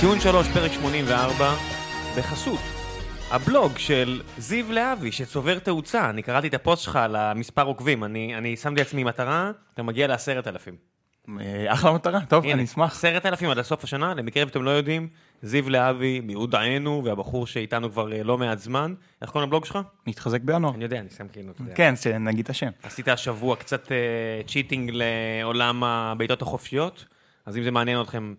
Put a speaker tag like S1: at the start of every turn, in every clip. S1: ציון 3, פרק 84, בחסות. הבלוג של זיו להבי, שצובר תאוצה. אני קראתי את הפוסט שלך על המספר עוקבים. אני, אני שמתי לעצמי מטרה, אתה מגיע לעשרת אלפים.
S2: אה, אחלה מטרה, טוב, אני אשמח.
S1: עשרת אלפים עד הסוף השנה, למקרה אתם לא יודעים, זיו להבי, מיעוט דענו, והבחור שאיתנו כבר אה, לא מעט זמן. איך קוראים לבלוג שלך?
S2: נתחזק בינואר.
S1: אני יודע, אני שם כאילו, אתה יודע.
S2: כן, נגיד את השם.
S1: עשית השבוע קצת אה, צ'יטינג לעולם הבעיטות החופשיות, אז אם זה מעניין אתכם,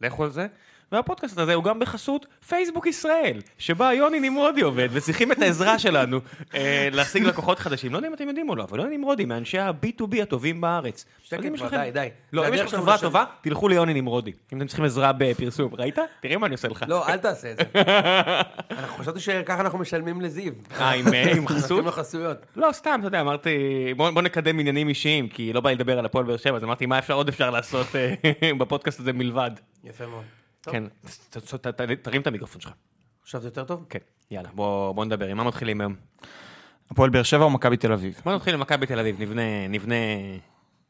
S1: לכו על זה. והפודקאסט הזה הוא גם בחסות פייסבוק ישראל, שבה יוני נמרודי עובד, וצריכים את העזרה שלנו אה, להשיג לקוחות חדשים. לא יודע אם אתם יודעים או לא, אבל יוני נמרודי, מאנשי ה-B2B הטובים בארץ. אז אם יש
S3: כבר,
S1: לכם-
S3: די, די.
S1: לא,
S3: זה
S1: אם יש
S3: הדרך
S1: לכם
S3: שלנו
S1: חברה
S3: לשבת.
S1: טובה, תלכו ליוני נמרודי. אם אתם צריכים עזרה בפרסום, ראית? תראה מה אני עושה לך.
S3: לא, אל תעשה את זה. אנחנו חשבנו שככה אנחנו משלמים לזיו.
S1: אה, עם- עם
S3: אנחנו
S1: חסות?
S3: נותנים לו חסויות.
S1: לא, סתם, אתה יודע, אמרתי, בוא, בוא נקדם עניינים אישיים, כי לא בא לי לדבר על הפועל באר שבע, אז אמרתי, מה אפשר, עוד אפשר לעשות אה, בפודקאסט הזה מלבד.
S3: יפה מאוד. טוב,
S1: כן, ת- ת- ת- ת- תרים את המיקרופון שלך.
S3: עכשיו זה יותר טוב?
S1: כן, יאללה, בוא, בוא נדבר. עם מה מתחילים היום?
S2: הפועל באר שבע או מכבי תל אביב?
S1: בוא נתחיל עם מכבי תל אביב, נבנה, נבנה...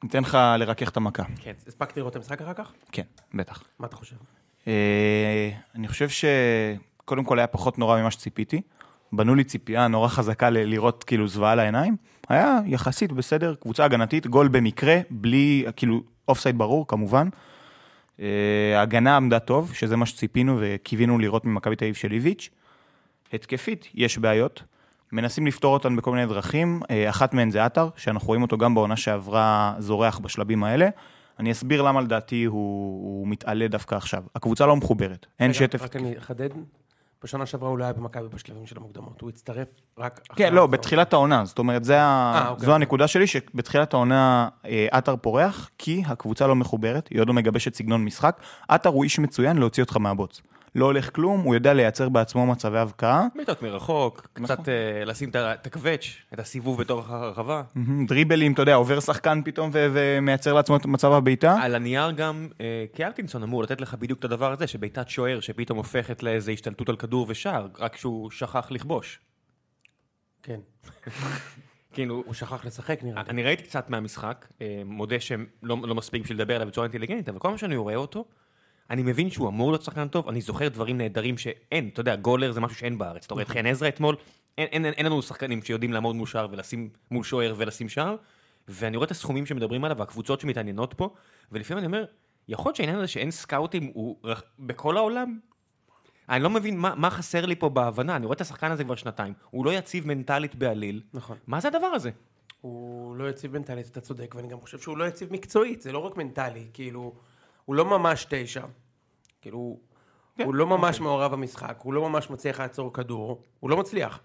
S2: ניתן לך לרכך את המכה.
S1: כן.
S3: הספקת לראות את המשחק אחר כך?
S2: כן, בטח.
S3: מה אתה חושב?
S2: אה, אני חושב שקודם כל היה פחות נורא ממה שציפיתי. בנו לי ציפייה נורא חזקה ל- לראות כאילו זוועה לעיניים. היה יחסית בסדר, קבוצה הגנתית, גול במקרה, בלי, כאילו, אופסייד ברור כמובן. אה, ההגנה עמדה טוב, שזה מה שציפינו וקיווינו לראות ממכבי תל אביב של איביץ'. התקפית, יש בעיות. מנסים לפתור אותן בכל מיני דרכים, אה, אחת מהן זה עטר, שאנחנו רואים אותו גם בעונה שעברה זורח בשלבים האלה. אני אסביר למה לדעתי הוא, הוא מתעלה דווקא עכשיו. הקבוצה לא מחוברת, אין
S3: רגע,
S2: שטף.
S3: רק אני אחדד. בשנה שעברה הוא לא היה במכבי בשלבים של המוקדמות. הוא הצטרף רק אחרי...
S2: כן, לא,
S3: המחזור.
S2: בתחילת העונה, זאת אומרת, זה ה...
S3: אה, אוקיי,
S2: זו
S3: אוקיי.
S2: הנקודה שלי, שבתחילת העונה אה, עטר פורח, כי הקבוצה לא מחוברת, היא עוד לא מגבשת סגנון משחק. עטר הוא איש מצוין להוציא אותך מהבוץ. לא הולך כלום, הוא יודע לייצר בעצמו מצבי הבקעה.
S1: בעיטות מרחוק, קצת אה, לשים את ה- את הקווץ', את הסיבוב בתוך הרחבה.
S2: מהמם, דריבלים, אתה יודע, עובר שחקן פתאום ו- ומייצר לעצמו את מצב הבעיטה.
S1: על הנייר גם, אה, קיארטינסון אמור לתת לך בדיוק את הדבר הזה, שבעיטת שוער שפתאום הופכת לאיזה השתלטות על כדור ושער, רק שהוא שכח לכבוש.
S3: כן.
S1: כאילו,
S3: הוא שכח לשחק נראה לי.
S1: אני ראיתי קצת מהמשחק, אה, מודה שלא לא מספיק בשביל לדבר עליו בצורה אינטליגנטית, אבל כל מה שאני רואה אותו, אני מבין שהוא אמור להיות שחקן טוב, אני זוכר דברים נהדרים שאין, אתה יודע, גולר זה משהו שאין בארץ, אתה רואה את חן עזרא אתמול, אין, אין, אין, אין לנו שחקנים שיודעים לעמוד מול שער ולשים, מול שוער ולשים שער, ואני רואה את הסכומים שמדברים עליו והקבוצות שמתעניינות פה, ולפעמים אני אומר, יכול להיות שהעניין הזה שאין סקאוטים הוא רח- בכל העולם? אני לא מבין מה, מה חסר לי פה בהבנה, אני רואה את השחקן הזה כבר שנתיים, הוא לא יציב מנטלית בעליל,
S3: נכון.
S1: מה זה הדבר הזה?
S3: הוא לא יציב מנטלית, אתה צודק, ואני גם חושב שהוא לא יציב מקצועית, זה לא רק מנטלי, כאילו, הוא לא ממש תשע. כאילו, הוא- הוא לא ממש מעורב במשחק, הוא לא ממש מצליח לעצור כדור, הוא לא מצליח.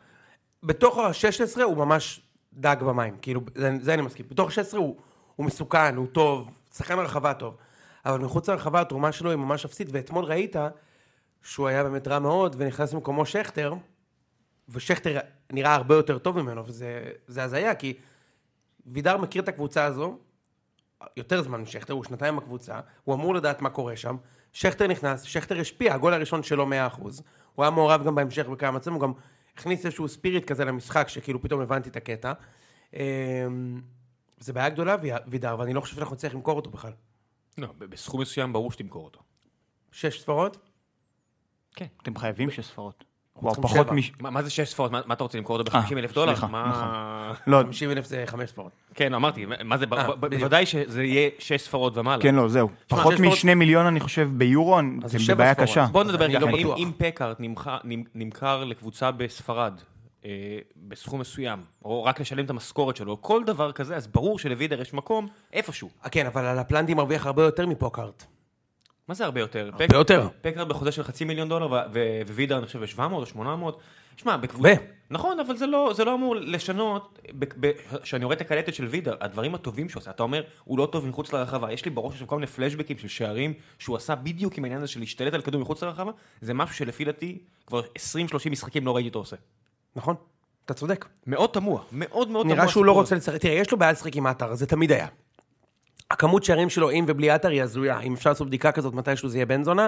S3: בתוך ה-16 הוא ממש דג במים, כאילו, זה, זה אני מסכים. בתוך ה-16 הוא, הוא מסוכן, הוא טוב, שחקן הרחבה טוב, אבל מחוץ לרחבה התרומה שלו היא ממש אפסית, ואתמול ראית שהוא היה באמת רע מאוד, ונכנס במקומו שכטר, ושכטר נראה הרבה יותר טוב ממנו, וזה זה הזיה, כי וידר מכיר את הקבוצה הזו, יותר זמן משכטר, הוא שנתיים בקבוצה, הוא אמור לדעת מה קורה שם. שכטר נכנס, שכטר השפיע, הגול הראשון שלו 100%. הוא היה מעורב גם בהמשך בכמה מצבים, הוא גם הכניס איזשהו ספיריט כזה למשחק, שכאילו פתאום הבנתי את הקטע. אמ, זה בעיה גדולה, ויה- וידר, ואני לא חושב שאנחנו נצטרך למכור אותו בכלל.
S1: לא, ב- בסכום מסוים ברור שתמכור אותו.
S3: שש ספרות?
S2: אתם חייבים שש ספרות. וואו,
S3: צריכים
S2: פחות
S3: שבע.
S2: מש...
S1: מה, מה זה שש ספרות? מה, מה אתה רוצה למכור אותו
S2: אה,
S1: ב-50 אלף דולר?
S2: סליחה,
S1: מה...
S2: לא,
S3: 50 אלף זה חמש ספרות.
S1: כן, לא, אמרתי, מה זה, ב-
S3: נכון. אה,
S1: ב- ב-
S3: בדיוק.
S1: בוודאי שזה יהיה שש ספרות ומעלה.
S2: כן, לא, זהו. פחות
S1: שש ספרות-
S2: משני מיליון, אני חושב, ביורו,
S3: אז
S2: זה
S3: שבע
S2: בעיה
S3: ספרות.
S2: קשה.
S1: בוא נדבר
S3: אני
S1: ככה,
S3: לא
S1: אם,
S3: בטוח.
S1: אם פקארט נמכר, נמ- נמכר לקבוצה בספרד אה, בסכום מסוים, או רק לשלם את המשכורת שלו, או כל דבר כזה, אז ברור שלוידר יש מקום איפשהו.
S3: אה, כן, אבל הלפלנדי מרוויח הרבה יותר מפוקארט.
S1: מה זה הרבה יותר?
S3: הרבה
S1: פק-
S3: יותר.
S1: פקארד בחוזה של חצי מיליון דולר, ו- ו- ווידר אני חושב ב-700 או 800. שמע, בקבוצה...
S3: הרבה.
S1: נכון, אבל זה לא, זה לא אמור לשנות, כשאני רואה את הקלטת של וידר, הדברים הטובים שהוא עושה, אתה אומר, הוא לא טוב מחוץ לרחבה, יש לי בראש עכשיו כל מיני פלשבקים של שערים שהוא עשה בדיוק עם העניין הזה של להשתלט על כדור מחוץ לרחבה, זה משהו שלפי דעתי כבר 20-30 משחקים לא ראיתי אותו עושה.
S3: נכון, אתה צודק.
S1: מאוד תמוה, מאוד מאוד תמוה.
S3: נראה שהוא לא
S1: הסיפור
S3: רוצה לשחק, תראה, יש לו בעיה לשחק עם עטר, זה תמיד היה. הכמות שערים שלו עם ובלי עטר היא הזויה, אם אפשר לעשות בדיקה כזאת מתישהו זה יהיה בן זונה,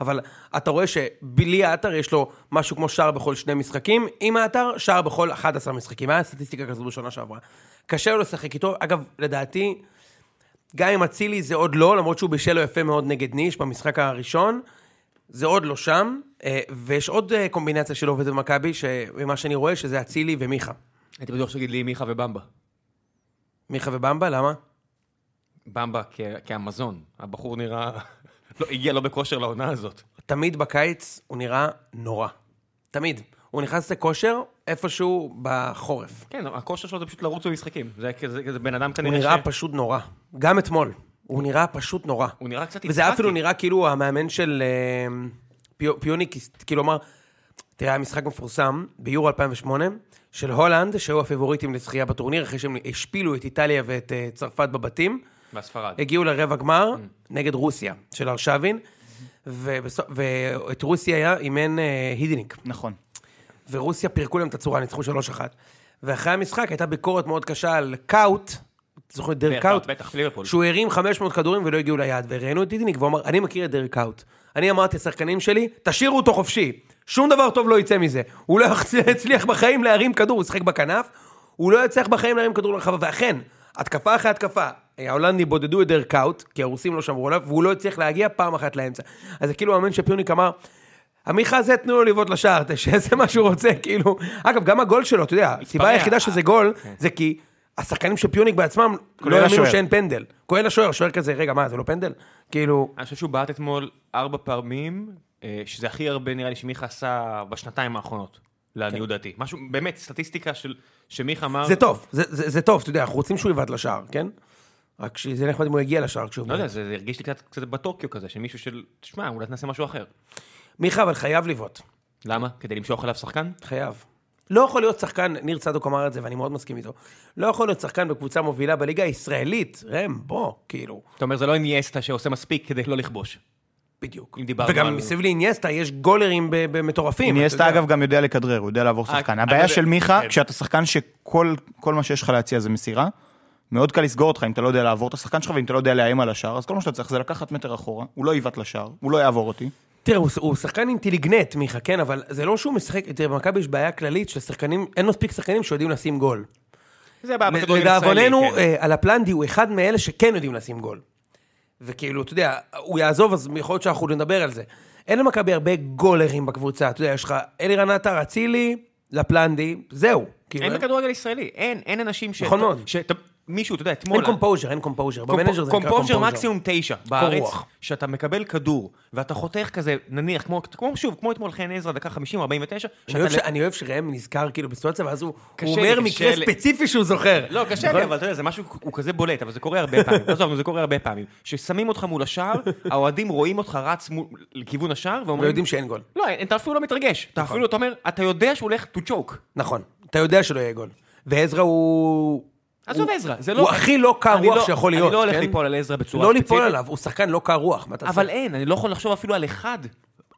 S3: אבל אתה רואה שבלי עטר יש לו משהו כמו שער בכל שני משחקים, עם העטר שער בכל 11 משחקים, היה סטטיסטיקה כזאת בשנה שעברה. קשה לו לשחק איתו, אגב, לדעתי, גם עם אצילי זה עוד לא, למרות שהוא בישל לו יפה מאוד נגד ניש במשחק הראשון, זה עוד לא שם, אה, ויש עוד אה, קומבינציה שלא עובדת במכבי, שמה שאני רואה שזה אצילי ומיכה.
S1: הייתי בטוח שתגיד לי מיכה ובמבה.
S3: מיכה ובמבה, למה?
S1: במבה כ- כהמזון. הבחור נראה... לא, הגיע לא בכושר לעונה הזאת.
S3: תמיד בקיץ הוא נראה נורא. תמיד. הוא נכנס לכושר איפשהו בחורף.
S1: כן, הכושר שלו זה פשוט לרוץ במשחקים. זה כזה זה בן אדם
S3: הוא
S1: כנראה
S3: נראה פשוט נורא. גם אתמול. הוא נראה פשוט נורא.
S1: הוא נראה קצת
S3: וזה היה אפילו נראה כאילו המאמן של אה, פיו- פיוניקיסט, כאילו אמר, תראה, היה משחק מפורסם ביורו 2008 של הולנד, שהיו הפיבוריטים לזכייה בטורניר, אחרי שהם השפילו את איטליה ואת אה, צרפת בבתים.
S1: מהספרד.
S3: הגיעו לרבע גמר
S1: Mm.
S3: נגד רוסיה, של ארשבין, ובסוף- ואת רוסיה היה אימן אה, הידיניק.
S2: נכון.
S3: ורוסיה פירקו להם את הצורה, ניצחו 3-1. ואחרי המשחק הייתה ביקורת מאוד קשה על קאוט, זוכר את דר קאוט?
S1: בטח, ליברפול.
S3: שהוא הרים 500 כדורים ולא הגיעו ליעד, וראיינו את דידיניק, והוא אמר, אני מכיר את דר קאוט. אני אמרתי לשחקנים שלי, תשאירו אותו חופשי. שום דבר טוב לא יצא מזה. הוא לא יצליח בחיים להרים כדור, הוא שיחק בכנף, הוא לא יצליח בחיים להרים כדור לרחבה, ואכן, התקפה אחרי התקפה, ההולנדים בודדו את דר קאוט, כי הרוסים לא שמרו עליו, והוא לא הצליח להגיע פעם אחת לאמצע. אז זה כאילו המאמן של פיוניק אמר, עמיחה הזה, תנו לו לבעוט לשער, שיעשה מה שהוא רוצה, כאילו. אגב, גם הגול שלו, אתה יודע, הסיבה היחידה שזה גול, זה כי השחקנים של פיוניק בעצמם לא
S2: כן. כולל
S3: האמינו
S2: השוער.
S3: שאין פנדל. כולל השוער, השוער כזה, רגע, מה, זה לא פנדל? כאילו,
S1: אני חושב שהוא בעט אתמול ארבע פעמים, אה, שזה הכי הרבה נראה לי שמיכה עשה בשנתיים האחרונות, לעניות דעתי. משהו, באמת, סטטיסטיקה של, שמיכה אמר...
S3: כן. זה טוב, זה- זה זה טוב, אתה יודע, אנחנו רוצים שהוא יבעט לשער, כן? רק שזה נחמד אם הוא יגיע לשער כשהוא...
S1: לא יודע,
S3: בועט.
S1: זה, זה הרגיש לי קצת, קצת בטוקיו כזה, שמישהו של... תשמע, אולי נעשה משהו אחר.
S3: מיכה, אבל חייב לבעוט,
S1: למה? כדי למשוך עליו שחקן?
S3: חייב. לא יכול להיות שחקן, ניר צדוק אמר את זה, ואני מאוד מסכים איתו, לא יכול להיות שחקן בקבוצה מובילה בליגה הישראלית, ראם, בוא, כאילו,
S1: אתה אומר, זה לא אינייסטה שעושה מספיק כדי לא לכבוש.
S3: בדיוק.
S1: אם דיברנו
S3: וגם
S1: על-
S3: מסביב לאיניאסטה יש גולרים ב- ב- מטורפים. אתה
S2: איניאסטה
S3: יודע. אה,
S2: אגב גם יודע לכדרר, הוא יודע לעבור שחקן.
S1: אני
S2: הבעיה
S1: יודע-
S2: של מיכה,
S1: כן.
S2: כשאתה שחקן שכל כל מה שיש לך להציע זה מסירה, מאוד קל לסגור אותך אם אתה לא יודע לעבור את השחקן שלך ואם אתה לא יודע לאיים על השער, אז כל מה שאתה צריך זה לקחת מטר אחורה, הוא לא יבעט לשער, הוא לא יעבור אותי.
S3: תראה, הוא, הוא שחקן אינטליגנט, מיכה, כן, אבל זה לא שהוא משחק, תראה, במכבי יש בעיה כללית של שחקנים, אין מספיק שחקנים שיודעים לשים גול.
S1: זה הבעיה אה, בכדורגל
S3: לדאבוננו,
S1: הישראלי, כן.
S3: אה, אלפלנדי הוא אחד מאלה שכן יודעים לשים גול. וכאילו, אתה יודע, הוא יעזוב, אז יכול להיות שאנחנו נדבר על זה. אין למכבי הרבה גולרים בקבוצה, אתה יודע, יש לך אלירן עטר, אצילי, לפלנדי, זהו. כאילו,
S1: אין
S3: אין,
S1: בכדורגל הישראלי, אין, אין אנשים ש...
S3: נכון מאוד.
S1: ש... מישהו, אתה יודע, אתמול...
S3: אין קומפוז'ר, אין קומפוז'ר.
S1: קומפ-
S3: במנג'ר זה נקרא
S1: קומפוז'ר
S3: קומפוז'ר.
S1: מקסימום תשע בארץ,
S3: רוח.
S1: שאתה מקבל כדור, ואתה חותך כזה, נניח, כמו, כמו שוב, כמו אתמול חן עזרא, דקה 50, 49,
S3: אני אוהב, ש...
S1: שאתה...
S3: אני אוהב שראם נזכר כאילו בסיטואציה, ואז הוא,
S1: קשה
S3: הוא
S1: לי,
S3: אומר
S1: קשה
S3: מקרה
S1: לי.
S3: ספציפי שהוא זוכר.
S1: לא, קשה
S3: נכון.
S1: לי, אבל אתה יודע, זה משהו, הוא כזה בולט, אבל זה קורה הרבה פעמים. עזוב, נו, זה קורה הרבה פעמים. ששמים אותך מול השער, האוהדים רואים אותך רץ מול- לכיוון השער, ואומרים...
S3: ויודעים נכון. שאין גול.
S1: לא, אתה אפילו לא מתרגש. אתה אפילו, אתה אומר, אתה יודע שהוא הולך to choke.
S3: נכון, אתה יודע שלא יהיה גול. ועזרא הוא...
S1: עזוב
S3: הוא-
S1: עזרא, זה לא...
S3: הוא הכי לא קר
S1: אני
S3: רוח
S1: לא-
S3: שיכול להיות,
S1: אני לא הולך
S3: כן?
S1: ליפול על עזרא בצורה
S3: לא
S1: ספציפית.
S3: ליפול עליו, הוא שחקן לא קר רוח, מה אתה
S1: אבל
S3: עושה?
S1: אין, אני לא יכול לחשוב אפילו על אחד.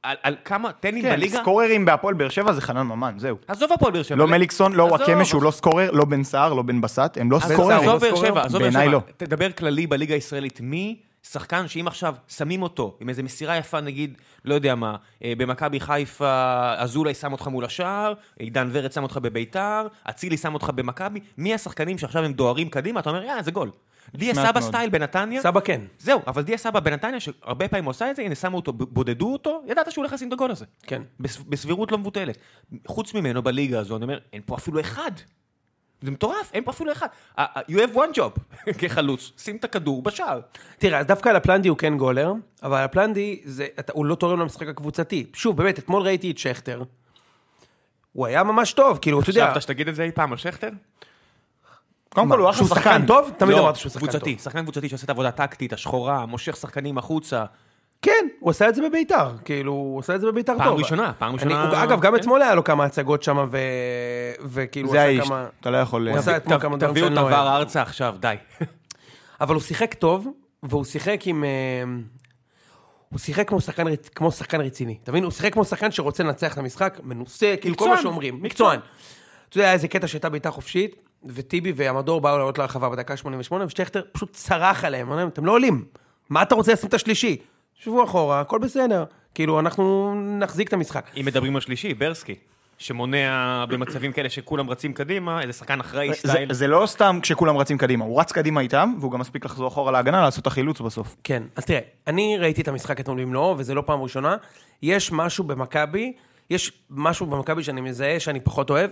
S1: על על כמה, תן לי
S2: כן,
S1: בליגה.
S2: סקוררים בהפועל באר שבע זה חנן ממן, זהו.
S1: עזוב הפועל באר שבע.
S2: לא מליקסון, לא
S1: עזוב.
S2: וואקמה שהוא לא סקורר, לא בן סער, לא בן בסט, הם לא
S1: אז עזוב
S2: סקוררים.
S1: באר שבע, עזוב באר
S2: בעיניי
S1: שבע.
S2: לא.
S1: תדבר כללי בליגה הישראלית, מי שחקן שאם עכשיו שמים אותו עם איזה מסירה יפה, נגיד, לא יודע מה, אה, במכבי חיפה, אזולאי שם אותך מול השער, עידן ורד שם אותך בביתר, אצילי שם אותך במכבי, מי השחקנים שעכשיו הם דוהרים קדימה, אתה אומר, יאללה, זה גול. דיה
S2: מעט
S1: סבא
S2: מאוד.
S1: סטייל בנתניה.
S3: סבא כן.
S1: זהו, אבל דיה סבא בנתניה, שהרבה פעמים הוא עושה את זה, הנה שמו אותו, ב- בודדו אותו, ידעת שהוא הולך לשים את הגול הזה.
S3: כן.
S1: בס- בסבירות לא מבוטלת. חוץ ממנו בליגה הזו, אני אומר, אין פה אפילו אחד. זה מטורף, אין פה אפילו אחד. ה- ה- You have one job, כחלוץ, שים את הכדור בשער.
S3: תראה, אז דווקא לפלנדי הוא כן גולר, אבל לפלנדי, זה- אתה- הוא לא תורם למשחק הקבוצתי. שוב, באמת, אתמול ראיתי את שכטר. הוא היה ממש טוב, כאילו, אתה יודע...
S1: חשבת שתגיד את זה אי פעם על שכטר?
S2: קודם כל הוא אחלה
S3: שהוא
S2: שחקן.
S3: שחקן טוב? תמיד
S1: לא,
S3: אמרת שהוא שחקן טוב.
S1: קבוצתי, שחקן קבוצתי שעושה את העבודה הטקטית, השחורה, מושך שחקנים החוצה.
S3: כן, הוא עשה את זה בביתר, כאילו, הוא עשה את זה בביתר טוב.
S1: פעם ראשונה, פעם ראשונה-
S3: אני- הוא- אגב, גם
S1: כן.
S3: אתמול היה לו כמה הצגות שם, ו- וכאילו,
S2: זה
S3: הוא עשה
S2: האיש,
S3: כמה-
S2: אתה לא יכול...
S3: הוא עשה אתמול כמה דברים
S1: תביאו את
S3: שאני לא
S1: עבר
S3: אוהב.
S1: ארצה עכשיו, די.
S3: אבל הוא שיחק טוב, והוא שיחק עם... אה, הוא שיחק כמו שחקן, רצ- כמו שחקן רציני, אתה מבין? הוא שיחק כמו שחקן שרוצה לנצח את המשחק, מנוסה, כאילו כל מה
S1: מקצוען,
S3: שאומרים, מקצוען. אתה יודע, היה איזה קטע שהייתה בעיטה חופשית, וטיבי והמדור באו לעלות להרחבה בדקה 88, ושטכטר פשוט צרח עליהם, אמר להם, אתם לא עולים, מה אתה רוצה לשים את השלישי? שבו אחורה, הכל בסדר. כאילו, אנחנו נחזיק את המשחק.
S1: אם מדברים על שלישי, ברסקי. שמונע במצבים כאלה שכולם רצים קדימה, איזה שחקן אחראי
S2: זה,
S1: סטייל.
S2: זה לא סתם כשכולם רצים קדימה, הוא רץ קדימה איתם, והוא גם מספיק לחזור אחורה להגנה, לעשות את החילוץ בסוף.
S3: כן, אז תראה, אני ראיתי את המשחק אתמול במלואו, וזה לא פעם ראשונה. יש משהו במכבי, יש משהו במכבי שאני מזהה שאני פחות אוהב,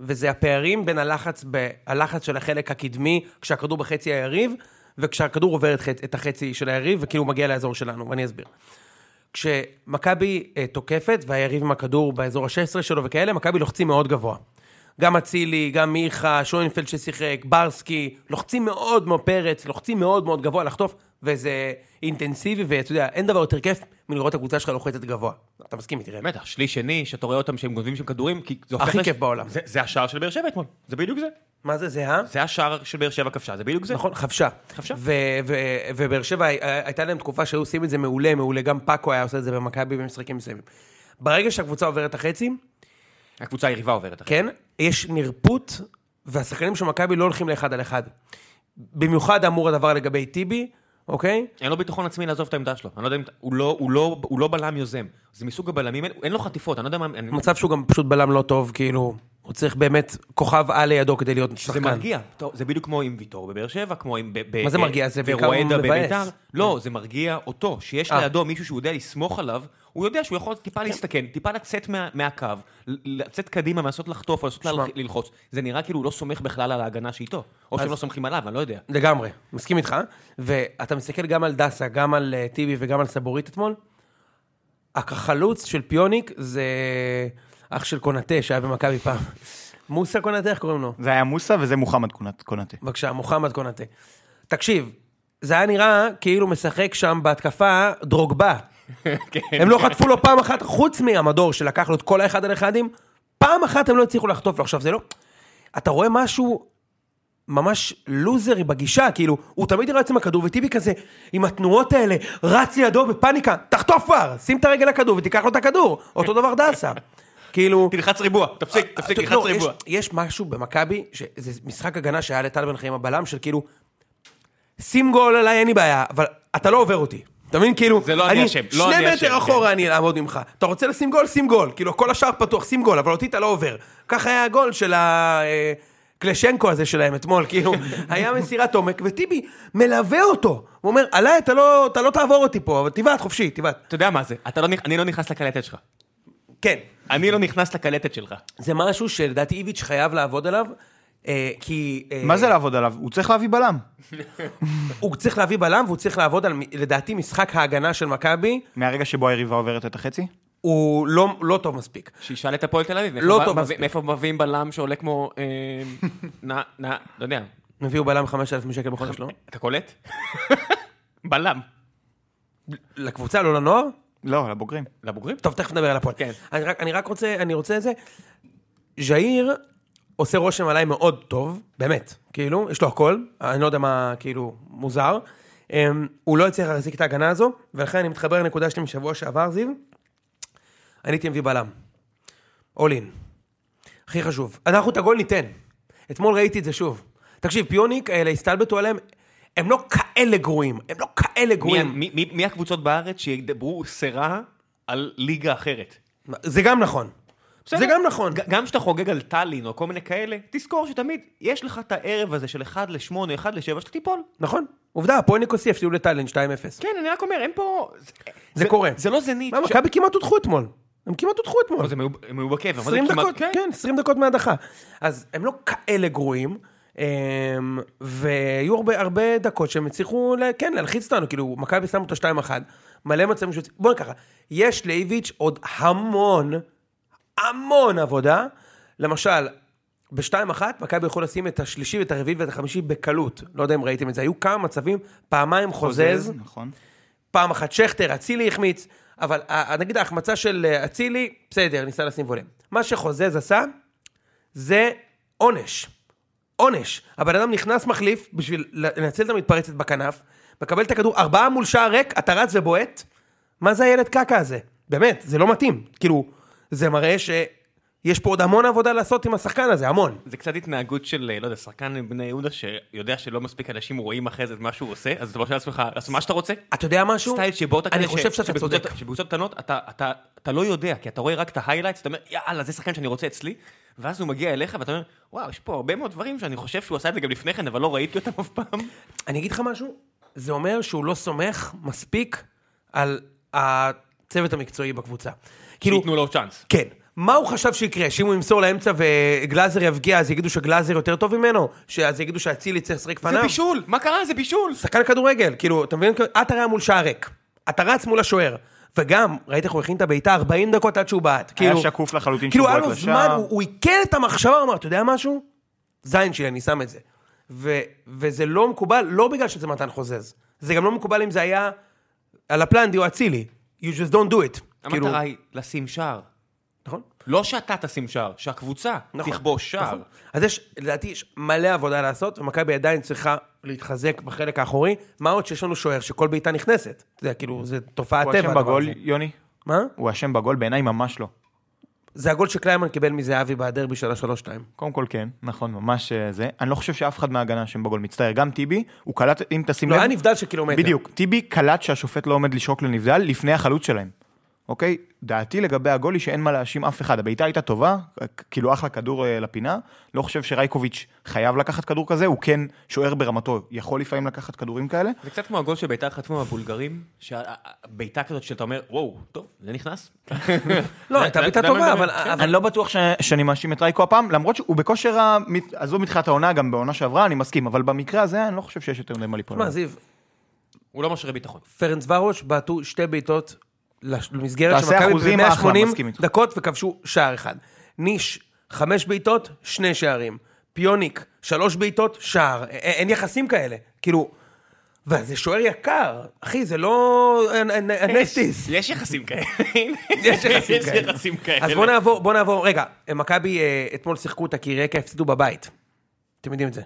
S3: וזה הפערים בין הלחץ, ב, הלחץ של החלק הקדמי, כשהכדור בחצי היריב, וכשהכדור עובר את, חצ, את החצי של היריב, וכאילו הוא מגיע לאזור שלנו, ואני אסביר. כשמכבי אה, תוקפת, והיריב עם הכדור באזור ה-16 שלו וכאלה, מכבי לוחצים מאוד גבוה. גם אצילי, גם מיכה, שוינפלד ששיחק, ברסקי, לוחצים מאוד מאוד פרץ, לוחצים מאוד מאוד גבוה לחטוף, וזה אינטנסיבי, ואתה יודע, אין דבר יותר כיף מלראות את הקבוצה שלך לוחצת גבוה. אתה מסכים איתי, רמי?
S1: בטח, שליש שני, שאתה רואה אותם שהם גונבים שם כדורים, כי זה הופך...
S3: הכי
S1: לש-
S3: כיף בעולם.
S1: זה- זה השער של באר שבע אתמול, זה בדיוק זה.
S3: מה זה, אה? זה ה?
S1: זה השער של באר שבע כבשה, זה בדיוק זה.
S3: נכון, חפשה.
S1: חפשה.
S3: ו- ו- ובאר שבע הי- הייתה להם תקופה שהיו עושים את זה מעולה, מעולה. גם פאקו היה עושה את זה במכבי במשחקים מסוימים. ברגע שהקבוצה עוברת את החצי,
S1: הקבוצה היריבה עוברת. אחי.
S3: כן, יש נרפות, והשחקנים של מכבי לא הולכים לאחד על אחד. במיוחד אמור הדבר לגבי טיבי, אוקיי?
S1: אין לו ביטחון עצמי לעזוב את העמדה שלו. אני לא יודע אם... הוא לא- הוא לא- הוא לא בלם יוזם. זה מסוג הבלמים, אין- אין לו חטיפות, אני לא יודע מה... אני-
S3: מצב שהוא גם פשוט בלם לא טוב, כאילו, הוא צריך באמת כוכב על לידו כדי להיות
S1: זה
S3: שחקן.
S1: מרגיע, טוב, זה בדיוק כמו עם ויטור בבאר שבע, כמו עם... ב- ב-
S3: מה זה מרגיע? זה בעיקר
S1: ברואדה
S3: מבאס. כן.
S1: בביתר. לא, זה מרגיע אותו, שיש
S3: אה. כן.
S1: לידו מישהו שהוא יודע לסמוך עליו, הוא יודע שהוא יכול טיפה להסתכן, טיפה לצאת מה- מהקו, ל- לצאת קדימה, לנסות לחטוף, או לנסות
S3: שמע.
S1: להלח- ללחוץ. זה נראה כאילו הוא לא סומך בכלל על ההגנה שאיתו, או שהם לא סומכים עליו, אני לא יודע.
S3: לגמרי, מסכים איתך. ואתה מסתכל גם על דסה, גם על אה, טיבי וגם על סבורית אתמול. החלוץ של פיוניק זה אח של קונאטה שהיה במכבי פעם. מוסה קונאטה, איך קוראים לו?
S2: זה היה מוסא וזה מוחמד קונת- קונאטה.
S3: בבקשה, מוחמד קונאטה. תקשיב, זה היה נראה כאילו משחק שם בהתקפה דרוגבה. הם לא חטפו לו פעם אחת, חוץ מהמדור שלקח לו את כל האחד על האחדים, פעם אחת הם לא הצליחו לחטוף לו. עכשיו, זה לא... אתה רואה משהו ממש לוזרי בגישה, כאילו, הוא תמיד רץ עם הכדור, וטיבי כזה, עם התנועות האלה, רץ לידו בפאניקה, תחטוף כבר, שים את הרגל לכדור ותיקח לו את הכדור. אותו דבר דסה. כאילו...
S1: תלחץ ריבוע, תפסיק, תפסיק,
S3: אתה-
S1: תלחץ
S3: לא, יש-
S1: ריבוע.
S3: יש משהו במכבי, שזה משחק הגנה שהיה לטל בן חיים הבלם, של כאילו, שים גול עליי, אין לי בעיה, אבל אתה לא עובר אותי. אתה מבין? כאילו,
S1: זה לא אני אשם, לא אני
S3: שני
S1: אשם,
S3: מטר
S1: כן.
S3: אחורה אני אעמוד ממך. אתה רוצה לשים גול? שים גול. כאילו, כל השאר פתוח, שים גול, אבל אותי אתה לא עובר. ככה היה הגול של ה... אה, קלשנקו הזה שלהם אתמול, כאילו, היה מסירת עומק, וטיבי מלווה אותו. הוא אומר, עליי אתה לא, אתה לא תעבור אותי פה, אבל תבעט חופשי, תבעט.
S1: אתה יודע מה זה, אתה לא נכ- אני לא נכנס לקלטת שלך.
S3: כן,
S1: אני לא נכנס לקלטת שלך.
S3: זה משהו שלדעתי איביץ' חייב לעבוד עליו, אה, כי... אה,
S2: מה זה לעבוד עליו? הוא צריך להביא בלם.
S3: הוא צריך להביא בלם והוא צריך לעבוד על, לדעתי, משחק ההגנה של מכבי,
S2: מהרגע שבו היריבה עוברת את החצי?
S3: הוא לא, לא טוב מספיק.
S1: שישאל את הפועל תל אביב, מאיפה
S3: לא
S1: בא-
S3: טוב
S1: מביא-
S3: מספיק.
S1: מאיפה מביאים בלם שעולה כמו... אה, נע, נע, לא יודע,
S3: הביאו בלם 5,000 שקל בחודש, לא?
S1: אתה קולט? בלם.
S3: לקבוצה, לא לנוער?
S2: לא, לבוגרים.
S1: לבוגרים?
S3: טוב, תכף נדבר על הפועל.
S1: כן.
S3: אני רק, אני רק רוצה, אני רוצה את זה. ז'איר עושה רושם עליי מאוד טוב, באמת. כאילו, יש לו הכל, אני לא יודע מה, כאילו, מוזר. אמ, הוא לא הצליח להחזיק את ההגנה הזו, ולכן אני מתחבר לנקודה שלי משבוע שעבר, זיו. אני הייתי מביא בלם. אול אין. הכי חשוב. אנחנו את הגול ניתן. אתמול ראיתי את זה שוב. תקשיב, פיוניק, אלה הסתלבטו עליהם, הם לא כאלה גרועים. הם לא כאלה
S1: מי-
S3: גרועים.
S1: מי מי- מי הקבוצות בארץ שידברו סרה על ליגה אחרת?
S3: זה גם נכון. זה
S1: בסדר.
S3: גם נכון.
S1: ג- גם כשאתה חוגג על טאלין או כל מיני כאלה, תזכור שתמיד יש לך את הערב הזה של 1 ל-8, 1 ל-7, שאתה תיפול.
S3: נכון. עובדה, הפועל ניקוסי הפסידו לטאלנט 2-0.
S1: כן, אני רק אומר, אין פה...
S3: זה קורה.
S1: זה לא זנית.
S3: מה,
S1: ש-
S3: מכבי כמעט הודחו אתמול. הם כמעט הודחו אתמול.
S1: אז הם היו- הם היו בקבר. מה זה
S3: 20
S1: כמעט-
S3: דקות, כן, 20 דקות מהדחה. אז הם לא כאלה גרועים, אמ, והיו הרבה- הרבה דקות שהם הצליחו, ל- כן, להלחיץ אותנו, כאילו, מכבי שמו את ה-2-1, מלא מצבים שהוצאו, בואו ככה, יש לאיביץ' עוד המון, המון עבודה, למשל, ב-2-1, מכבי יכול לשים את השלישי ואת הרביעי ואת החמישי בקלות. לא יודע אם ראיתם את זה, היו כמה מצבים, פעמיים חוזז,
S2: נכון.
S3: פעם אחת שכטר, אצילי החמיץ, אבל אה, נגיד ההחמצה של אה, אצילי, בסדר, ניסה לשים וולם. מה שחוזז עשה, זה עונש. עונש. הבן אדם נכנס מחליף בשביל לנצל את המתפרצת בכנף, מקבל את הכדור, ארבעה מול שער ריק, אתה רץ ובועט. מה זה הילד קקה הזה? באמת, זה לא מתאים. כאילו, זה מראה ש... יש פה עוד המון עבודה לעשות עם השחקן הזה, המון.
S1: זה קצת התנהגות של, לא יודע, שחקן בני יהודה שיודע שלא מספיק אנשים רואים אחרי זה את מה שהוא עושה, אז אתה מרשה לעצמך לעשות מה שאתה רוצה.
S3: אתה יודע משהו?
S1: סטייל שבו אתה
S3: אני
S1: כזה ש-
S3: חושב שאתה
S1: שבקבוצות-
S3: צודק.
S1: שבקבוצות קטנות אתה- אתה אתה לא יודע, כי אתה רואה רק את ההיילייטס, אתה אומר, יאללה, זה שחקן שאני רוצה אצלי, ואז הוא מגיע אליך ואתה אומר, וואו, יש פה הרבה מאוד דברים שאני חושב שהוא עשה את זה גם לפני כן, אבל לא ראיתי אותם אף פעם.
S3: אני אגיד לך משהו, זה אומר שהוא לא סומך מספיק על הצוות המקצועי בקבוצה. כאילו,
S1: שייתנו לו צ'אנס.
S3: כן. מה הוא חשב שיקרה? שאם הוא ימסור לאמצע וגלאזר יבקיע, אז יגידו שגלאזר יותר טוב ממנו? אז יגידו שאצילי צריך לשחק
S1: זה
S3: פניו?
S1: בישול! מה קרה? זה בישול!
S3: שחקן כדורגל, כאילו, אתה מבין? עטר היה מול שער ריק. אתה רץ מול השוער. וגם, ראית איך הוא הכין את הבעיטה 40 דקות עד שהוא בעט.
S2: היה
S3: כאילו-
S2: שקוף לחלוטין
S3: כאילו,
S2: שהוא
S3: היה
S2: בועט
S3: לו
S2: לשער.
S3: זמן, הוא הוא עיכל את המחשבה, הוא אמר, אתה יודע משהו? זין שלי, אני שם את זה. ו- וזה לא מקובל, לא בגלל שזה מתן חוזז. זה גם לא מקובל אם זה היה על הפלנדי או אצילי. You just don't do it. כאילו,
S1: המטרה היא לשים שער.
S3: נכון?
S1: לא שאתה תשים שער, שהקבוצה
S3: נכון,
S1: תכבוש שער.
S3: נכון. אז יש, לדעתי, יש מלא עבודה לעשות, ומכבי עדיין צריכה להתחזק בחלק האחורי. מה עוד שיש לנו שוער שכל בעיטה נכנסת. אתה יודע, כאילו, זה תופעת
S2: הוא
S3: טבע.
S2: אשם
S3: הדבר
S2: בגול,
S3: הזה.
S2: יוני?
S3: מה?
S2: הוא אשם בגול? בעיניי ממש לא.
S3: זה הגול שקליימן קיבל מזהבי בדרבי של השלוש שתיים.
S2: קודם כל כן, נכון, ממש אה, זה. אני לא חושב שאף אחד מההגנה אשם בגול, מצטער. גם טיבי, הוא קלט, אם תשים
S3: לא,
S2: לב...
S3: היה נבדל של קילומטר.
S2: בדיוק. טיבי קלט שהשופט לא עומד לשרוק לנבדל לפני החלוץ שלהם. אוקיי? דעתי לגבי הגול היא שאין מה להאשים אף אחד. הבעיטה הייתה טובה, כאילו אחלה כדור אה, לפינה. לא חושב שרייקוביץ' חייב לקחת כדור כזה, הוא כן שוער ברמתו, יכול לפעמים לקחת כדורים כאלה.
S1: זה קצת כמו הגול שביתר חטפו מהבולגרים, שהביתה כזאת שאתה אומר, וואו, טוב, זה נכנס.
S3: לא, הייתה בעיטה
S1: למה-
S3: טובה,
S1: למה-
S3: אבל...
S1: כן.
S3: אבל-
S2: אני לא בטוח ש... שאני מאשים את רייקו הפעם, למרות שהוא בכושר ה... מת- עזוב מתחילת העונה, גם בעונה שעברה, אני מסכים, אבל במקרה הזה אני לא חושב שיש יותר למה ליפול.
S3: שמע,
S2: עליו.
S3: זיו,
S1: הוא לא משרה ביטחון.
S3: פרנס ורוש בעטו שתי בעיטות לש- למסגרת
S2: תעשה
S3: של מכבי
S2: אחוזים, אחלה, מסכים
S3: ב-180
S2: איתך.
S3: דקות וכבשו שער אחד. ניש, חמש בעיטות, שני שערים. פיוניק, שלוש בעיטות, שער. א- א- אין יחסים כאלה. כאילו... וזה שוער יקר, אחי, זה לא אנ- אנ- אנסטיס.
S1: יש יחסים כאלה.
S3: יש יחסים כאלה.
S1: יחסים כאלה.
S3: אז בוא נעבור, בוא נעבור, רגע, מכבי אה, אתמול שיחקו אותה כי רייקה הפסידו בבית. אתם יודעים את זה.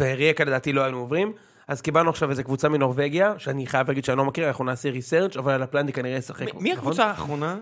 S3: ורייקה לדעתי לא היינו עוברים. אז קיבלנו עכשיו איזה קבוצה מנורבגיה, שאני חייב להגיד שאני לא מכיר, אנחנו נעשה ריסרצ' אבל על הפלנדי כנראה ישחק.
S1: מי
S3: נכון?
S1: הקבוצה האחרונה?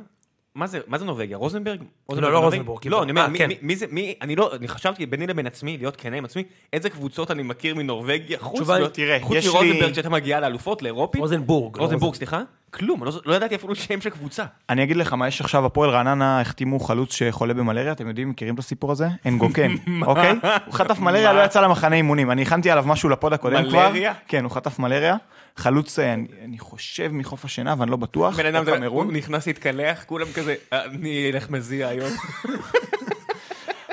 S1: מה זה, מה זה נורבגיה? רוזנברג?
S3: לא
S1: נורבגי?
S3: רוזנבורג,
S1: לא, אני אומר,
S3: אה,
S1: מי,
S3: כן.
S1: מי, מי זה, מי, אני לא, אני חשבתי ביני לבין עצמי, להיות כנה עם עצמי, איזה קבוצות אני מכיר מנורבגיה, חוץ,
S3: התשובה היא-
S1: מ-
S2: תראה,
S1: חוץ
S2: יש לי-
S1: מרוזנברג שהייתה מגיעה לאלופות, לאירופית?
S3: רוזנבורג, לא
S1: רוזנבורג,
S3: רוזנ-
S1: סליחה? כלום, אני לא, לא ידעתי אפילו שם של קבוצה.
S2: אני אגיד לך מה, יש עכשיו הפועל רעננה, החתימו חלוץ שחולה במלריה, אתם יודעים, מכירים את הסיפור הזה? אנגוקן, אוקיי? הוא חטף מלריה, לא יצא למחנה אימונים. אני הכנתי עליו משהו לפוד הקודם כבר.
S1: מלריה?
S2: כן, הוא חטף מלריה. חלוץ, אה, אני אני חושב, מחוף השינה, ואני לא בטוח.
S1: בן אדם,
S2: או
S1: אתה-
S2: קמרון.
S1: הוא נכנס להתקלח, כולם כזה, "אה, אני אלך מזיע היום.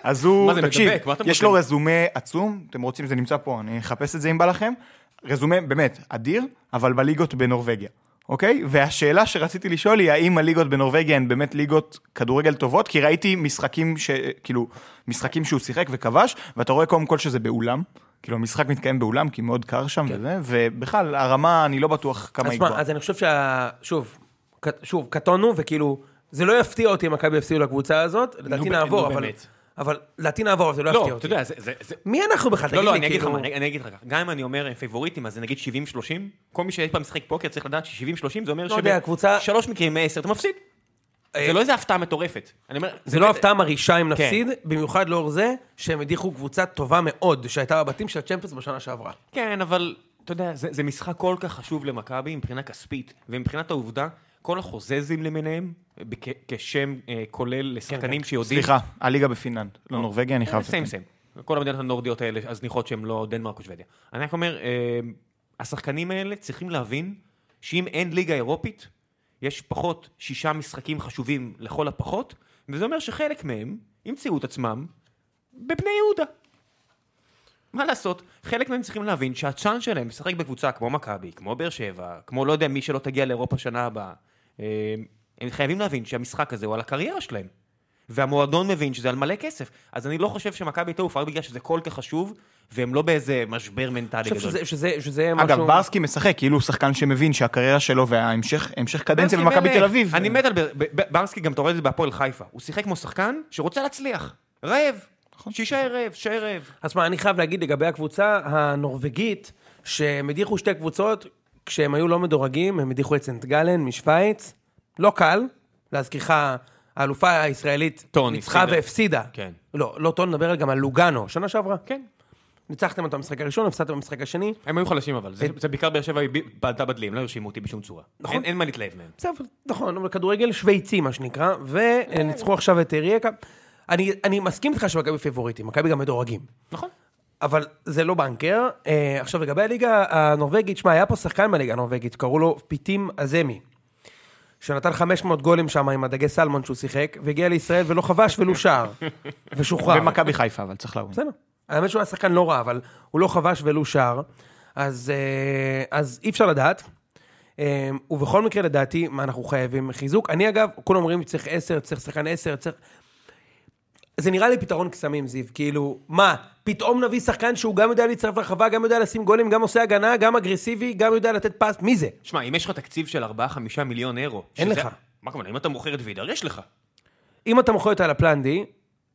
S2: אז הוא,
S1: מה זה,
S2: תקשיב,
S1: מדבק? מה אתם
S2: יש לו
S1: רוצים?
S2: רזומה עצום, אתם רוצים, זה נמצא פה, אני אחפש את זה אם בא לכם. רזומה באמת אדיר, אבל בליגות בנורבגיה, אוקיי? והשאלה שרציתי לשאול היא, האם הליגות בנורבגיה הן באמת ליגות כדורגל טובות? כי ראיתי משחקים ש... כאילו, משחקים שהוא שיחק וכבש, ואתה רואה קודם כל שזה באולם. כאילו, המשחק מתקיים באולם, כי מאוד קר שם
S1: כן.
S2: וזה, ובכלל, הרמה, אני לא בטוח כמה
S3: אז
S2: היא
S3: מה,
S2: גבוהה.
S3: אז אני חושב שה... שוב, ק- שוב, קטונו וכאילו, זה לא יפתיע אותי אם מכבי יפסידו לקבוצה הזאת, לדעתי
S1: נו,
S3: נעבור,
S1: נו,
S3: אבל...
S1: באמת.
S3: אבל לדעתי נעבור, אבל זה לא
S1: לא,
S3: יפתיע
S1: אתה
S3: אותי.
S1: יודע, זה- זה... זה-
S3: מי אנחנו בכלל?
S1: לא,
S3: תגיד
S1: לא,
S3: לי,
S1: אני אגיד לך
S3: כאילו-
S1: מה, אני אני אגיד לך ככה. גם אם אני אומר הם פייבוריטים, אז זה נגיד 70-30, כל מי שאי פעם משחק פוקר צריך לדעת ש-70-30 זה אומר
S3: לא יודע, הקבוצה-
S1: שלוש מקרים מ-10 אתה מפסיד.
S3: אה,
S1: זה לא איזה הפתעה מטורפת. אני אומר,
S3: זה לא הפתעה מרעישה אם
S1: כן.
S3: נפסיד, במיוחד לאור זה שהם הדיחו קבוצה טובה מאוד שהייתה בבתים של הצ'מפיונס בשנה שעברה.
S1: כן, אבל אתה יודע, זה, זה משחק כל כך חשוב למכבי מבחינה כספית, ומבחינת העובדה, כל החוזזים למיניהם, בכ, כשם אה, כולל לשחקנים שיודעים...
S2: סליחה, הליגה בפינלנד,
S1: אוקיי.
S2: לא נורבגיה, אני חייב...
S1: סיים סיים. כל המדינות הנורדיות האלה הזניחות שהן לא דנמרק או שוודיה. אני רק אומר, אה, השחקנים האלה צריכים להבין שאם אין ליגה אירופית, יש פחות שישה משחקים חשובים לכל הפחות, וזה אומר שחלק מהם ימצאו את עצמם בבני יהודה. מה לעשות, חלק מהם צריכים להבין שהצ'אנס שלהם לשחק בקבוצה כמו מכבי, כמו באר שבע, כמו לא יודע מי שלא תגיע לאירופה שנה הבאה, אה, הם חייבים להבין שהמשחק הזה הוא על הקריירה שלהם. והמועדון מבין שזה על מלא כסף. אז אני לא חושב שמכבי תעוף רק בגלל שזה כל כך חשוב, והם לא באיזה משבר מנטלי
S3: אני
S1: גדול.
S3: חושב שזה- שזה- שזה משהו...
S2: אגב, ברסקי משחק, כאילו הוא שחקן שמבין שהקריירה שלו וההמשך המשך קדנציה
S1: ברסקי
S2: במכבי
S1: מלך.
S2: תל אביב.
S1: אני מת על בר- ב- ב- ברסקי, גם אתה רואה את זה בהפועל חיפה. הוא שיחק כמו שחקן שרוצה להצליח. רעב. שיישאר רעב, שיישאר רעב.
S3: אז מה, אני חייב להגיד לגבי הקבוצה הנורבגית, שהם הדיחו שתי קבוצות, כשהם היו לא מדורגים, הם הדיחו את סנט גלן משוויץ. לא קל, להזכירך, האלופה הישראלית
S1: טון,
S3: ניצחה
S1: הפסידה.
S3: והפסידה.
S1: כן.
S3: לא, לא טון, נדבר גם על לוגאנו, שנה שעברה.
S1: כן.
S3: ניצחתם את המשחק הראשון, הפסדתם במשחק השני.
S1: הם היו חלשים אבל, זה- זה בעיקר באר שבע היא ב- בעטה בדלים, לא הרשימו אותי בשום צורה.
S3: נכון.
S1: אין- אין מה להתלהב מהם.
S3: בסדר, נכון, אבל כדורגל שווייצי, מה שנקרא, וניצחו עכשיו את ריאקה. אני, אני מסכים איתך שמכבי פיבוריטים, מכבי גם מדורגים.
S1: נכון.
S3: אבל זה לא בנקר. אה, עכשיו, לגבי הליגה הנורבגית, שמע, היה פה שחקן בליגה הנורבגית, קראו לו פיטים עזמי, שנתן 500 גולים שם עם הדגי סלמון שהוא שיחק, והגיע לישראל ולא כבש ולו שער, ושוחרר.
S2: במכבי חיפה, אבל צריך להבין.
S3: בסדר. האמת שהוא היה שחקן לא רע, אבל הוא לא חבש ולו שער, אז, אה, אז אי אפשר לדעת. אה, ובכל מקרה, לדעתי, מה אנחנו חייבים? חיזוק. אני אגב, כולם אומרים צריך עשר, צריך שחקן עשר, צריך... זה נראה לי פתרון קסמים, זיו. כאילו, מה, פתאום נביא שחקן שהוא גם יודע להצטרף לרחבה, גם יודע לשים גולים, גם עושה הגנה, גם אגרסיבי, גם יודע לתת פס, מי זה?
S1: שמע, אם יש לך תקציב של 4-5 מיליון אירו...
S3: אין
S1: שזה-
S3: לך.
S1: מה הכוונה, אם אתה מוכר את וידר, יש לך.
S3: אם אתה מוכר את הלפלנדי,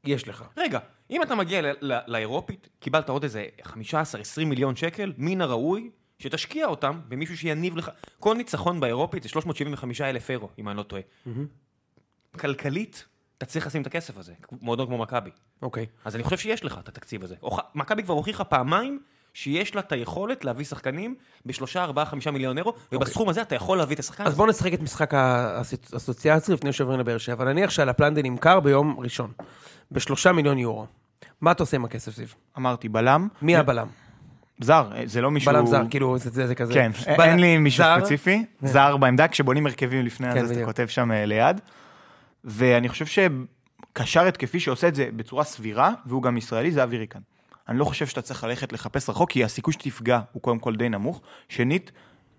S3: יש לך.
S1: רגע, אם אתה מגיע ל- ל- לאירופית, קיבלת עוד איזה 15-20 מיליון שקל, מן הראוי שתשקיע אותם במישהו שיניב לך. כל ניצחון באירופית זה 375 אלף אירו, אם אני לא טועה. כלכלית, אתה צריך לשים את הכסף הזה, מועדון כמו מכבי.
S3: אוקיי.
S1: אז אני חושב שיש לך את התקציב הזה. הוכ- מכבי כבר הוכיחה פעמיים שיש לה את היכולת להביא שחקנים בשלושה, ארבעה, חמישה מיליון אירו,
S3: אוקיי.
S1: ובסכום הזה אתה יכול להביא את השחקן
S3: אז
S1: הזה.
S3: בואו נשחק את משחק האס- האסוציאציה לפני שעוברים לבאר שבע. נניח שהלפלנדי נמכר ביום ראשון, בשלושה מיליון יורו. מה אתה עושה עם הכסף, זיו?
S2: אמרתי, בלם,
S3: מי הבלם?
S2: זר, אה, זה לא מישהו...
S3: בלם זר, כאילו, זה- זה זה כזה.
S2: כן,
S3: בל-
S2: אין לי מישהו
S3: זר,
S2: ספציפי, זר בעמדה, כשבונים הרכבים לפני
S3: כן,
S2: אז אתה
S3: בדיוק.
S2: כותב שם אה, ליד. ואני חושב שקשר התקפי שעושה את זה בצורה סבירה, והוא גם ישראלי, זה אבי ריקן. אני לא חושב שאתה צריך ללכת לחפש רחוק, כי הסיכוי שתפגע הוא קודם כל די נמוך. שנית,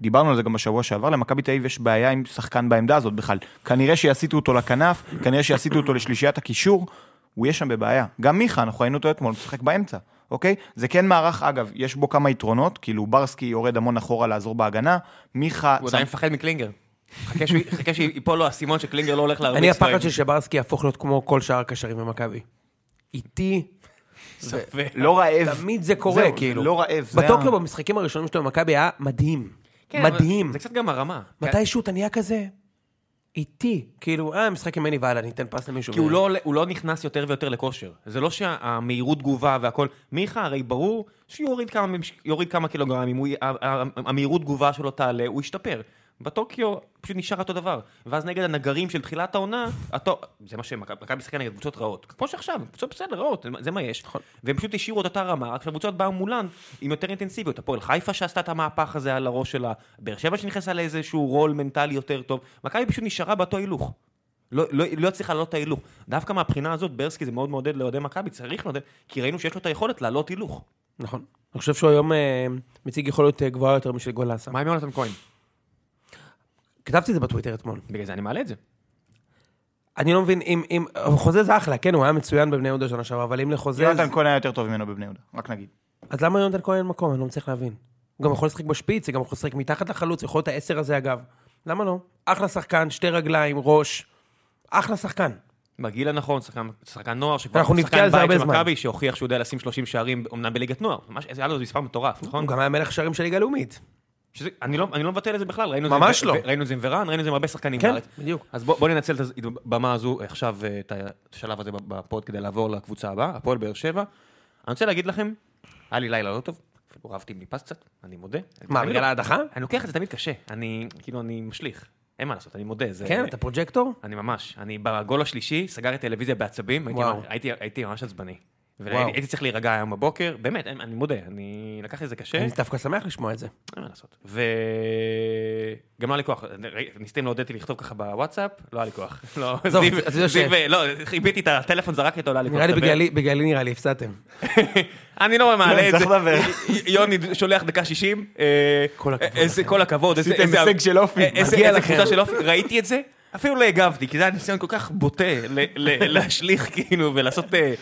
S2: דיברנו על זה גם בשבוע שעבר, למכבי תל אביב יש בעיה עם שחקן בעמדה הזאת בכלל. כנראה שיסיטו אותו לכנף, כנראה שיסיטו אותו לשלישיית הקישור, הוא יהיה שם בבעיה. גם מיכה, אנחנו ראינו אותו אתמול, משחק באמצע, אוקיי? זה כן מערך, אגב, יש בו כמה יתרונות, כאילו ברסקי יורד המון אחורה לעזור בהגנה, מיכה...
S1: הוא עדיין מפחד מקלינגר. חכה שהוא- חכה שיפול לו האסימון שקלינגר לא הולך
S3: אני
S1: להרביץ. לו עם-
S3: הפחד של שברסקי יהפוך להיות כמו כל שאר הקשרים במכבי. איטי,
S1: ספק.
S2: לא רעב.
S3: תמיד זה קורה,
S2: זהו, זה
S3: כאילו.
S2: לא רעב, זה
S3: בטוקיו
S2: ה-
S3: במשחקים הראשונים שלו במכבי היה מדהים.
S1: כן, אבל
S3: מדהים.
S1: זה קצת גם הרמה. כי-
S3: מתישהו אתה נהיה כזה איטי. כאילו, אה, משחק עם מני והלאה, אני אתן פס למישהו.
S1: כי הוא לא, עולה- הוא לא נכנס יותר ויותר לכושר. זה לא שהמהירות תגובה והכל... מיכה, הרי ברור שיוריד כמה, ממש- יוריד כמה קילוגרמים, הוא, י- ה- ה- המהירות תגובה שלו תעלה, הוא ישתפר. בטוקיו פשוט נשאר אותו דבר. ואז נגד הנגרים של תחילת העונה, הטו... זה מה שמכבי מכבי משחקה נגד קבוצות רעות. כמו שעכשיו, קבוצות בסדר, רעות, זה מה יש. והם פשוט השאירו את אותה רמה, רק שהקבוצות באו מולן עם יותר אינטנסיביות. הפועל חיפה שעשתה את המהפך הזה על הראש שלה, באר שבע שנכנסה לאיזשהו רול מנטלי יותר טוב, מכבי פשוט נשארה באותו הילוך. לא, לא, לא הצליחה לעלות את ההילוך. דווקא מהבחינה הזאת, ברסקי זה מאוד מעודד לאוהדי מכבי, צריך לעודד, כי ראינו שיש לו את היכולת לעלות הילוך.
S3: נכון. אני חושב שהוא היום אה, מציג יכולת אה, גבוהה יותר משל גולאסה.
S1: מה עם יונתן כהן?
S3: כתבתי את זה בטוויטר אתמול.
S1: בגלל זה אני מעלה את זה.
S3: אני לא מבין אם... אם חוזה זה אחלה, כן, הוא היה מצוין בבני יהודה שנה שעברה, אבל אם לחוזה... אז,
S2: יונתן כהן היה יותר טוב ממנו בבני יהודה, רק נגיד.
S3: אז למה יונתן כהן אין מקום? אני לא מצליח להבין. הוא גם יכול לשחק בשפיץ, הוא גם יכול לשחק מתחת לחלוץ, יכול להיות העשר הזה אגב. למה לא? אחלה שחקן, שתי רגליים, ראש. אחלה שחקן.
S1: בגיל הנכון, שחקן, שחקן נוער, שכבר
S3: אנחנו נבכה על
S1: שחקן
S3: זה
S1: בית
S3: הרבה
S1: של
S3: זמן.
S1: מכבי, שהוכיח שהוא יודע לשים 30 שערים, אמנם בליגת נוער. ממש, זה היה לו מספר מטורף, נכון?
S3: הוא גם היה מלך שערים של ליגה לאומית.
S1: שזה, אני, לא, אני לא מבטל את זה בכלל, ראינו את זה עם
S3: ממש
S1: ו-
S3: לא.
S1: ו- ראינו את זה עם ורן, ראינו את זה עם הרבה שחקנים
S3: כן,
S1: בארץ.
S3: בדיוק.
S1: אז בוא, בוא ננצל את הז- את הבמה הזו עכשיו, אה, את השלב הזה בפוד, כדי לעבור לקבוצה הבאה, הפועל באר שבע. אני רוצה להגיד לכם, היה לי לילה לא טוב, אפילו רבתי עם ליפס קצת, אני מודה.
S3: מה,
S1: אני
S3: בגלל
S1: לא-
S3: ההדחה?
S1: אני לוקח את זה תמיד קשה, אני, כאילו, אני משליך, אין מה לעשות, אני מודה. זה,
S3: כן, אתה פרוג'קטור?
S1: אני ממש, אני בגול השלישי, סגרתי טלוויזיה בעצבים, הייתי,
S3: וואו.
S1: הייתי, הייתי ממש עצבני.
S3: וואו.
S1: והייתי צריך להירגע היום בבוקר, באמת, אני, אני מודה, אני לקח את זה קשה.
S3: אני דווקא שמח לשמוע את זה.
S1: אין מה לעשות. וגם לא היה לי כוח, ראי- ניסיתם לעודד אותי לכתוב ככה בוואטסאפ, לא היה לי כוח. לא,
S3: עזוב,
S1: זיו-
S3: אתה יודע ש-
S1: זיו, לא, חיביתי את הטלפון, זרקתי אותו, לא היה לי כוח
S3: נראה לי
S1: לדבר.
S3: בגללי, בגללי נראה לי הפסדתם.
S1: אני לא מעלה את
S2: צריך לדבר.
S1: זה. יוני שולח דקה 60. אה,
S3: כל הכבוד
S1: איזה כל הכבוד. איזה-
S2: עשיתם
S1: איזה- אה,
S2: הישג של אופי.
S1: איזה-
S3: מגיע
S1: איזה
S3: לכם.
S1: קבוצה של אופי. ראיתי את זה, אפילו לא הגבתי, כי זה היה ניסיון כל כך בוטה ל- ל- להשליך כאילו ולעשות... אה,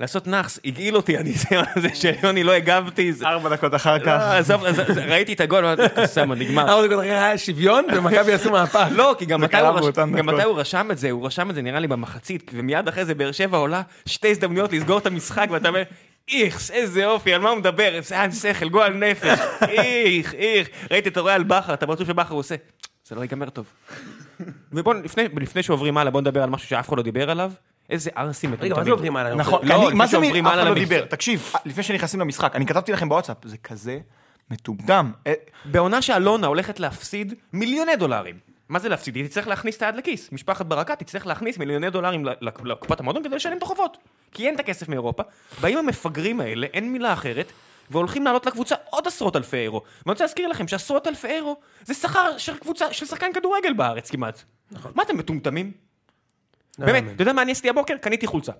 S1: לעשות נאחס, הגעיל אותי הניסיון הזה שיוני לא הגבתי. זה-
S2: ארבע דקות אחר
S1: לא,
S2: כך.
S1: עזוב, אז- אז ראיתי את הגול, אמרתי, סמה, נגמר.
S3: אה, זה היה שוויון ומכבי עשו מהפך.
S1: לא, כי גם
S2: זה
S1: מתי
S2: קרה
S1: הוא רש-
S2: באותן
S1: גם
S2: דקות.
S1: מתי הוא רשם את זה, הוא רשם את זה נראה לי במחצית, ומיד אחרי זה באר שבע עולה שתי הזדמנויות לסגור את המשחק, ואתה אומר, איכס, איזה אופי, על מה הוא מדבר? זה היה שכל, גועל נפש, איך, איך. ראיתי את הרואה על בכר, אתה בטוח שבכר הוא עושה, זה לא ייגמר טוב. ובואו, לפני, לפני שעוברים הלאה, בואו נדבר על משהו שאף אחד לא דיבר עליו. איזה ערסים
S3: רגע, מה זה עוברים הלאה?
S2: נכון,
S1: לא,
S2: אני-
S1: לפני
S2: מה זה מי,
S1: שעוברים
S2: אף
S1: הלאה
S2: אחד לא
S1: למכס-
S2: דיבר, תקשיב, אה, לפני שנכנסים למשחק, אני כתבתי לכם בוואטסאפ, זה כזה מטומטם. אה,
S1: בעונה שאלונה הולכת להפסיד מיליוני דולרים. מה זה להפסיד? היא תצטרך להכניס את היד לכיס. משפחת ברקת תצטרך להכניס מיליוני דולרים ל- לק- לקופת המועדון כדי לשלם את החובות. כי אין את הכסף מאירופה, באים המפגרים האלה, אין מילה אחרת, והולכים לעלות לקבוצה עוד עשרות אלפי אירו. ואני רוצה להזכיר לכם שעשרות אלפי אירו זה שכר של קבוצה, של שחקן כדורגל בארץ כמעט. מה אתם מטומטמים?
S3: לא
S1: באמת,
S3: מאמין.
S1: אתה יודע מה אני עשיתי הבוקר? קניתי חולצה.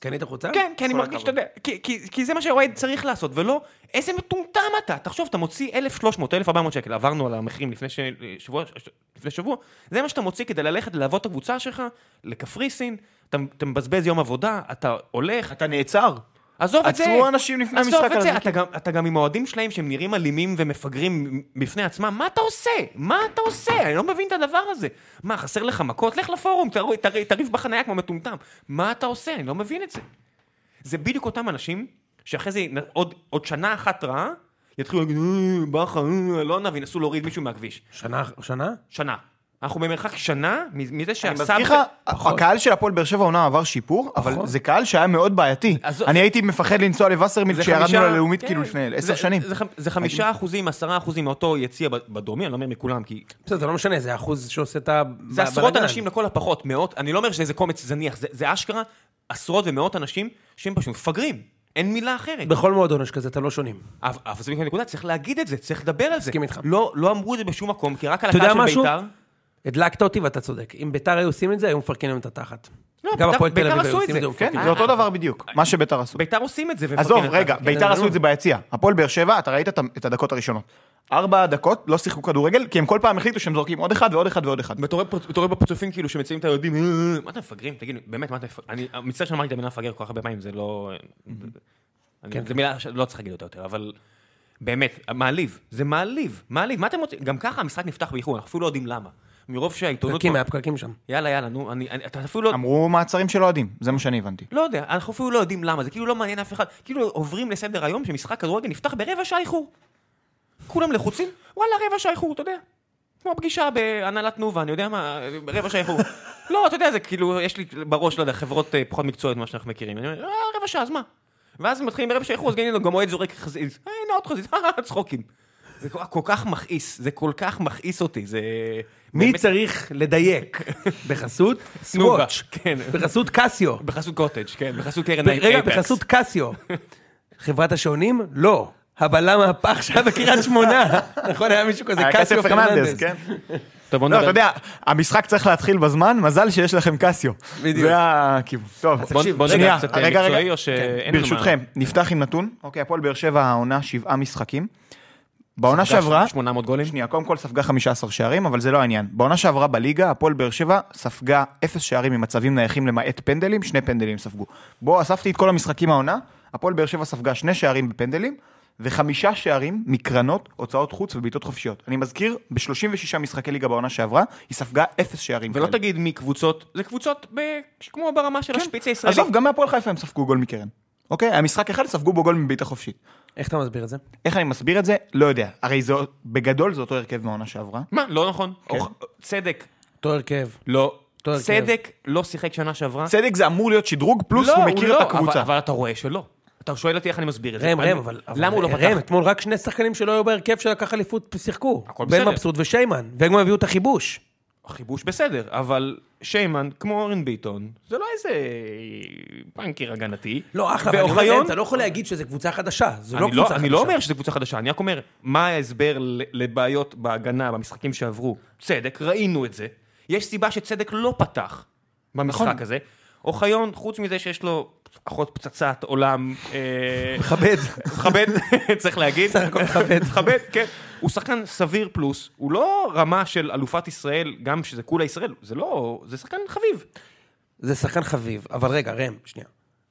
S3: קנית חולצה?
S1: כן, כי אני
S3: כל
S1: מרגיש,
S3: הכבוד.
S1: שאתה יודע, כי- כי- כי זה מה שאוהד צריך לעשות, ולא, איזה מטומטם אתה. תחשוב, אתה מוציא 1,300, 1,400 שקל, עברנו על המחירים לפני ש- שבוע, ש- לפני שבוע, זה מה שאתה מוציא כדי ללכת ללוות את הקבוצה שלך לקפריסין, אתה אתה מבזבז יום עבודה, אתה הולך,
S2: אתה נעצר.
S1: עזוב את זה.
S2: עצרו אנשים לפני המשחק
S1: עזוב
S2: על
S1: את זה,
S2: זה,
S1: אתה גם, אתה גם עם האוהדים שלהם שהם נראים אלימים ומפגרים בפני עצמם, מה אתה עושה? מה אתה עושה? אני לא מבין את הדבר הזה. מה, חסר לך מכות? לך לפורום, תר- תר- תריב בחניה כמו מטומטם. מה אתה עושה? אני לא מבין את זה. זה בדיוק אותם אנשים שאחרי זה נ- עוד, עוד שנה אחת רעה, יתחילו להגיד, "אה, בכר, אה, אלונה, וינסו להוריד מישהו מהכביש.
S3: שנה? שנה?
S1: שנה. אנחנו במרחק שנה מ- מזה
S2: אני
S1: שהסאב...
S2: מזכיר לך,
S1: נכון.
S2: הקהל של הפועל באר שבע עונה עבר שיפור, אבל
S3: נכון.
S2: זה קהל שהיה מאוד בעייתי.
S1: אז-
S2: אני הייתי מפחד לנסוע לווסרמיל
S1: זה
S2: כשירדנו
S1: חמישה-
S2: ללאומית
S1: כן.
S2: כאילו לפני
S1: זה-
S2: עשר שנים.
S1: זה חמ- זה חמישה אחוזים, עשרה אחוזים מאותו יציע ב- בדרומי, אני לא אומר מכולם, כי
S3: בסדר, זה לא משנה, זה האחוז שעושה את ה...
S1: זה עשרות אנשים לכל הפחות, מאות, אני לא אומר שזה קומץ זניח, זה- זה אשכרה עשרות ומאות אנשים שהם פשוט מפגרים, אין מילה אחרת.
S3: בכל מועדון יש כזה, אתם לא שונים.
S1: אבל אבל זה בדיוק הנקודה, צריך להגיד את זה, צריך לדבר על זה.
S3: מסכים איתך.
S1: לא לא אמרו את זה בשום מקום, כי רק על
S3: אתה יודע
S1: הקהל של
S3: משהו?
S1: בית"ר.
S3: הדלקת אותי ואתה צודק. אם ביתר היו עושים את זה, היו מפרקים להם את התחת.
S1: לא,
S3: גם
S1: ביתר-
S3: הפועל תל
S1: ביתר
S3: אביב
S1: עשו
S3: היו
S1: את
S3: עושים
S1: זה.
S3: את זה.
S1: כן,
S2: כן,
S1: אה,
S2: זה אותו
S1: אה.
S2: דבר בדיוק, מה שביתר עשו.
S1: ביתר עושים את זה. כן. ומפרקים
S2: עזוב,
S1: את זה.
S2: רגע, ביתר עשו
S3: נו.
S2: את זה ביציע. הפועל באר שבע, אתה ראית את ה- את הדקות הראשונות. ארבע דקות לא שיחקו כדורגל, כי הם כל פעם החליטו שהם זורקים עוד אחד ועוד אחד ועוד אחד.
S1: ואתה רואה פרצ- אתה רואה בפרצופים כאילו שמציעים את היהודים, "אה, אה, אה." מה אתם מפגרים? תגיד, לי, באמת, מה אתם מפגרים? אני מצטער שאמרתי את המילה מפגר כל כך הרבה פעמים, זה לא... אני-
S3: כן.
S1: זו מילה שלא צריך להגיד אותה יותר, אבל באמת, מעליב, זה מעליב, מעליב, מה אתם רוצים? גם ככה המשחק נפתח באיחור, אנחנו אפילו לא יודעים למה. מרוב שהעיתונות...
S3: פקקים, היה פקקים שם.
S1: יאללה, יאללה, נו, אני- אני- אתה אפילו לא...
S2: אמרו מעצרים של אוהדים, זה מה שאני הבנתי.
S1: לא יודע, אנחנו אפילו לא יודעים למה, זה כאילו לא מעניין אף אחד. כאילו עוברים לסדר היום שמשחק כדורגל נפתח ברבע שעה איחור. כולם לחוצים, וואלה, רבע שעה איחור, אתה יודע. כמו הפגישה בהנהלת תנובה, אני יודע מה, רבע שעה איחור. לא, אתה יודע, זה כאילו, יש לי בראש, לא יודע, חברות אה, פחות מקצועיות ממה שאנחנו מכירים. אני אומר, אה, רבע שעה, אז מה? ואז מתחילים ברבע שעה איחור, אז גם אוהד זורק חזיז. אה, הנה עוד חזיז, אה, צחוקים. זה כל- כל כך מכעיס, זה כל כך מכעיס אותי, זה...
S3: מי
S1: באמת-
S3: צריך לדייק? בחסות
S1: תנובה,
S3: סוואץ'.
S1: כן.
S3: בחסות קסיו.
S1: בחסות קוטג', כן, בחסות קרן
S3: רגע,
S1: אייפקס.
S3: בחסות קסיו. חברת השעונים? לא. הבלם הפח שהיה בקריית שמונה. נכון, היה מישהו כזה,
S2: היה
S3: קסיו
S2: קסיו פרננדס,
S3: פרננדס.
S2: כן.
S1: טוב, בוא
S2: לא,
S1: נדבר-
S2: אתה יודע, המשחק צריך להתחיל בזמן, מזל שיש לכם קסיו.
S3: בדיוק.
S2: זה הכיוון. טוב,
S1: בוא-
S3: תקשיב,
S1: בוא
S2: שנייה,
S1: נדבר קצת
S2: רגע,
S1: אה, מקצועי
S2: רגע.
S1: או שאין לנו מה.
S2: ברשותכם, נפתח עם נתון. אוקיי, הפועל באר שבע העונה שבעה משחקים. בעונה שעברה,
S1: 800 גולים?
S2: שנייה, קודם כל ספגה 15 שערים, אבל זה לא העניין. בעונה שעברה בליגה, הפועל באר שבע ספגה 0 שערים ממצבים נייחים למעט פנדלים, שני פנדלים ספגו. בוא, אספתי את כל המשחקים העונה, הפועל באר שבע ספגה שני שערים בפנדלים, וחמישה שערים מקרנות, הוצאות חוץ ובעיטות חופשיות. אני מזכיר, ב-36 משחקי ליגה בעונה שעברה, היא ספגה 0 שערים.
S1: ולא
S2: כאלה.
S1: תגיד מקבוצות, זה קבוצות ב- כמו ברמה של השפיץ הישראלי.
S2: עזוב, גם מהפועל חיפה הם ספגו גול מקרן. אוקיי? היה משחק אחד, ספגו בו גול מבעיטה חופשית.
S3: איך אתה מסביר את זה?
S2: איך אני מסביר את זה? לא יודע. הרי זה, בגדול זה אותו הרכב מהעונה שעברה.
S1: מה, לא נכון. אוח- צדק,
S3: אותו הרכב.
S1: לא.
S3: אותו הרכב.
S1: צדק לא שיחק שנה שעברה.
S2: צדק זה אמור להיות שדרוג, פלוס
S1: לא,
S2: הוא מכיר
S1: לא,
S2: את הקבוצה.
S1: אבל- אבל אתה רואה שלא. אתה שואל אותי איך אני מסביר את זה.
S3: ראם,
S1: אני-
S3: ראם, אבל...
S1: למה הוא לא
S3: אבל-
S1: פתח?
S3: ראם, אתמול רק שני שחקנים שלא היו בהרכב שלקח אליפות שיחקו.
S1: הכל
S3: בן
S1: בסדר.
S3: מבסוט ושיימן. והם גם הביאו את החיבוש.
S1: חיבוש בסדר, אבל שיימן, כמו אורן ביטון, זה לא איזה בנקר הגנתי.
S3: לא, אחלה, אבל אני אומר, ראם, אתה לא יכול להגיד שזו קבוצה חדשה. זו לא
S1: אני לא,
S3: קבוצה חדשה.
S1: אני לא אומר שזו קבוצה חדשה, אני רק אומר, מה ההסבר ל- לבעיות בהגנה במשחקים שעברו? צדק, ראינו את זה. יש סיבה שצדק לא פתח במשחק
S2: נכון.
S1: הזה. אוחיון, חוץ מזה שיש לו אחות פצצת עולם, אה,
S3: מכבד.
S1: מכבד, צריך להגיד.
S3: סך הכל מכבד.
S1: מכבד, כן. הוא שחקן סביר פלוס, הוא לא רמה של אלופת ישראל, גם שזה כולה ישראל, זה לא, זה שחקן חביב.
S3: זה שחקן חביב. אבל רגע, ראם, שנייה.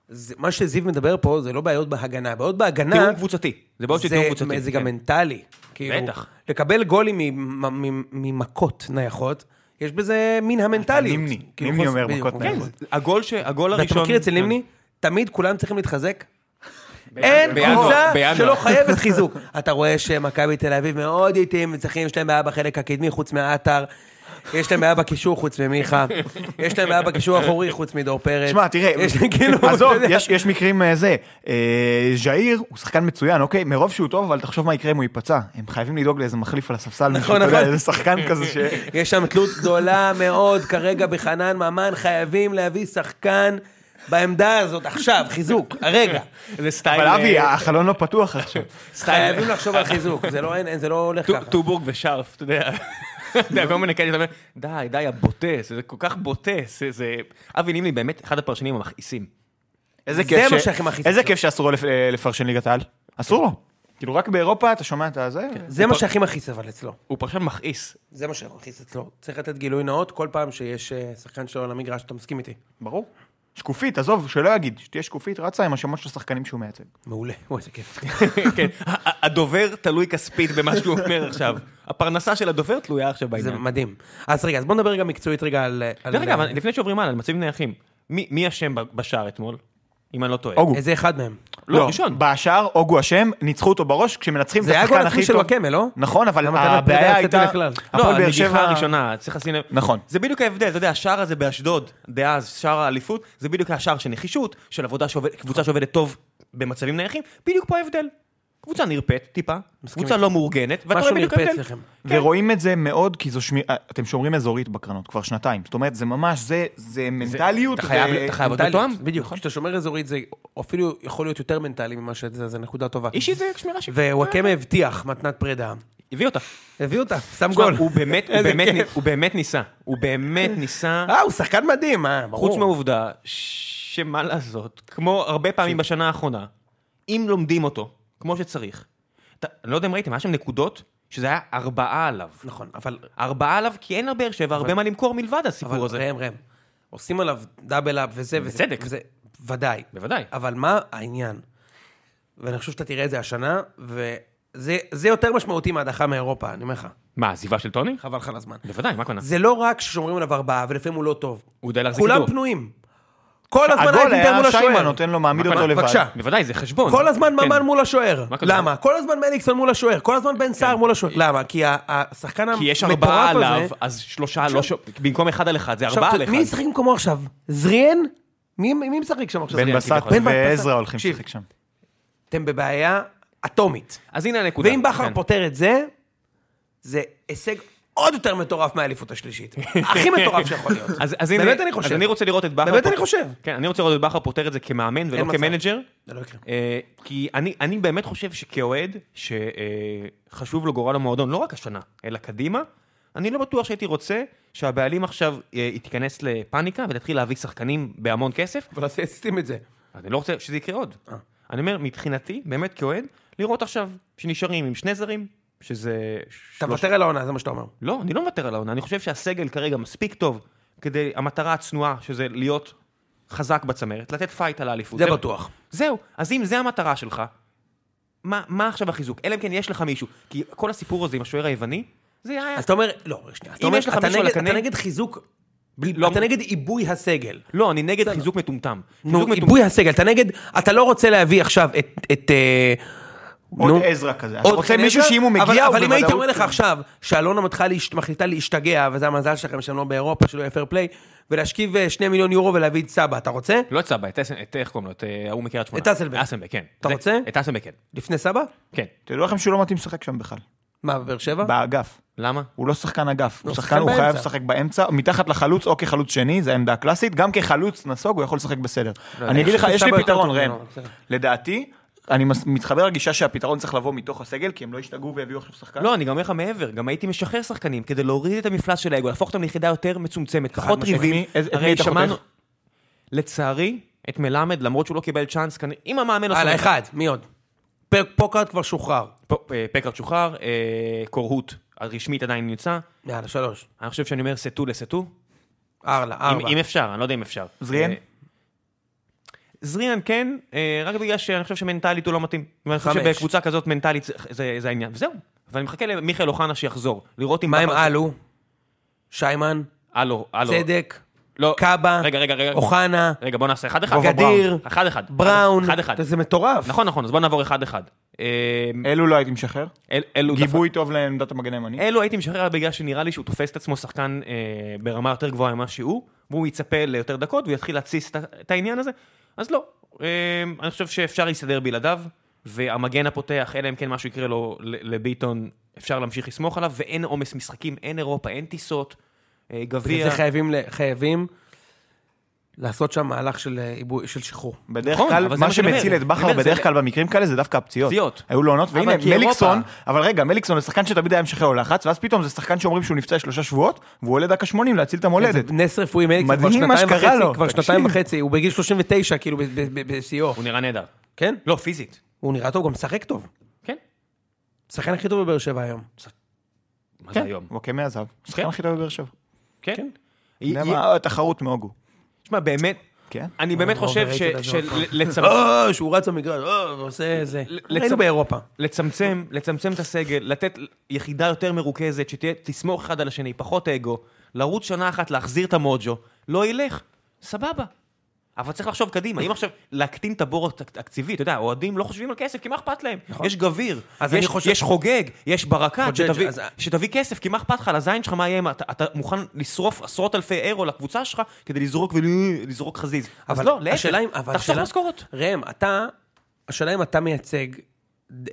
S3: זה- מה שזיו מדבר פה זה לא בעיות בהגנה. בעיות בהגנה...
S1: תיאום קבוצתי. זה בעוד שתיאום
S3: זה,
S1: קבוצתי.
S3: זה
S1: כן.
S3: גם מנטלי. כאילו,
S1: בטח.
S3: לקבל גולים ממ- ממ- ממכות נייחות, יש בזה מן המנטליות.
S2: אה, נימני.
S3: כאילו,
S2: נימני
S3: חוס-
S2: אומר
S3: בדיוק,
S2: מכות
S3: כן.
S2: נייחות.
S1: הגול כן. ש- הגול
S3: ואתה
S1: הראשון...
S3: מכיר אצל נימני? תמיד כולם צריכים להתחזק. אין
S4: בינואר,
S3: קבוצה
S4: בינואר.
S3: שלא חייבת חיזוק. אתה רואה שמכבי תל אביב מאוד איטיים, צריכים, יש להם בעיה בחלק הקדמי חוץ מהעטר. יש להם בעיה בקישור חוץ ממיכה. יש להם בעיה בקישור האחורי חוץ מדור פרץ.
S2: שמע, תראה,
S3: יש להם כאילו...
S2: עזוב,
S3: אתה יודע,
S2: יש, יש מקרים אה, זה, אה, ז'איר הוא שחקן מצוין, אוקיי, מרוב שהוא טוב, אבל תחשוב מה יקרה אם הוא ייפצע. הם חייבים לדאוג לאיזה מחליף על הספסל, מישהו, אתה
S3: נכון. אה,
S2: יודע, איזה שחקן כזה ש...
S3: יש שם תלות גדולה מאוד כרגע בחנן ממן, חייבים להביא שחקן בעמדה הזאת עכשיו, חיזוק, הרגע.
S1: זה סטייל...
S2: אבל אבי,
S1: אה,
S2: החלון לא פתוח עכשיו.
S1: סטייל-
S3: חייבים לחשוב על חיזוק, זה לא אין- אין- זה לא הולך
S1: טו-
S3: ככה.
S1: טובורג ושרף, אתה יודע. אתה יודע, כל מיני כאלה, אתה אומר, די, די, הבוטה, זה כל כך בוטה, זה- זה... אבי נימני באמת אחד הפרשנים המכעיסים.
S2: איזה
S3: זה
S2: כיף
S3: מה
S2: ש-
S3: שהכי מכעיס
S2: איזה
S3: אותי.
S2: כיף שאסור לו לפ- אה, לפרשן ליגת העל. אסור לו. כאילו, רק באירופה אתה שומע את הזה.
S3: זה מה שהכי מכעיס אבל אצלו.
S1: הוא פרשן מכעיס.
S3: זה מה שמכעיס אצלו. צריך לתת גילוי נאות כל פעם שיש אה, שחקן שלו על המגרש, אתה מסכים איתי.
S2: ברור. שקופית, עזוב, שלא יגיד, שתהיה שקופית, רצה עם השמות של השחקנים שהוא מייצג.
S3: מעולה. וואי, זה כיף.
S1: כן, ה- ה- הדובר תלוי כספית במה שהוא אומר עכשיו. הפרנסה של הדובר תלויה עכשיו
S3: זה
S1: בעניין.
S3: מדהים. אז רגע, אז בוא נדבר רגע מקצועית רגע על... אה, על-
S1: דרך אגב, לפני שעוברים הלאה, על מצבים נייחים, מי מי אשם ב- בשער אתמול? אם אני לא טועה.
S2: אוגו.
S3: איזה אחד מהם.
S1: לא, ראשון.
S2: בשער, אוגו אשם, ניצחו אותו בראש, כשמנצחים את
S3: זה היה
S2: השחקן
S3: גול עצמי
S2: הכי
S3: של
S2: טוב.
S3: וואקמה, לא?
S2: נכון, אבל
S3: אתה יודע, אתה
S2: הבעיה
S3: יודע, יצאתי
S2: הייתה...
S3: לכלל.
S1: לא,
S2: הפועל באר שבע...
S1: הנגיחה הראשונה, צריך לשים לב.
S2: נכון.
S1: זה בדיוק ההבדל, אתה יודע, השער הזה באשדוד, דאז, שער האליפות, זה בדיוק השער של נחישות, של עבודה שעובד, קבוצה שעובדת טוב במצבים נייחים, בדיוק פה ההבדל. קבוצה נרפית טיפה, קבוצה לא מאורגנת, ואתה רואה
S3: משהו
S1: בדיוק
S3: נרפה
S1: ההבדל.
S3: אצלכם.
S2: ורואים את זה מאוד, כי זו שמירה, אתם שומרים אזורית בקרנות כבר שנתיים. זאת אומרת, זה ממש, זה- זה מנטליות.
S1: אתה חייב-
S2: ו-
S1: אה, אתה נכון. חייב- אבל
S3: מנטלית,
S1: מתואם.
S3: בדיוק. כשאתה שומר אזורית זה אפילו יכול להיות יותר מנטלי ממה שזה, זה נקודה טובה.
S1: אישית זה שמירה ש... אה,
S3: ווואקמה הבטיח מתנת פרידה.
S1: הביא אותה.
S3: הביא אותה, שם
S1: תשמע,
S3: גול.
S1: הוא באמת, הוא
S3: איזה
S1: באמת
S3: כיף.
S1: נ- הוא באמת ניסה. הוא באמת ניסה,
S3: אה, הוא שחקן מדהים, אה, ברור.
S1: חוץ מהעובדה שמה לעשות, כמו הרבה פעמים בשנה האחרונה, אם לומדים אותו, כמו שצריך, אתה- אני לא יודע אם ראיתם, היה שם נקודות שזה היה ארבעה עליו.
S3: נכון, אבל...
S1: ארבעה עליו, כי אין לבאר שבע הרבה מה למכור מלבד
S3: אבל
S1: הסיפור הזה.
S3: ראם, ראם. עושים עליו דאבל אפ וזה וזה.
S1: בצדק.
S3: וזה- ודאי.
S1: בוודאי.
S3: אבל מה העניין? ואני חושב שאתה תראה את זה השנה, וזה זה יותר משמעותי מהדחה מאירופה, אני אומר לך.
S1: מה, עזיבה של טוני?
S3: חבל לך על הזמן.
S1: בוודאי, מה הכוונה?
S3: זה לא רק ששומרים עליו ארבעה, ולפעמים הוא לא טוב.
S1: הוא יודע להחזיק
S3: כולם
S1: כדור.
S3: פנויים. כל הזמן
S2: הגול
S3: אייבינדר מול
S2: היה שיימן,
S3: השוער.
S2: נותן לו, מעמיד
S1: מה
S2: אותו
S1: קרה?
S2: לבד.
S3: בבקשה.
S1: בוודאי, זה חשבון.
S3: כל הזמן
S1: כן.
S3: ממן מול השוער.
S1: מה קורה?
S3: למה? כל הזמן מליקסון מול השוער. כל הזמן בן סער מול השוער. למה? כי ה- השחקן
S1: כי יש
S3: המטורף
S1: ארבעה עליו,
S3: הזה...
S1: אז שלושה לא ש... במקום אחד על אחד, זה
S3: עכשיו,
S1: ארבעה על
S3: אתה- מי
S1: אחד.
S3: ישחק במקומו עכשיו? זריאן? מי מי משחק שם עכשיו?
S1: בן
S3: זריאן?
S1: בסט
S2: בסט
S1: כביכול.
S2: ועזרא הולכים
S3: תקשיב,
S2: לשחק שם.
S3: אתם בבעיה אטומית.
S1: אז הנה הנקודה.
S3: ואם בכר
S1: כן.
S3: פותר את זה, זה הישג עוד יותר מטורף מהאליפות השלישית. הכי מטורף שיכול להיות.
S1: אז, אז הנה,
S3: באמת אני
S1: אז
S3: חושב.
S1: אני רוצה לראות את בכר.
S3: באמת אני
S1: פות-
S3: חושב.
S1: כן, אני רוצה לראות את בכר פותר את זה כמאמן ולא
S3: מצב.
S1: כמנג'ר.
S3: זה לא יקרה.
S1: אה, כי אני, אני באמת חושב שכאוהד, שחשוב לו גורל המועדון, לא רק השנה, אלא קדימה, אני לא בטוח שהייתי רוצה שהבעלים עכשיו אה, היא תיכנס לפאניקה ותתחיל להביא שחקנים בהמון כסף,
S3: אבל אז עשיתם את זה.
S1: אני לא רוצה שזה יקרה עוד.
S3: אה.
S1: אני אומר, מבחינתי, באמת כאוהד, לראות עכשיו שנשארים עם שני זרים, שזה...
S3: אתה
S1: שלוש-
S3: מוותר על העונה, זה מה שאתה אומר.
S1: לא, אני לא מוותר על העונה, אני חושב שהסגל כרגע מספיק טוב כדי, המטרה הצנועה, שזה להיות חזק בצמרת, לתת פייט על האליפות.
S3: זה
S1: זהו.
S3: בטוח.
S1: זהו, אז אם זה המטרה שלך, מה, מה עכשיו החיזוק? אלא אם כן יש לך מישהו, כי כל הסיפור הזה עם השוער היווני, זה היה...
S3: אז אתה אומר, לא, רגע, שנייה. אז אתה
S1: אם
S3: אומר,
S1: יש לך
S3: אתה
S1: מישהו על
S3: נגד-
S1: הקנה-
S3: אתה נגד חיזוק,
S1: לא,
S3: אתה נגד עיבוי הסגל.
S1: לא, אני נגד חיזוק מטומטם.
S3: נו,
S1: חיזוק מטומטם.
S3: עיבוי הסגל, אתה נגד, אתה לא רוצה להביא עכשיו את- את... אה,
S2: עוד
S3: נו.
S2: עזרא כזה. אתה רוצה
S3: חן
S2: מישהו
S3: עזרא?
S2: שאם הוא
S3: אבל-
S2: מגיע, הוא
S3: אבל אם היית אומר
S2: בוודאות...
S3: לך עכשיו, שאלונה מתחילה להשת- מחליטה להשתגע, וזה המזל שלכם שהם לא באירופה, שלא יהיה פייר פליי, ולהשכיב אה, שני מיליון יורו ולהביא את סבא, אתה רוצה?
S1: לא את סבא, את אס- את איך קוראים לו? את אה, ההוא מקריית שמונה.
S3: את אסלבנק.
S1: אסלבנק, כן.
S3: אתה
S1: זה-
S3: רוצה?
S1: את אסלבנק, כן.
S3: לפני סבא?
S1: כן.
S2: תדעו לכם שהוא לא מתאים לשחק שם בכלל.
S3: מה, בבאר שבע?
S2: באגף.
S1: למה?
S2: הוא לא שחקן אגף, הוא
S3: הוא
S2: שחקן,
S3: שחקן
S2: הוא חייב
S3: באמצע.
S2: לשחק באמצע, מתחת לחלוץ או כחלוץ שני, זו העמדה הקלאסית, גם כחלוץ נסוג הוא יכול לשחק בסדר.
S1: לא,
S2: אני אגיד לך,
S3: חושב
S2: יש לי
S3: שסבא יותר
S2: פתרון
S3: טוב
S2: ראם,
S3: ממנו, אבל בסדר.
S2: לדעתי, אני מס- מתחבר לגישה שהפתרון צריך לבוא מתוך הסגל, כי הם לא השתגעו ויביאו עכשיו שחקן.
S1: לא, אני גם אומר לך מעבר, גם הייתי משחרר שחקנים כדי להוריד את המפלס של האגו, להפוך אותם ליחידה יותר מצומצמת, פחות
S2: משמעית.
S1: ריבים.
S2: מי- איזה- את מי
S1: הרי
S2: אתה
S1: שמענו...
S2: חותך?
S1: לצערי, את מלמד, למרות שהוא לא קיבל צ'אנס, כנראה- אם המאמן לא
S2: לא
S1: עושה...
S3: הלאה, אחד, מי עוד? פ- פוקארט כבר שוחרר.
S1: פקארט שוחרר, אה, קורהוט רשמית עדיין נמצא.
S3: יאללה, שלוש.
S1: אני חושב שאני אומר סטו לסטו,
S3: ארלה,
S1: אם
S3: ארבע.
S1: אם אפשר, אני לא יודע אם אפשר.
S2: זריאן?
S1: אה, זריאן כן, אה, רק בגלל שאני חושב שמנטלית הוא לא מתאים. ואני חושב
S3: חמש.
S1: שבקבוצה כזאת מנטלית זה- זה זה העניין, וזהו. ואני מחכה למיכאל אוחנה שיחזור, לראות אם...
S3: מה עם
S1: בכר-
S3: אלו? שיימן?
S1: הלו, הלו.
S3: צדק?
S1: לא.
S3: קאבה,
S1: רגע, רגע, רגע.
S3: אוחנה,
S1: רגע, בוא נעשה אחד-אחד.
S2: גובה
S3: גדיר,
S1: אחד-אחד.
S3: בראון,
S1: אחד-אחד.
S3: זה מטורף.
S1: נכון, נכון, אז בוא נעבור אחד-אחד. אה,
S2: אלו לא הייתי משחרר.
S1: אל- אלו דווקא-
S2: גיבוי טוב לעמדת המגן הימני.
S1: אלו הייתי משחרר בגלל שנראה לי שהוא תופס את עצמו שחקן אה, ברמה יותר גבוהה ממה שהוא, והוא יצפה ליותר דקות והוא יתחיל להתסיס את, ה- את העניין הזה, אז לא. אה, אני חושב שאפשר להסתדר בלעדיו, והמגן הפותח, אלא אם כן משהו יקרה לו ל- לביטון, אפשר להמשיך לסמוך עליו, ואין עומס משחקים, אין אירופה, אין טיסות, אה,
S3: בגלל
S1: גביע.
S3: זה חייבים, ל- חייבים לעשות שם מהלך של, אה, עיבוי- של שחרור.
S2: בדרך
S1: נכון,
S2: כלל,
S1: אבל זה
S2: מה
S1: מה שאני
S2: שמציל
S1: אומר.
S2: את בכר
S1: אני אומר,
S2: בדרך
S1: זה-
S2: כלל במקרים כאלה זה דווקא הפציעות.
S1: פציעות.
S2: היו לו עונות,
S1: אבל
S2: והנה
S1: כי
S2: מליקסון,
S1: אירופה-
S2: אבל רגע, מליקסון זה שחקן שתמיד היה משחרר לו לחץ, ואז פתאום זה שחקן שאומרים שהוא נפצע שלושה שבועות, והוא עולה דקה 80 להציל את המולדת.
S3: נס רפואי מליקסון כבר
S2: מדהים מה
S3: שנתיים
S2: שקרה
S3: וחצי,
S2: לו,
S3: כבר
S2: תקשיב.
S3: שנתיים וחצי, הוא בגיל 39 כאילו ב- ב- ב- בשיאו.
S1: הוא נראה נהדר.
S3: כן?
S1: לא, פיזית.
S3: הוא נראה טוב, הוא גם משחק טוב.
S1: כן.
S3: השחקן הכי טוב בבאר שבע היום.
S1: מה זה
S2: כן,
S1: היום?
S2: הוא הקמע זהב. השחקן
S1: כן.
S2: הכי טוב בבאר שבע.
S1: כן.
S2: אתה יודע מה? תחרות מהוגו.
S1: תשמע, באמת,
S2: כן.
S1: אני באמת
S3: הוא
S1: חושב
S3: overrated הזה עוד פעם.
S1: שלצמצם...
S3: אה, שהוא רץ במגרש, אה, ועושה זה.
S1: ל-
S3: ראינו
S1: לצ-
S3: באירופה.
S1: לצמצם, לצמצם את הסגל, לתת יחידה יותר מרוכזת, שתסמוך אחד על השני, פחות אגו, לרוץ שנה אחת, להחזיר את המוג'ו, לא ילך, סבבה. אבל צריך לחשוב קדימה, אם עכשיו להקטין את הבור התקציבי, אתה יודע, האוהדים לא חושבים על כסף, כי מה אכפת להם? יש גביר,
S3: נכון. אז אני
S1: יש,
S3: חושב-
S1: יש חוגג, יש ברקת,
S3: חוגג,
S1: שתביא,
S3: אז-
S1: שתביא כסף, כי מה אכפת לך, על הזין שלך מה יהיה, אם אתה, אתה מוכן לשרוף עשרות אלפי אירו לקבוצה שלך, כדי לזרוק ולזרוק חזיז. אז
S3: אבל
S1: לא, להפך,
S3: השאלה אם- אבל
S1: תחסוך
S3: השאלה-
S1: משכורות.
S3: ראם, אתה, השאלה אם אתה מייצג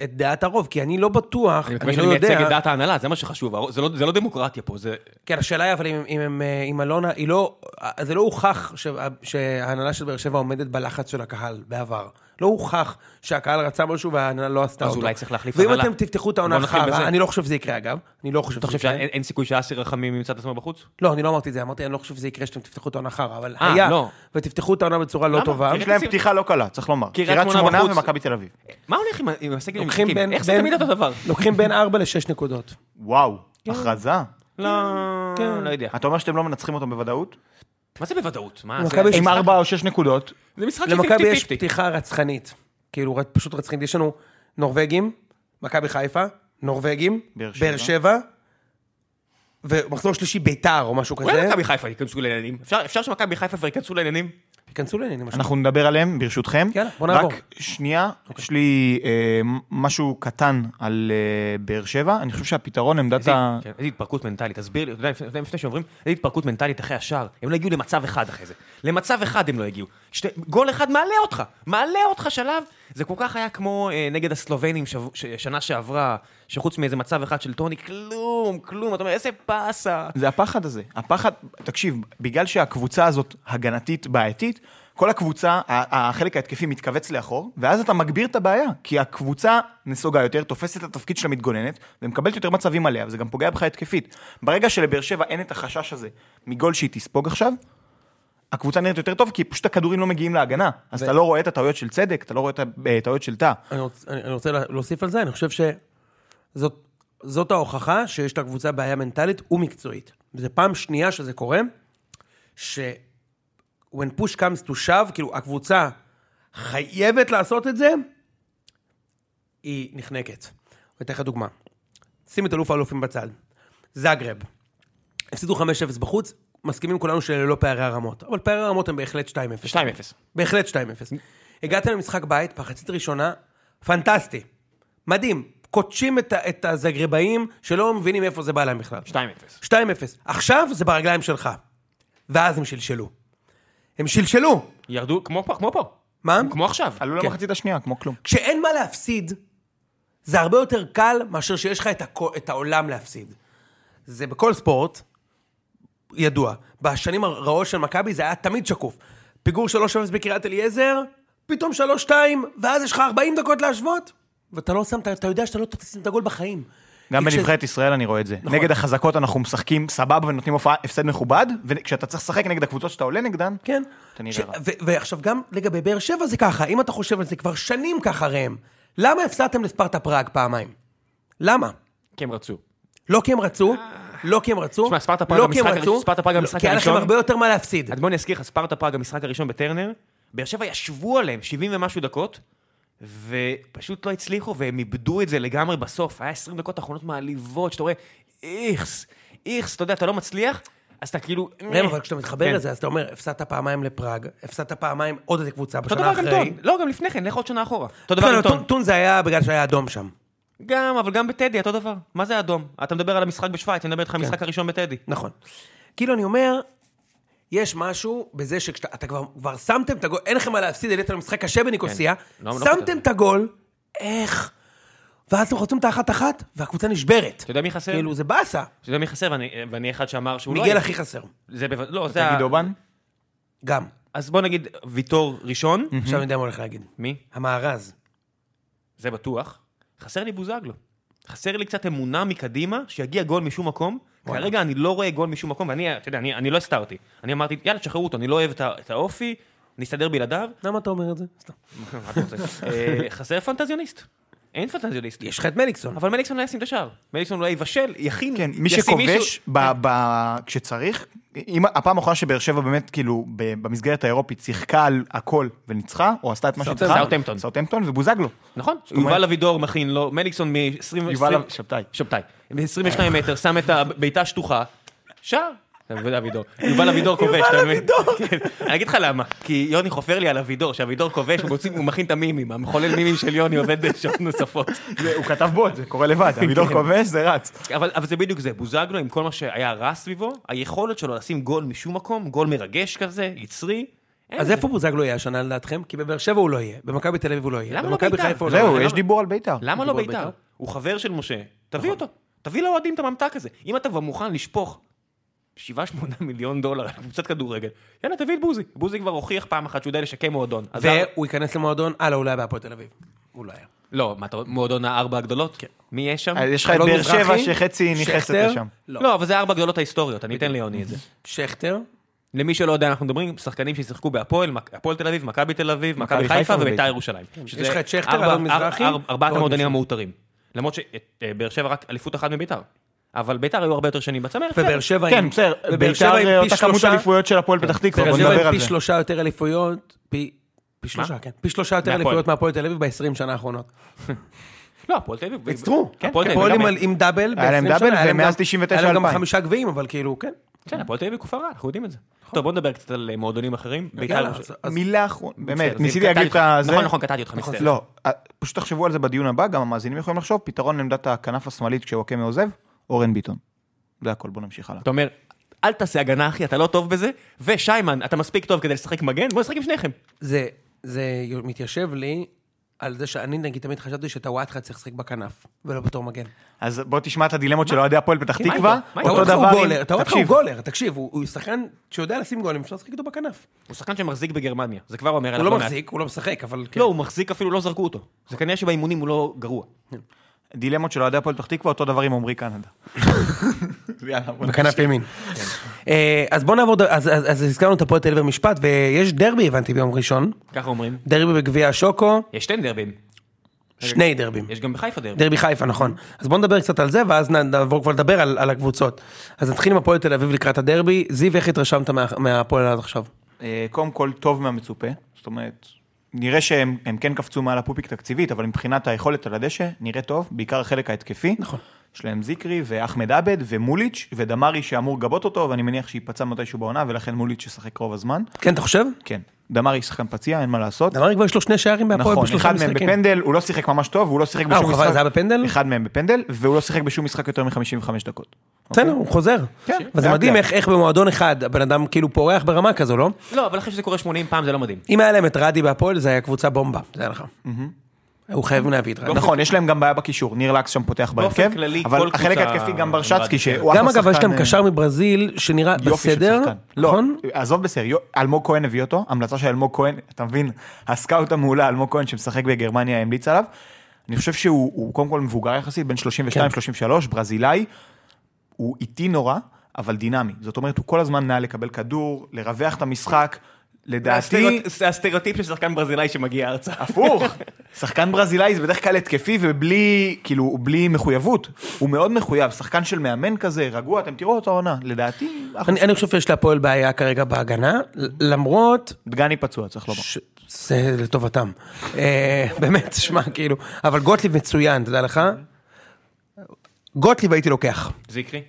S3: את דעת הרוב, כי אני לא בטוח,
S1: אני מקווה
S3: אני לא
S1: שאני מייצג את
S3: יודע.
S1: דעת ההנהלה, זה מה שחשוב, זה לא- זה לא דמוקרטיה פה, זה...
S3: כן, השאלה היא אבל אם- אם הם, אה, אם אלונה, היא לא, אה, זה לא הוכח שה- שההנהלה של באר שבע עומדת בלחץ של הקהל בעבר. לא הוכח שהקהל רצה משהו וההנהלה לא עשתה
S1: אז
S3: אותו.
S1: אולי צריך להחליף
S3: ואם
S1: הנהלה.
S3: אתם תפתחו את העונה
S1: בוא נתחיל
S3: חרא,
S1: בזה.
S3: אני לא חושב שזה יקרה אגב, אני לא חושב
S1: אתה
S3: שזה
S1: חושב
S3: יקרה.
S1: שאין אין סיכוי שאסיר רחמים ימצא את עצמו בחוץ?
S3: לא, אני לא אמרתי את זה, אמרתי, אני לא חושב שזה יקרה שאתם תפתחו את העונה חרא, אבל
S1: אה,
S3: היה,
S1: לא.
S3: ותפתחו את העונה בצורה לא
S1: למה?
S3: טובה.
S1: קריית
S2: יש להם
S1: שים-
S2: פתיחה לא קלה, צריך לומר.
S1: קריית
S2: קריית
S1: שמונה
S2: שמונה
S1: בחוץ.
S2: ומכבי תל אביב.
S1: מה הולך עם ה- עם הסגל
S3: לוקחים
S1: המשחקים?
S3: בין-
S1: איך זה
S3: בין-
S1: תמיד אותו דבר?
S3: לוקחים בין 4 ל-6 נקודות.
S2: וואו, הכרזה.
S1: לא,
S3: כן.
S1: לא יודע.
S2: אתה אומר שאתם לא מנצחים אותם בוודאות?
S1: מה זה בוודאות? מה, זה-
S3: מכבי יש
S2: עם
S1: משחק-
S2: ארבע או שש נקודות.
S1: זה משחק
S3: למכבי יש
S1: 50-50.
S3: פתיחה רצחנית. כאילו, ר- פשוט רצחנית. יש לנו נורבגים, מכבי חיפה, נורבגים,
S2: באר שבע.
S3: באר שבע, ומחזור שלישי ביתר או משהו
S1: אולי
S3: כזה.
S1: מכבי חיפה ייכנסו לעניינים? אפשר- אפשר שמכבי חיפה כבר ייכנסו לעניינים?
S3: ייכנסו לעניינים. משהו.
S2: אנחנו נדבר עליהם, ברשותכם.
S1: כן,
S3: יאללה, בוא נעבור.
S2: רק שנייה,
S1: אוקיי.
S2: יש לי אה, משהו קטן על אה, באר שבע. אני חושב שהפתרון עמדת
S1: איזה
S2: ה...
S1: כן, איזה התפרקות מנטלית, תסביר לי, אתה יודע, לפני- לפני שעוברים, איזה התפרקות מנטלית אחרי השער, הם לא הגיעו למצב אחד אחרי זה, למצב אחד הם לא הגיעו, שתי, גול אחד מעלה אותך, מעלה אותך שלב, זה כל כך היה כמו אה, נגד הסלובנים שב, ש, שנה שעברה, שחוץ מאיזה מצב אחד של טוני, כלום, כלום, אתה אומר, איזה פאסה.
S2: זה הפחד הזה. הפחד, תקשיב, בגלל שהקבוצה הזאת הגנתית בעייתית, כל הקבוצה, ה- החלק ההתקפי מתכווץ לאחור, ואז אתה מגביר את הבעיה, כי הקבוצה נסוגה יותר, תופסת את התפקיד של המתגוננת, ומקבלת יותר מצבים עליה, וזה גם פוגע בך התקפית. ברגע שלבאר שבע אין את החשש הזה מגול שהיא תספוג עכשיו, הקבוצה נראית יותר טוב, כי פשוט הכדורים לא מגיעים להגנה. אז אתה לא רואה את הטעויות של צדק, אתה לא רואה את הטעויות של תא.
S3: אני רוצ- אני אני רוצה לה- להוסיף על זה, אני חושב שזאת זאת ההוכחה שיש לקבוצה בעיה מנטלית ומקצועית. וזו פעם שנייה שזה קורה, ש... when push comes to shove, כאילו הקבוצה חייבת לעשות את זה, היא נחנקת. אני אתן לך דוגמה. שים את אלוף האלופים בצד. זאגרב. הפסידו 5-0 בחוץ, מסכימים כולנו שאלה לא פערי הרמות. אבל פערי הרמות הם בהחלט 2-0.
S1: 2-0.
S3: בהחלט 2-0. הגעתם למשחק בית, מחצית ראשונה, פנטסטי. מדהים. קודשים את, ה- את הזגרבאים שלא מבינים איפה זה בא להם בכלל.
S1: 2-0.
S3: 2-0. עכשיו זה ברגליים שלך. ואז הם שלשלו. הם שלשלו!
S1: ירדו כמו פה, כמו פה.
S3: מה?
S1: כמו עכשיו.
S2: עלו
S3: כן.
S2: למחצית השנייה, כמו כלום.
S3: כשאין מה להפסיד, זה הרבה יותר קל מאשר שיש לך את, הכ... את העולם להפסיד. זה בכל ספורט ידוע. בשנים הרעות של מכבי זה היה תמיד שקוף. פיגור 3-0 בקריית אליעזר, פתאום 3-2, ואז יש לך 40 דקות להשוות, ואתה לא שם, אתה, אתה יודע שאתה לא תשים את הגול בחיים.
S2: גם
S3: כי כש-
S2: בנבחרת ישראל אני רואה את זה.
S3: נכון.
S2: נגד החזקות אנחנו משחקים סבבה ונותנים הופעה הפסד מכובד, וכשאתה צריך לשחק נגד הקבוצות שאתה עולה נגדן,
S3: כן.
S2: אתה נראה רע.
S3: ו- ועכשיו גם לגבי באר שבע זה ככה, אם אתה חושב על זה כבר שנים ככה ראם, למה הפסדתם לספרטה פראג פעמיים? למה?
S1: כי הם רצו.
S3: לא כי הם רצו, לא כי הם רצו,
S1: תשמע, ספרטה פראג
S3: לא כי הם
S1: במשחק
S3: רצו,
S1: הראשון- ספרטה פראג
S3: לא,
S1: במשחק
S3: כי היה לכם
S1: הראשון-
S3: הרבה יותר מה להפסיד.
S1: אז בוא אני אזכיר לך, ספרטה פראג, המשחק הראשון בטרנר, באר שבע ישבו עליהם 70 ומשהו דקות, ופשוט לא הצליחו, והם איבדו את זה לגמרי בסוף. היה 20 דקות אחרונות מעליבות, שאתה רואה, איכס, איכס, אתה יודע, אתה לא מצליח, אז אתה כאילו...
S3: ראם, אבל כשאתה מתחבר
S1: כן.
S3: לזה, אז אתה אומר, הפסדת פעמיים לפראג, הפסדת פעמיים עוד איזה קבוצה
S1: אותו
S3: בשנה
S1: דבר גם
S3: אחרי.
S1: טון. לא, גם לפני כן, לך עוד שנה אחורה. אותו דבר
S3: לא,
S1: גם
S3: לא,
S1: טון.
S3: טון- טון זה היה בגלל שהיה אדום שם.
S1: גם, אבל גם בטדי, אותו דבר. מה זה אדום? אתה מדבר על המשחק בשוויץ, אני מדבר
S3: כן.
S1: איתך על המשחק הראשון בטדי.
S3: נכון. כאילו, אני אומר, יש משהו בזה שכשאתה אתה כבר- כבר שמתם את הגול, אין לכם מה להפסיד, העליתם משחק קשה בניקוסיה,
S1: כן. לא- לא
S3: שמתם
S1: חותר.
S3: את הגול, איך? ואז אתם חוצים את האחת-אחת, והקבוצה נשברת.
S1: אתה יודע מי חסר?
S3: כאילו, זה באסה.
S1: אתה יודע מי חסר? ואני- ואני אחד שאמר שהוא לא...
S3: מיגל
S1: היה.
S3: הכי חסר.
S1: זה בו- לא, זה ה...
S2: תגיד אובן?
S3: גם.
S1: אז בוא נגיד ויטור ראשון.
S3: עכשיו אני יודע מה הולך להגיד.
S1: מי?
S3: המארז.
S1: זה בטוח. חסר לי בוזגלו. חסר לי קצת אמונה מקדימה, שיגיע גול משום מקום.
S3: וואלה.
S1: כרגע אני לא רואה גול משום מקום, ואני, אתה יודע, אני, אני לא הסתרתי. אני אמרתי, יאללה, תשחררו אותו, אני לא אוהב את, ה- את האופי, נסתדר בלעדיו.
S3: למה אתה אומר את זה? סתם.
S1: מה אתה רוצה? אה, חסר פנטזיוניסט. אין פנטזיוניסט.
S3: יש לך את מליקסון.
S1: אבל מליקסון לא ישים את השער. מליקסון אולי יבשל, יכין,
S2: כן, מי
S1: ישים
S2: שכובש
S1: מישהו-
S2: ב- ב- כשצריך, אם הפעם האחרונה שבאר שבע באמת, כאילו, ב- במסגרת האירופית שיחקה על הכל וניצחה, או עשתה את מה
S1: סאוטהמפטון.
S2: שצריכה,
S1: סאוטהמפטון.
S2: סאוטהמפטון ובוזגלו.
S1: נכון,
S2: אומרת-
S1: יובל אבידור מכין לו, מליקסון מ-20...
S2: יובל אב- שבתאי.
S1: שבתאי. מ-22 מטר, שם את הבעיטה שטוחה, שער. אתה מבין, אבידור. יובל אבידור כובש, אתה מבין? כן. אני אגיד לך למה, כי יוני חופר לי על אבידור, שאבידור כובש, הוא מוציא- הוא מכין את המימים, המחולל מימים של יוני עובד שעות נוספות.
S2: זה- הוא כתב בו את זה, קורה לבד,
S3: כן.
S2: אבידור כובש, זה רץ.
S1: אבל אבל זה בדיוק זה, בוזגלו עם כל מה שהיה רע סביבו, היכולת שלו לשים גול משום מקום, גול מרגש כזה, יצרי. אין
S3: אז
S1: זה.
S3: איפה בוזגלו יהיה השנה לדעתכם? כי בבאר שבע הוא לא יהיה, במכבי תל אביב הוא לא
S1: למה
S3: יהיה,
S1: לא
S3: במכבי
S1: בית"ר?
S3: חיפה הוא לא יהיה.
S2: זהו,
S1: למה-
S2: יש דיבור על בית"ר.
S1: למה לא
S3: דיבור על
S1: בית"ר? נכון.
S3: בית"ר?
S1: הוא חבר של משה, תביא אותו. תביא לאוהדים את הממתק הזה. אם אתה כבר מוכן לשפוך 7-8 מיליון דולר על קבוצת כדורגל, יאללה, תביא את בוזי. בוזי כבר הוכיח פעם אחת שהוא יודע לשקם מועדון.
S2: אה,
S1: אז למה-
S3: והוא ייכנס למועדון, אה לא, הוא לא היה בהפועל תל אביב. הוא לא היה.
S1: לא, מה אתה מועדון הארבע הגדולות? כן. מי יש שם?
S2: אז יש לך את
S3: אלון
S2: באר
S3: מזרחי,
S2: שבע שחצי נכנסת
S3: שכטר,
S2: לשם.
S3: לא.
S1: לא, אבל זה הארבע הגדולות ההיסטוריות, אני אתן ליוני את זה.
S3: שכטר,
S1: למי שלא יודע, אנחנו מדברים, שחקנים ששיחקו בהפועל, מק- הפועל תל אביב, מכבי תל אביב, מכבי
S2: מכבי
S1: חיפה
S2: חיפה
S1: ובית"ר
S2: ובית"ר.
S1: ירושלים. שזה
S3: כן. יש לך את שכטר,
S1: ארבע-
S3: אלון
S1: אר-
S3: מזרחי,
S1: אר- ארבעת
S3: ועוד
S1: המועדונים
S3: מישהו.
S1: המעוטרים. למרות שבאר שבע רק אליפות אחת מבית"ר. אבל בית"ר היו הרבה יותר שנים בצמרת.
S3: ובאר שבע עם...
S2: כן, בסדר,
S3: ובאר שבע
S2: בית"ר
S3: עם
S2: אה,
S3: פי
S2: אותה כמות
S3: שלושה-
S2: אליפויות של הפועל פתח תקווה,
S3: באר
S2: בוא
S3: שבע
S2: נדבר
S3: עם
S2: על
S3: פי
S2: זה.
S3: שלושה יותר אליפויות, פי... פי שלושה, כן. פי שלושה יותר
S1: מהפועל.
S3: אליפויות מהפועל תל אביב ב-20 שנה האחרונות.
S1: לא, הפועל תל אביב.
S2: עצרו, כן,
S1: הפועל תל
S3: הפועל
S1: אביב.
S3: עם-
S1: גם-
S3: עם דאבל,
S2: היה להם
S3: ב-עשרים
S2: דאבל,
S3: שנה, היה להם
S2: ומאז
S3: גם-
S2: 99
S3: היה להם גם
S2: אלפיים.
S3: חמישה גביעים, אבל כאילו, כן.
S1: כן, הפועל תל אביב כפר רע, אנחנו יודעים את זה. טוב, בוא נדבר קצת על אה, מועדונים אחרים. בית"ר
S3: יאללה,
S1: ירושלים.
S3: אז- אז-
S2: מילה אחרונה,
S1: בסדר,
S2: באמת,
S1: זה
S2: ניסיתי
S1: קטעתי
S2: להגיד
S1: אותך.
S2: את זה.
S1: נכון, נכון, קטעתי אותך, מצטער.
S2: לא, אה, פשוט תחשבו על זה בדיון הבא, גם המאזינים יכולים לחשוב, פתרון לעמדת הכנף השמאלית כשוואקמה עוזב, אורן ביטון. זה הכל, בוא נמשיך הלאה.
S1: אתה אומר, אל תעשה הגנה, אחי, אתה לא טוב בזה, ושיימן, אתה מספיק טוב כדי לשחק מגן, בוא נשחק עם שניכם.
S3: זה, זה מתיישב לי על זה שאני נגיד תמיד חשבתי שאת הוואטחה צריך לשחק בכנף, ולא בתור מגן.
S2: אז בוא תשמע את הדילמות של אוהדי הפועל פתח תקווה,
S1: איתו? מה איתו?
S2: אותו
S3: טאוואטחה הוא
S2: דבר
S3: גולר,
S2: עם...
S3: טאוואטחה הוא
S2: תקשיב,
S3: גולר, תקשיב, הוא הוא שחקן שיודע לשים גולים, אפשר לשחק איתו בכנף.
S1: הוא שחקן שמחזיק בגרמניה, זה כבר אומר
S3: הוא
S1: עליו
S3: לא
S1: מעט.
S3: מחזיק, הוא לא משחק, אבל כן.
S1: לא, הוא מחזיק אפילו, לא זרקו אותו. זה כנראה שבאימונים הוא לא גרוע.
S2: דילמות של אוהדי הפועל פתח תקווה, אותו דבר עם עמרי קנדה. יאללה, בוא
S3: בכנף ימין. אה, אז בוא נעבור, ד- אז- אז אז הזכרנו את הפועל תל אביב במשפט, ויש דרבי הבנתי ביום ראשון,
S1: ככה אומרים.
S3: דרבי בגביע השוקו,
S1: יש שתי דרבים,
S3: שני דרבים.
S1: יש גם בחיפה דרבים.
S3: דרבי חיפה, נכון. אז בואו נדבר קצת על זה, ואז נ- נעבור כבר לדבר על, על הקבוצות. אז נתחיל עם הפועל תל אביב לקראת הדרבי. זיו, איך התרשמת מה, מהפועל עד עכשיו?
S2: אה, קודם כל, טוב מהמצופה. זאת אומרת, נראה שהם הם כן קפצו מעל הפופיק תקציבית, אבל מבחינת היכולת על הדשא, נראה טוב, בעיקר החלק ההתקפי.
S3: נכון.
S2: יש להם זיקרי ואחמד עבד ומוליץ' ודמרי שאמור לגבות אותו, ואני מניח שייפצע מתישהו בעונה, ולכן מוליץ' ישחק רוב הזמן.
S3: כן, אתה חושב?
S2: כן, דמרי שחקן פציע, אין מה לעשות.
S3: דמרי כבר יש לו שני שערים בהפועל
S2: נכון,
S3: בשלושה
S2: אחד מהם
S3: משחקים.
S2: בפנדל, הוא לא שיחק ממש טוב, הוא לא שיחק
S3: אה, הוא
S2: בשום
S3: חבל,
S2: משחק.
S3: זה היה בפנדל?
S2: אחד מהם בפנדל, והוא לא שיחק בשום משחק יותר מ-55 דקות.
S3: בסדר, הוא חוזר.
S2: כן,
S3: וזה
S2: לאט
S3: מדהים
S2: לאט.
S3: איך, איך במועדון אחד הבן אדם כאילו פורח ברמה כזו, לא?
S1: לא, אבל אחרי שזה קורה 80 פעם זה לא מדהים.
S3: אם היה להם את רדי בהפועל, זה היה קבוצה בומבה, זה היה לך. היו חייבים להביא את רדי.
S2: נכון, יש להם גם בעיה בקישור, ניר לקס שם פותח
S1: באופן
S2: בהרכב,
S1: כללי, כל
S2: אבל החלק
S1: קבוצה-
S2: ההתקפי גם ברשצקי, שהוא
S3: גם
S2: אחלה
S3: אגב, יש להם
S2: אה,
S3: קשר מברזיל שנראה
S2: יופי של
S3: בסדר,
S2: שחקן. לא,
S3: נכון?
S2: עזוב בסדר, יו- אלמוג כהן הביא אותו, המלצה של אלמוג כהן, אתה מבין, הסקאוט המעולה, אלמוג כהן שמשחק בגרמניה המליץ עליו. אני חושב שהוא הוא קודם כל מבוגר יחסית, בן
S3: כן.
S2: 32-33, ברזילאי, הוא איטי נורא, אבל דינמי. זאת אומרת, הוא כל הזמן נע לקבל כדור, לרווח את המשחק, לדעתי...
S1: הסטריאוט- זה הסטריאוטיפ של שחקן ברזילאי שמגיע ארצה.
S2: הפוך, שחקן ברזילאי זה בדרך כלל התקפי ובלי, כאילו, הוא בלי מחויבות. הוא מאוד מחויב, שחקן של מאמן כזה, רגוע, אתם תראו אותו העונה, לדעתי, אחלה.
S3: אני, אני חושב שיש להפועל בעיה כרגע בהגנה, ל- למרות
S2: דגני פצוע, צריך לומר.
S3: ש- זה לטובתם. אה, באמת, שמע, כאילו, אבל גוטליב מצוין, תדע לך. גוטליב הייתי לוקח.
S1: זיקרי?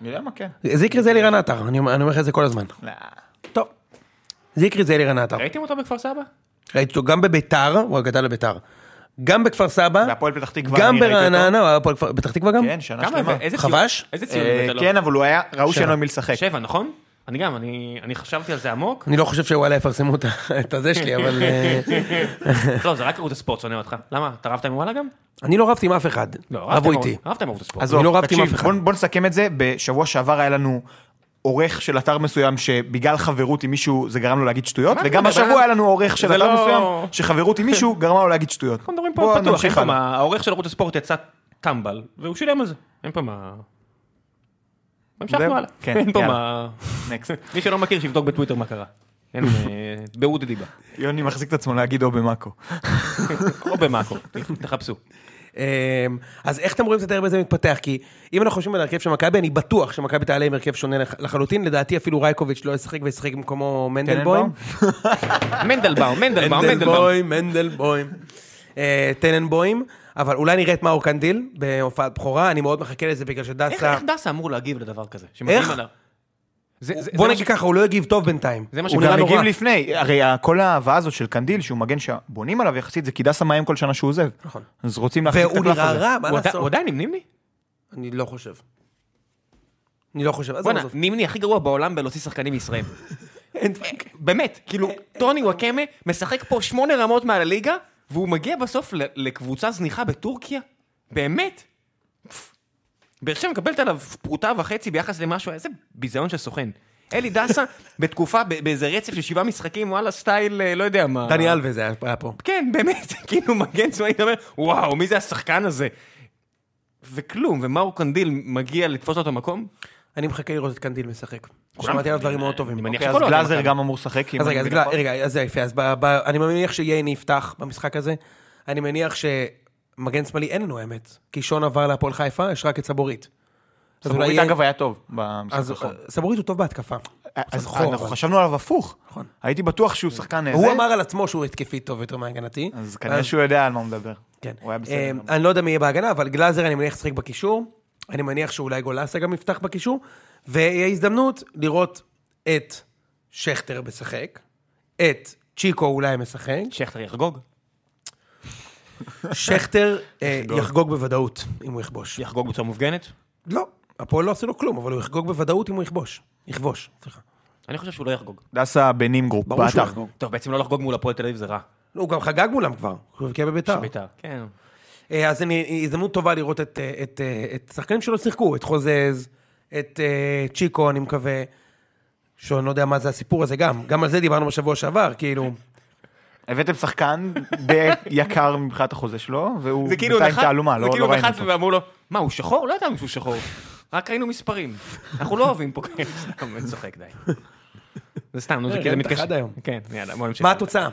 S2: אני יודע מה כן.
S3: זיקרי זה אלירן עטר, אני אומר אני אומר לך את זה כל הזמן. טוב. זיקרי זה אלירן עטר.
S1: ראיתם אותו בכפר סבבה?
S3: ראיתי אותו גם בביתר, הוא הגדל לביתר. גם בכפר סבא.
S2: בהפועל פתח תקווה
S3: גם
S2: אני ראיתי
S3: ברעננה, הוא היה הפועל כפר- פתח תקווה גם?
S2: כן, שנה
S1: כמה
S2: שלמה.
S1: יפה, איזה ציון?
S3: חבש?
S1: איזה ציון?
S2: אה,
S1: נתת לו?
S2: כן, אבל הוא היה, ראו שאין לו עם מי לשחק.
S1: שבע, נכון? אני גם, אני אני חשבתי על זה עמוק.
S3: אני לא חושב שוואלה יפרסמו את ה- את הזה שלי, אבל... אה,
S1: לא, זה רק ערוץ הספורט שונא אותך. למה? אתה רבת עם וואלה גם?
S3: אני לא רבתי עם אף אחד.
S1: לא,
S3: רבו
S1: רבת עם-
S3: איתי.
S1: רבת עם ערוץ הספורט.
S2: עזוב,
S3: אני לא רבתי עם
S2: תקשיב,
S3: אף אחד.
S2: בוא, בוא נסכם את זה, בשבוע שעבר היה לנו עורך של אתר מסוים שבגלל חברות עם מישהו זה גרם לו להגיד שטויות,
S1: מה אתה
S2: וגם
S1: מדבר?
S2: השבוע היה לנו עורך של
S1: זה
S2: אתר
S1: לא-
S2: מסוים שחברות עם מישהו גרמה לו להגיד שטויות.
S1: אנחנו מדברים
S2: בוא
S1: פה פתוח, אין
S2: נמשיך
S1: פה
S2: הלאה.
S1: מה, העורך של ערוץ הספורט יצא טמבל, והוא שילם על זה, אין פה מה...
S2: זהו?
S1: המשכנו הלאה,
S2: כן,
S1: אין פה
S2: יאללה.
S1: מה...
S2: Next.
S1: מי שלא מכיר שיבדוק בטוויטר מה קרה. אין, אה, באוד דיבה,
S2: יוני מחזיק את עצמו להגיד או במאקו.
S1: או במאקו, תחפשו.
S3: אמ, אז איך אתם רואים את הדרבי הזה מתפתח? כי אם אנחנו חושבים על הרכב של מכבי, אני בטוח שמכבי תעלה עם הרכב שונה לח- לחלוטין. לדעתי אפילו רייקוביץ' לא ישחק וישחק במקומו
S2: כן,
S3: מנדלבוים.
S1: מנדלבאום, מנדלבאום, מנדלבאום.
S3: מנדלבוים, מנדלבוים. אה, טננבוים, אבל אולי נראה את מאור קנדיל בהופעת בכורה, אני מאוד מחכה לזה בגלל
S1: איך
S3: שדסה...
S1: איך דסה אמור להגיב לדבר כזה?
S3: איך?
S1: שמגיעים עליו. זה- זה-
S3: בוא
S1: זה מה
S3: נגיד ככה, הוא לא הגיב טוב בינתיים.
S1: זה מה
S2: הוא
S1: שהוא
S2: גם
S1: נראה
S2: הגיב
S1: נורא.
S2: לפני, הרי ה- כל ההבאה הזאת של קנדיל, שהוא מגן שבונים עליו יחסית, זה כי דסה מאיים כל שנה שהוא עוזב.
S3: נכון.
S2: אז רוצים להחזיק את
S3: והוא
S2: הקלף
S3: נראה
S2: הזה.
S3: רע, מה
S1: הוא עדיין- הוא
S3: לעשות?
S1: עדיין עם נימני?
S3: אני לא חושב. אני לא חושב, עזוב,
S1: בואנה,
S3: עזוב.
S1: נימני הכי גרוע בעולם בלהוציא שחקנים מישראל.
S3: אין דבר כזה.
S1: באמת, כאילו, טוני וואקמה משחק פה שמונה רמות מעל הליגה, והוא מגיע בסוף ל- לקבוצה זניחה בטורקיה? באמת? באר שבע מקבלת עליו פרוטה וחצי ביחס למשהו, איזה ביזיון של סוכן. אלי דסה, בתקופה, ב- באיזה רצף של שבעה משחקים, וואלה, סטייל, אה, לא יודע מה.
S3: דני אלווה זה היה פה.
S1: כן, באמת, כאילו מגן שמאלי, אתה אומר, וואו, מי זה השחקן הזה? וכלום, ומאור קנדיל מגיע לתפוס אותו מקום?
S3: אני מחכה לראות את קנדיל משחק. שמעתי עליו דברים מאוד טובים.
S1: אני מניח
S2: אוקיי, אז
S1: שכל אוהדי
S2: גלאזר
S1: מכבי.
S2: גם אמור לשחק. אם
S3: אז
S2: אני
S3: רגע, אז
S2: מבין
S3: גלע-
S2: נכון.
S3: רגע, אז זה יפה, אז ב- ב- אני מניח שייני יפתח במשחק הזה. אני מניח שמגן שמאלי אין לנו האמת. כי שון עבר להפועל חיפה, יש רק את סבורית. אז אולי
S2: סבורית
S3: יהיה-
S2: אגב נכון. אה, היה טוב במשחק
S3: אז אה,
S2: האחרון.
S3: סבורית הוא טוב בהתקפה.
S2: אז
S3: חור,
S2: אנחנו
S3: אבל.
S2: חשבנו עליו הפוך.
S3: נכון.
S2: הייתי בטוח שהוא שחקן איזה.
S3: הוא אמר על עצמו שהוא התקפי טוב יותר מהגנתי.
S2: אז כנראה שהוא יודע על מה הוא מדבר.
S3: כן.
S2: הוא היה בסדר.
S3: אה, אני לא יודע מי יהיה בהגנה, אבל גלאזר אני מניח ישחק בקישור. אני מניח שאולי גולסה גם יפתח בקישור. ויהיה הזדמנות לראות את שכטר משחק, את צ'יקו אולי משחק.
S1: שכטר יחגוג,
S3: שכטר אה, יחגוג בוודאות אם הוא יכבוש.
S1: יחגוג בצורה מופגנת.
S3: לא, הפועל לא עשו לו כלום, אבל הוא יחגוג בוודאות אם הוא יכבוש. יכבוש, סליחה.
S1: אני חושב שהוא לא יחגוג.
S2: דסה בנים גרופ,
S3: ברור שהוא
S2: באתר.
S3: יחגוג.
S1: טוב, בעצם לא לחגוג מול הפועל תל אביב זה רע.
S3: לא, הוא גם חגג מולם כבר, הוא הבקיע בביתר.
S1: בית"ר. כן.
S3: אה, אז אני- הזדמנות טובה לראות את, אה, את, אה, את השחקנים שלו שיחקו, את חוזז, את אה, צ'יקו, אני מקווה, שאני לא יודע מה זה הסיפור הזה גם, גם על זה דיברנו בשבוע שעבר, כאילו,
S2: הבאתם שחקן די יקר מבחינת החוזה שלו, והוא
S1: זה כאילו
S2: בינתיים
S1: נחת,
S2: תעלומה,
S1: זה
S2: לא
S1: כאילו
S2: לא ראינו
S1: נחת
S2: אותו.
S1: ואמרו לו, מה, הוא שחור? לא ידענו שהוא שחור. רק ראינו מספרים. אנחנו לא אוהבים פה כאלה. סתם, אני צוחק די. זה סתם, נו, זה
S3: אה,
S1: כאילו
S3: ראית
S1: מתקשר.
S3: אחד היום.
S1: כן, יאללה, בוא נמשיך.
S3: מה התוצאה?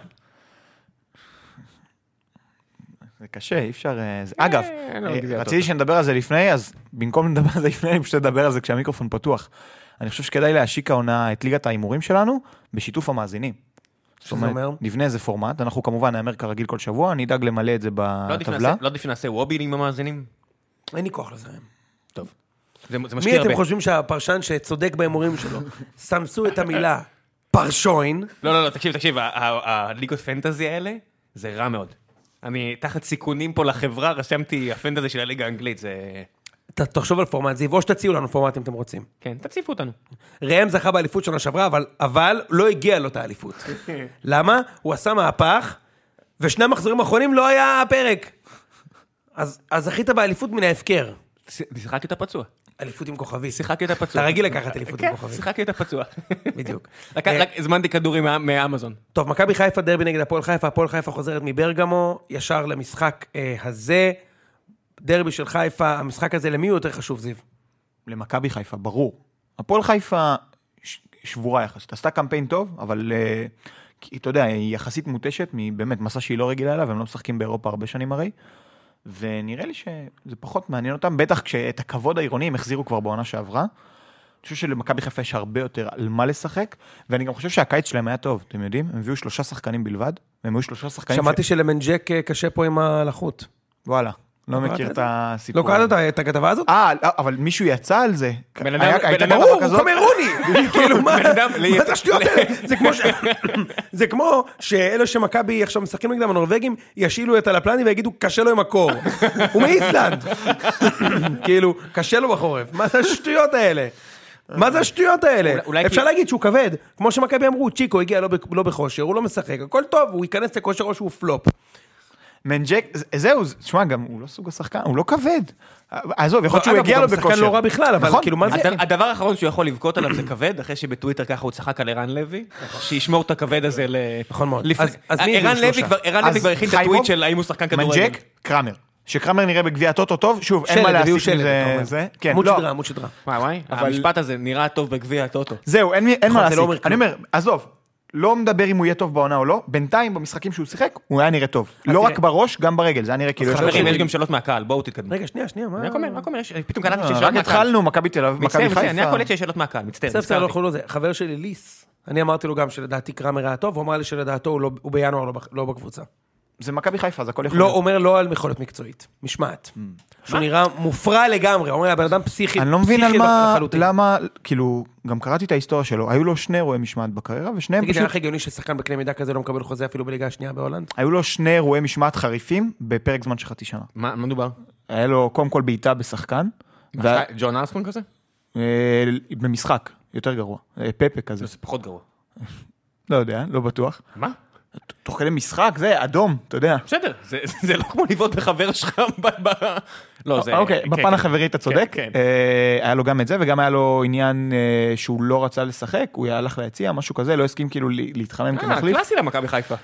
S2: זה קשה, אי אפשר... אה, זה- אגב,
S1: אה, לא
S2: אה,
S1: מגדיר
S2: רציתי שנדבר על זה לפני, אז במקום לדבר על זה לפני, אני פשוט אדבר על זה כשהמיקרופון פתוח. אני חושב שכדאי להשיק העונה את ליגת ההימורים שלנו בשיתוף המאזינים. זאת
S3: שזה אומר?
S2: נבנה איזה פורמט, אנחנו כמובן נאמר כרגיל כל שבוע, אני אדאג למלא את זה
S1: לא עדיף
S2: בטבלה.
S1: נעשה- לא עדיף שנעשה וובין עם המאזינים?
S3: אין לי כוח לזה.
S1: טוב. זה זה
S3: מי
S1: משקיע
S3: אתם
S1: הרבה.
S3: חושבים שהפרשן שצודק בהימורים שלו, סמסו את המילה פרשוין,
S1: לא, לא, לא, תקשיב, תקשיב, ה- ה- ה- הליגות פנטזי האלה, זה רע מאוד. אני תחת סיכונים פה לחברה, רשמתי הפנטזי של הליגה האנגלית, זה...
S3: ת- תחשוב על פורמט זיו, או שתציעו לנו פורמט אם אתם רוצים.
S1: כן, תציפו אותנו.
S3: ראם זכה באליפות שנה שעברה, אבל, אבל לא הגיע לו את האליפות. למה? הוא עשה מהפך, ושני המחזורים האחרונים לא היה הפרק. אז, אז זכית באליפות מן ההפקר.
S1: שיחקתי את הפצוע.
S3: אליפות עם כוכבי.
S1: שיחקתי את הפצוע.
S3: אתה רגיל לקחת אליפות עם
S1: כן,
S3: כוכבי.
S1: שיחקתי את הפצוע.
S3: בדיוק. אה,
S1: רק- רק הזמנתי כדורים מה- מהאמזון.
S3: טוב, מכבי חיפה דרבי נגד הפועל חיפה, הפועל חיפה חוזרת מברגמו, ישר למשחק אה, הזה. דרבי של חיפה, המשחק הזה למי הוא יותר חשוב, זיו?
S2: למכבי חיפה, ברור. הפועל חיפה ש- שבורה יחסית, עשתה קמפיין טוב, אבל אה, כי- אתה יודע, היא יחסית מותשת מבאמת מסע שהיא לא רגילה אליו, הם לא משחקים באירופה הרבה שנים הרי, ונראה לי שזה פחות מעניין אותם, בטח כשאת הכבוד העירוני הם החזירו כבר בעונה שעברה. אני חושב שלמכבי חיפה יש הרבה יותר על מה לשחק, ואני גם חושב שהקיץ שלהם היה טוב, אתם יודעים? הם הביאו שלושה שחקנים בלבד, הם היו שלושה שחקנים...
S3: שמעתי שלמנג'ק אה, קשה פה עם הלחות.
S2: וואלה. לא
S3: קראת
S2: מכיר
S3: את
S2: את הסיפור.
S3: לא קראת
S2: הזה.
S3: את ה- את הכתבה הזאת?
S2: אה, לא, אבל מישהו יצא על זה.
S1: בן אדם-
S2: היה-
S1: בן
S2: הייתה
S1: אדם-
S2: כתבה
S3: ברור, הוא
S2: כזאת?
S3: קמרוני! כאילו, מה
S1: בן אדם-
S3: מה זה השטויות האלה? זה כמו ש- זה כמו שאלה שמכבי עכשיו משחקים נגדם, הנורבגים, ישאילו את הלפלני ויגידו, קשה לו עם הקור. הוא מאיסלנד. כאילו, קשה לו בחורף. מה זה השטויות האלה? מה זה השטויות האלה?
S1: אולי- אולי
S3: אפשר
S1: כי-
S3: להגיד שהוא כבד. כמו שמכבי אמרו, צ'יקו הגיע לא ב- לא בכושר, הוא לא משחק, הכל טוב, הוא ייכנס לכושר או שהוא פלופ.
S2: מנג'ק, זה- זהו, זה- תשמע, גם הוא לא סוג השחקן, הוא לא כבד. אה, עזוב, יכול להיות שהוא
S3: אגב, הוא
S2: יגיע לו
S3: גם
S2: בכושר.
S3: שחקן לא רע בכלל, אבל
S2: נכון.
S3: כאילו, מה זה...
S1: הד- הדבר האחרון שהוא יכול לבכות עליו זה כבד, אחרי שבטוויטר ככה הוא צחק על ערן לוי, שישמור את הכבד הזה ל...
S3: נכון מאוד.
S1: לפני- אה,
S3: אז- אז מי יהיו
S1: ערן לוי
S3: שלושה?
S1: כבר- ערן לוי
S2: נכון. אז
S1: כבר הכין את
S2: חיימוב,
S1: הטוויט של האם הוא שחקן כדורגל.
S2: מנג'ק, קראמר. שקראמר נראה בגביע הטוטו טוב, שוב, אין
S3: שלד,
S2: מה
S3: הביאו
S2: להסיק
S3: שלד, אתה
S2: מזה.
S3: אומר.
S2: זה- כן,
S3: עמוד
S2: לא.
S3: שדרה, עמוד שדרה.
S1: וואי וואי,
S2: אבל-
S1: המשפט הזה נראה טוב בגביע הטוטו.
S2: זהו, אין מי- אין מה
S3: זה לא
S2: להסיק.
S3: אומר
S2: אני
S3: כלום.
S2: אומר, עזוב, לא מדבר אם הוא יהיה טוב בעונה או לא, בינתיים במשחקים שהוא שיחק, הוא היה נראה טוב. לא
S3: אה, תראה.
S2: רק בראש, גם ברגל, זה היה נראה כאילו... יש לו-
S1: חברים, יש גם שאלות מהקהל, בואו תתקדמו.
S3: רגע, שנייה, שנייה, מה...
S1: אני רק אומר, רק אומר, יש- פתאום קלטתי שיש
S2: אה,
S1: שאלות
S2: רק
S1: מהקהל.
S2: התחלנו, מכבי תל אביב,
S1: מצטער,
S2: מכבי
S1: מצטער, אני רק
S2: חיפה.
S1: קולט שיש שאלות מהקהל, מצטער,
S3: בסדר, בסדר, לא
S1: נזכרתי.
S3: אנחנו לא זה. חבר שלי, ליס, אני אמרתי לו גם שלדעתי קרמר היה טוב, הוא אמר לי שלדעתו הוא לא- הוא בינואר לא בח- לא בקבוצה.
S2: זה מכבי חיפה, זה הכל יכול
S3: לא,
S2: להיות.
S3: אומר לא על יכולת מקצועית, משמעת. שהוא נראה מופרע לגמרי, אומר, הבן אדם פסיכי,
S2: אני לא מבין
S3: פסיכי
S2: על מה,
S3: לחלוטין.
S2: למה, כאילו, גם קראתי את ההיסטוריה שלו, היו לו שני אירועי משמעת בקריירה, ושניהם
S3: תגיד,
S2: פשוט
S3: זה לך הגיוני ששחקן בקנה מידה כזה לא מקבל חוזה אפילו בליגה השנייה בהולנד?
S2: היו לו שני אירועי משמעת חריפים בפרק זמן של חצי שנה.
S1: מה מה מדובר?
S2: היה לו קודם כל בעיטה בשחקן, ו-
S1: מה, ג'ון ארסטרונג כזה?
S2: אה, במשחק, יותר גרוע, אה, פפה כזה,
S1: לא, זה פחות גרוע.
S2: לא יודע, לא בטוח.
S1: מה?
S2: תוך כדי משחק, זה אדום, אתה יודע.
S1: בסדר, זה- זה לא כמו לבעוט בחבר שלך ב... ב- לא, זה...
S2: אוקיי,
S1: כן,
S2: בפן
S1: כן.
S2: החברי אתה צודק,
S1: כן.
S2: אה, היה לו גם את זה, וגם היה לו עניין אה, שהוא לא רצה לשחק, הוא הלך ליציע, משהו כזה, לא הסכים כאילו ל- להתחמם
S1: אה,
S2: כמחליף.
S1: קלאסי למכבי חיפה.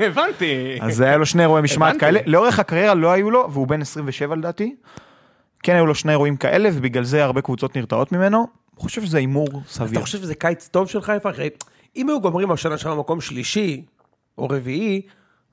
S1: הבנתי.
S2: אז היה לו שני אירועי משמעת
S1: הבנתי.
S2: כאלה, לאורך הקריירה לא היו לו, והוא בן 27 לדעתי. כן היו לו שני אירועים כאלה, ובגלל זה הרבה קבוצות נרתעות ממנו. אני חושב שזה הימור
S3: אתה
S2: סביר.
S3: חושב שזה קיץ טוב של חיפה? אחי, אם היו גומרים השנה שם במקום שלישי, או רביעי,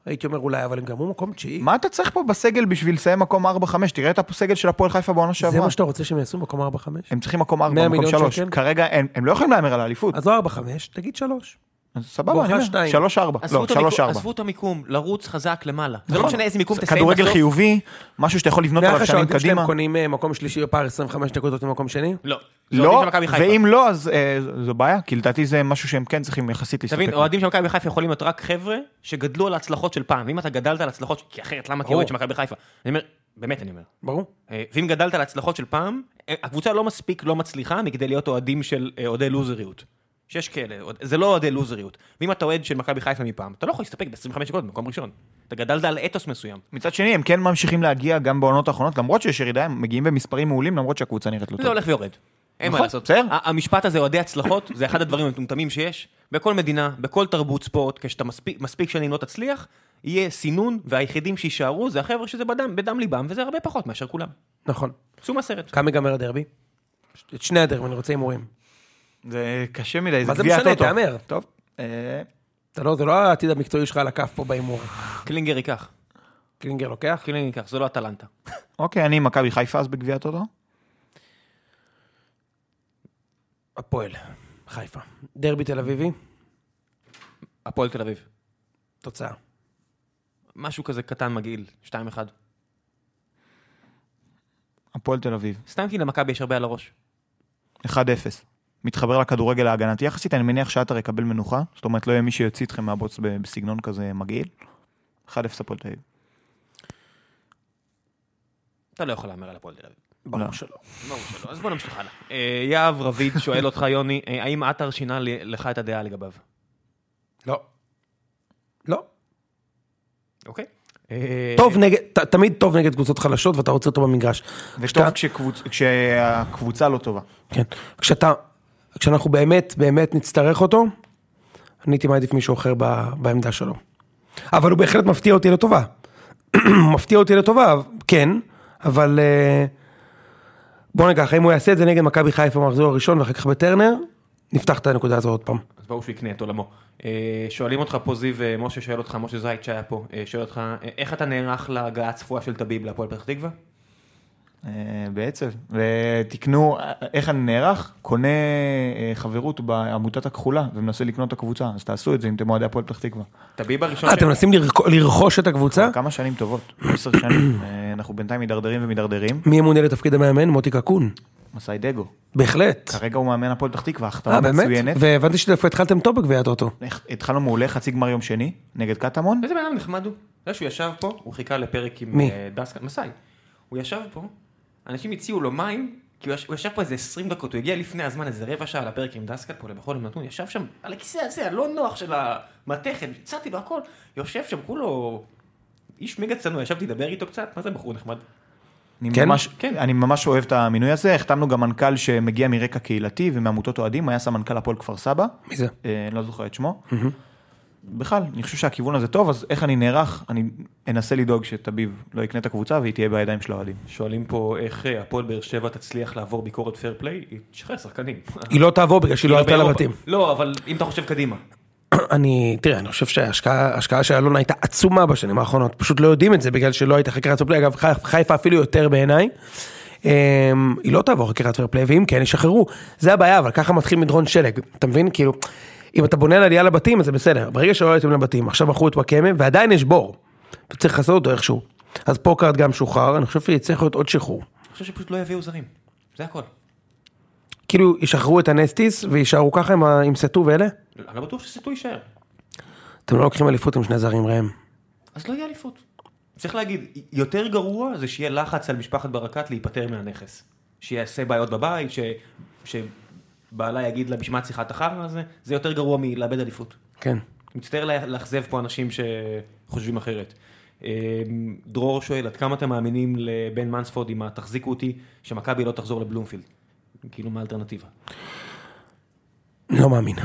S3: הייתי אומר אולי, אבל הם גמרו מקום תשיעי.
S2: מה אתה צריך פה בסגל בשביל לסיים מקום 4-5? תראה את הסגל של הפועל חיפה בעונה
S3: זה
S2: שעברה.
S3: מה שאתה רוצה שהם יעשו במקום 4-5?
S2: הם צריכים מקום 4,
S3: 100
S2: מקום
S3: מיליון
S2: 3.
S3: שקל?
S2: כרגע הם הם לא יכולים להמר על האליפות.
S3: אז לא 4-5, תגיד 3.
S2: אז סבבה,
S3: בואכה
S2: אני אומר,
S3: שתיים.
S2: 3-4.
S1: עזבו
S2: לא,
S1: את המיקום-
S2: 3-4.
S1: עזבו את המיקום, לרוץ חזק למעלה. זה לא משנה איזה מיקום
S2: נכון. זה
S1: תסיים בסוף.
S2: כדורגל חיובי, משהו שאתה יכול לבנות
S3: נראה
S2: עליו
S3: לך
S2: שנים
S3: שהאוהדים
S2: אוקיי,
S3: שלהם
S2: קדימה.
S3: קונים אה, מקום שלישי בפער 25 נקודות ממקום שני?
S1: לא. זה
S2: לא,
S1: אוהדים של מכבי חיפה.
S2: ואם לא, אז אה, זו בעיה, כי לדעתי זה משהו שהם כן צריכים יחסית להסתפק.
S1: תבין, אוהדים של מכבי חיפה יכולים להיות רק חבר'ה שגדלו על ההצלחות של פעם. ואם אתה גדלת על הצלחות, כי אחרת למה כאוהד של מכבי חיפה? אני אומר, באמת אני אומר.
S3: ברור.
S1: אה, ואם גדלת על ההצלחות של פעם, אה, הקבוצה לא מספיק לא מצליחה מכדי להיות אוהדים של אה, אוהדי לוזריות. שיש כאלה, אוהד- זה לא אוהדי לוזריות. ואם אתה אוהד של מכבי חיפה מפעם, אתה לא יכול להסתפק ב-25 נקודות במקום ראשון. אתה גדלת על אתוס מסוים.
S2: מצד שני, הם כן ממשיכים להגיע גם בעונות האחרונות, למרות שיש ירידה, הם מגיעים במספרים מעולים, למרות שהקבוצה נראית לא
S1: זה
S2: טוב.
S1: הולך ויורד. אין מה
S2: נכון,
S1: לעשות.
S2: בסדר.
S1: ה- המשפט הזה, אוהדי הצלחות, זה אחד הדברים המטומטמים שיש. בכל מדינה, בכל תרבות ספורט, כשאתה מספיק, מספיק שנים לא תצליח, יהיה סינון, והיחידים שיישארו זה החבר'ה שזה בדם, בדם ליבם, וזה הרבה פחות מאשר כולם.
S3: נכון.
S1: צאו מהסרט.
S3: כמה ייגמר הדרבי? את שני הדרבים, אני רוצה הימורים.
S2: לא. זה קשה מדי,
S3: מה זה משנה, תהמר.
S2: טוב. אה,
S3: אתה לא, זה לא העתיד המקצועי שלך על הכף פה בהימור.
S1: קלינגר ייקח.
S3: קלינגר לוקח?
S1: קלינגר ייקח, זה לא אטלנטה.
S2: אוקיי, אני מכבי חיפה אז בגביע הטוטו.
S3: הפועל. חיפה. דרבי תל אביבי?
S1: הפועל תל אביב.
S3: תוצאה.
S1: משהו כזה קטן מגעיל, 2-1.
S2: הפועל תל אביב,
S1: סתם כי למכבי יש הרבה על הראש.
S2: 1-0. מתחבר לכדורגל ההגנתי יחסית, אני מניח שעטר יקבל מנוחה, זאת אומרת לא יהיה מי שיוציא אתכם מהבוץ ב- בסגנון כזה מגעיל. 1-0 הפועל תל אביב.
S1: אתה לא יכול להמר על הפועל תל אביב.
S3: ברור
S2: לא.
S3: שלא.
S1: ברור שלא, אז בוא נמשיך הלאה. אה, יהב רביד שואל אותך, יוני, אה, האם עטר שינה לי- לך את הדעה לגביו?
S3: לא. לא.
S2: אה,
S1: אוקיי. אה,
S3: טוב נגד, ת- תמיד טוב נגד קבוצות חלשות ואתה רוצה אותו במגרש.
S2: וטוב
S3: כשאתה-
S2: כשקבוצ- כשהקבוצה לא טובה.
S3: כן. כשאתה, כשאנחנו באמת, באמת נצטרך אותו, אני הייתי מעדיף מישהו אחר ב, בעמדה שלו. אבל הוא בהחלט מפתיע אותי לטובה. הוא מפתיע אותי לטובה, כן, אבל אה, בוא נגיד, אם הוא יעשה את זה נגד מכבי חיפה במחזור הראשון ואחר כך בטרנר, נפתח את הנקודה הזו עוד פעם.
S1: אז ברור שהוא יקנה את עולמו. אה, שואלים אותך פה זיו, אה, משה שואל אותך, משה זייט שהיה פה, אה, שואל אותך, אה, איך אתה נערך להגעה הצפויה של טביב להפועל פתח תקווה?
S2: אה, בעצב, ותקנו, אה, איך אני נערך? קונה אה, חברות בעמותת הכחולה ומנסה לקנות את הקבוצה, אז תעשו את זה אם אתם אוהדי הפועל פתח תקווה.
S1: טביב הראשון,
S3: אה,
S1: ש-
S3: אתם מנסים לרכו- לרכוש את הקבוצה?
S2: כמה שנים טובות, עשר שנים, אה, אה, אנחנו בינתיים מידרדרים ומידרדרים.
S3: מי ימונה לתפקיד המאמן? מוטי קקון.
S2: מסאי דגו.
S3: בהחלט.
S2: כרגע הוא מאמן הפועל פתח תקווה, החתמה
S3: אה, באמת?
S2: מצוינת.
S3: והבנתי שדווקא התחלתם טוב בגביע הטוטו.
S2: איך- התחלנו מעולה, חצי גמר יום שני, נגד קטמון.
S1: איזה בן אדם נחמד הוא. אתה יודע שהוא ישב פה, הוא חיכה לפרק עם
S3: מי?
S1: אה, דסקה, מסאי. הוא ישב פה, אנשים הציעו לו מים, כי הוא יש- הוא ישב פה איזה 20 דקות, הוא הגיע לפני הזמן איזה רבע שעה לפרק עם דסקה פה לבחור עם נתון, ישב שם על הכיסא הזה, הלא נוח של המתכת, הצעתי לו הכל, יושב שם כולו... איש מגה צנוע, ישבתי לדבר איתו קצת, מה זה בחור נחמד?
S2: אני
S3: כן?
S2: ממש-
S1: כן.
S2: אני ממש אוהב את המינוי הזה, החתמנו גם מנכ"ל שמגיע מרקע קהילתי ומעמותות אוהדים, היה סמנכ"ל הפועל כפר סבא.
S3: מי זה?
S2: אה, אני לא זוכר את שמו. בכלל, אני חושב שהכיוון הזה טוב, אז איך אני נערך? אני אנסה לדאוג שתביב לא יקנה את הקבוצה והיא תהיה בידיים של האוהדים.
S1: שואלים פה איך אה, הפועל באר שבע תצליח לעבור ביקורת פייר פליי, היא תשחרר שחקנים.
S3: היא לא תעבור בגלל שהיא לא עלתה
S1: באירופה.
S3: לבתים.
S1: לא, אבל אם אתה חושב קדימה.
S3: אני, תראה, אני חושב שההשקעה ההשקעה של אלונה הייתה עצומה בשנים האחרונות, פשוט לא יודעים את זה בגלל שלא הייתה חקירת פרפליי, אגב ח- חיפה אפילו יותר בעיניי. אמ, היא לא תעבור חקירת פרפליי, ואם כן, ישחררו. זה הבעיה, אבל ככה מתחיל מדרון שלג, אתה מבין? כאילו, אם אתה בונה על עלייה לבתים, אז זה בסדר. ברגע שלא עליתם לבתים, עכשיו מכרו את וואקמה, ועדיין יש בור. וצריך לעשות אותו איכשהו. אז פוקארד גם שוחרר, אני חושב שצריך להיות עוד שחרור.
S1: אני חושב שפשוט לא יביאו זרים, זה הכל.
S3: כאילו, ישחררו את הנסטיס, ויישארו ככה עם ה- עם סטו ואלה?
S1: אני לא בטוח שסטו יישאר.
S3: אתם לא לוקחים אליפות עם שני זרים ראם.
S1: אז לא יהיה אליפות. צריך להגיד, יותר גרוע זה שיהיה לחץ על משפחת ברקת להיפטר מהנכס. שיעשה בעיות בבית, ש... שבעלה יגיד לה בשביל מה את צריכה את החרא הזה, זה יותר גרוע מלאבד אליפות.
S3: כן.
S1: אני מצטער לה- לאכזב פה אנשים שחושבים אחרת. אמ, דרור שואל, עד כמה אתם מאמינים לבן מנספורד עם ה"תחזיקו אותי", שמכבי לא תחזור לבלומפילד? כאילו, מה האלטרנטיבה?
S3: לא מאמין.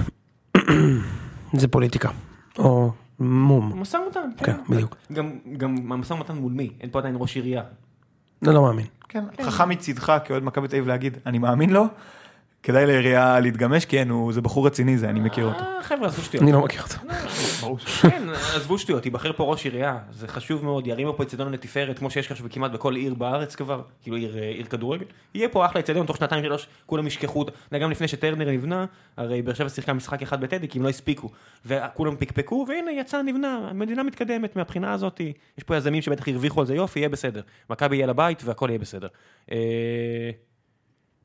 S3: זה פוליטיקה. או מום.
S1: משא ומתן.
S3: כן, בדיוק.
S1: גם, גם המשא ומתן מול מי? אין פה עדיין ראש עירייה.
S3: לא, לא מאמין.
S2: כן, חכם מצידך כאוהד מכבי תל אביב להגיד, אני מאמין לו, כדאי לעירייה להתגמש, כן, הוא- זה בחור רציני זה, אני מכיר אותו.
S1: אה, חבר'ה, עשו שטויות.
S3: אני לא מכיר אותו.
S1: כן, עזבו שטויות, ייבחר פה ראש עירייה, זה חשוב מאוד, ירימו פה אצטדיון לתפארת, כמו שיש עכשיו כמעט בכל עיר בארץ כבר, כאילו עיר, עיר כדורגל, יהיה פה אחלה אצטדיון, תוך שנתיים שלוש, כולם ישכחו, אותה. אתה יודע, גם לפני שטרנר נבנה, הרי באר שבע שיחקה משחק אחד בטדי, כי הם לא הספיקו, וכולם פקפקו, והנה, יצא, נבנה, המדינה מתקדמת מהבחינה הזאת, יש פה יזמים שבטח הרוויחו על זה יופי, יהיה בסדר, מכבי יהיה לבית והכל יהיה בסדר. אה,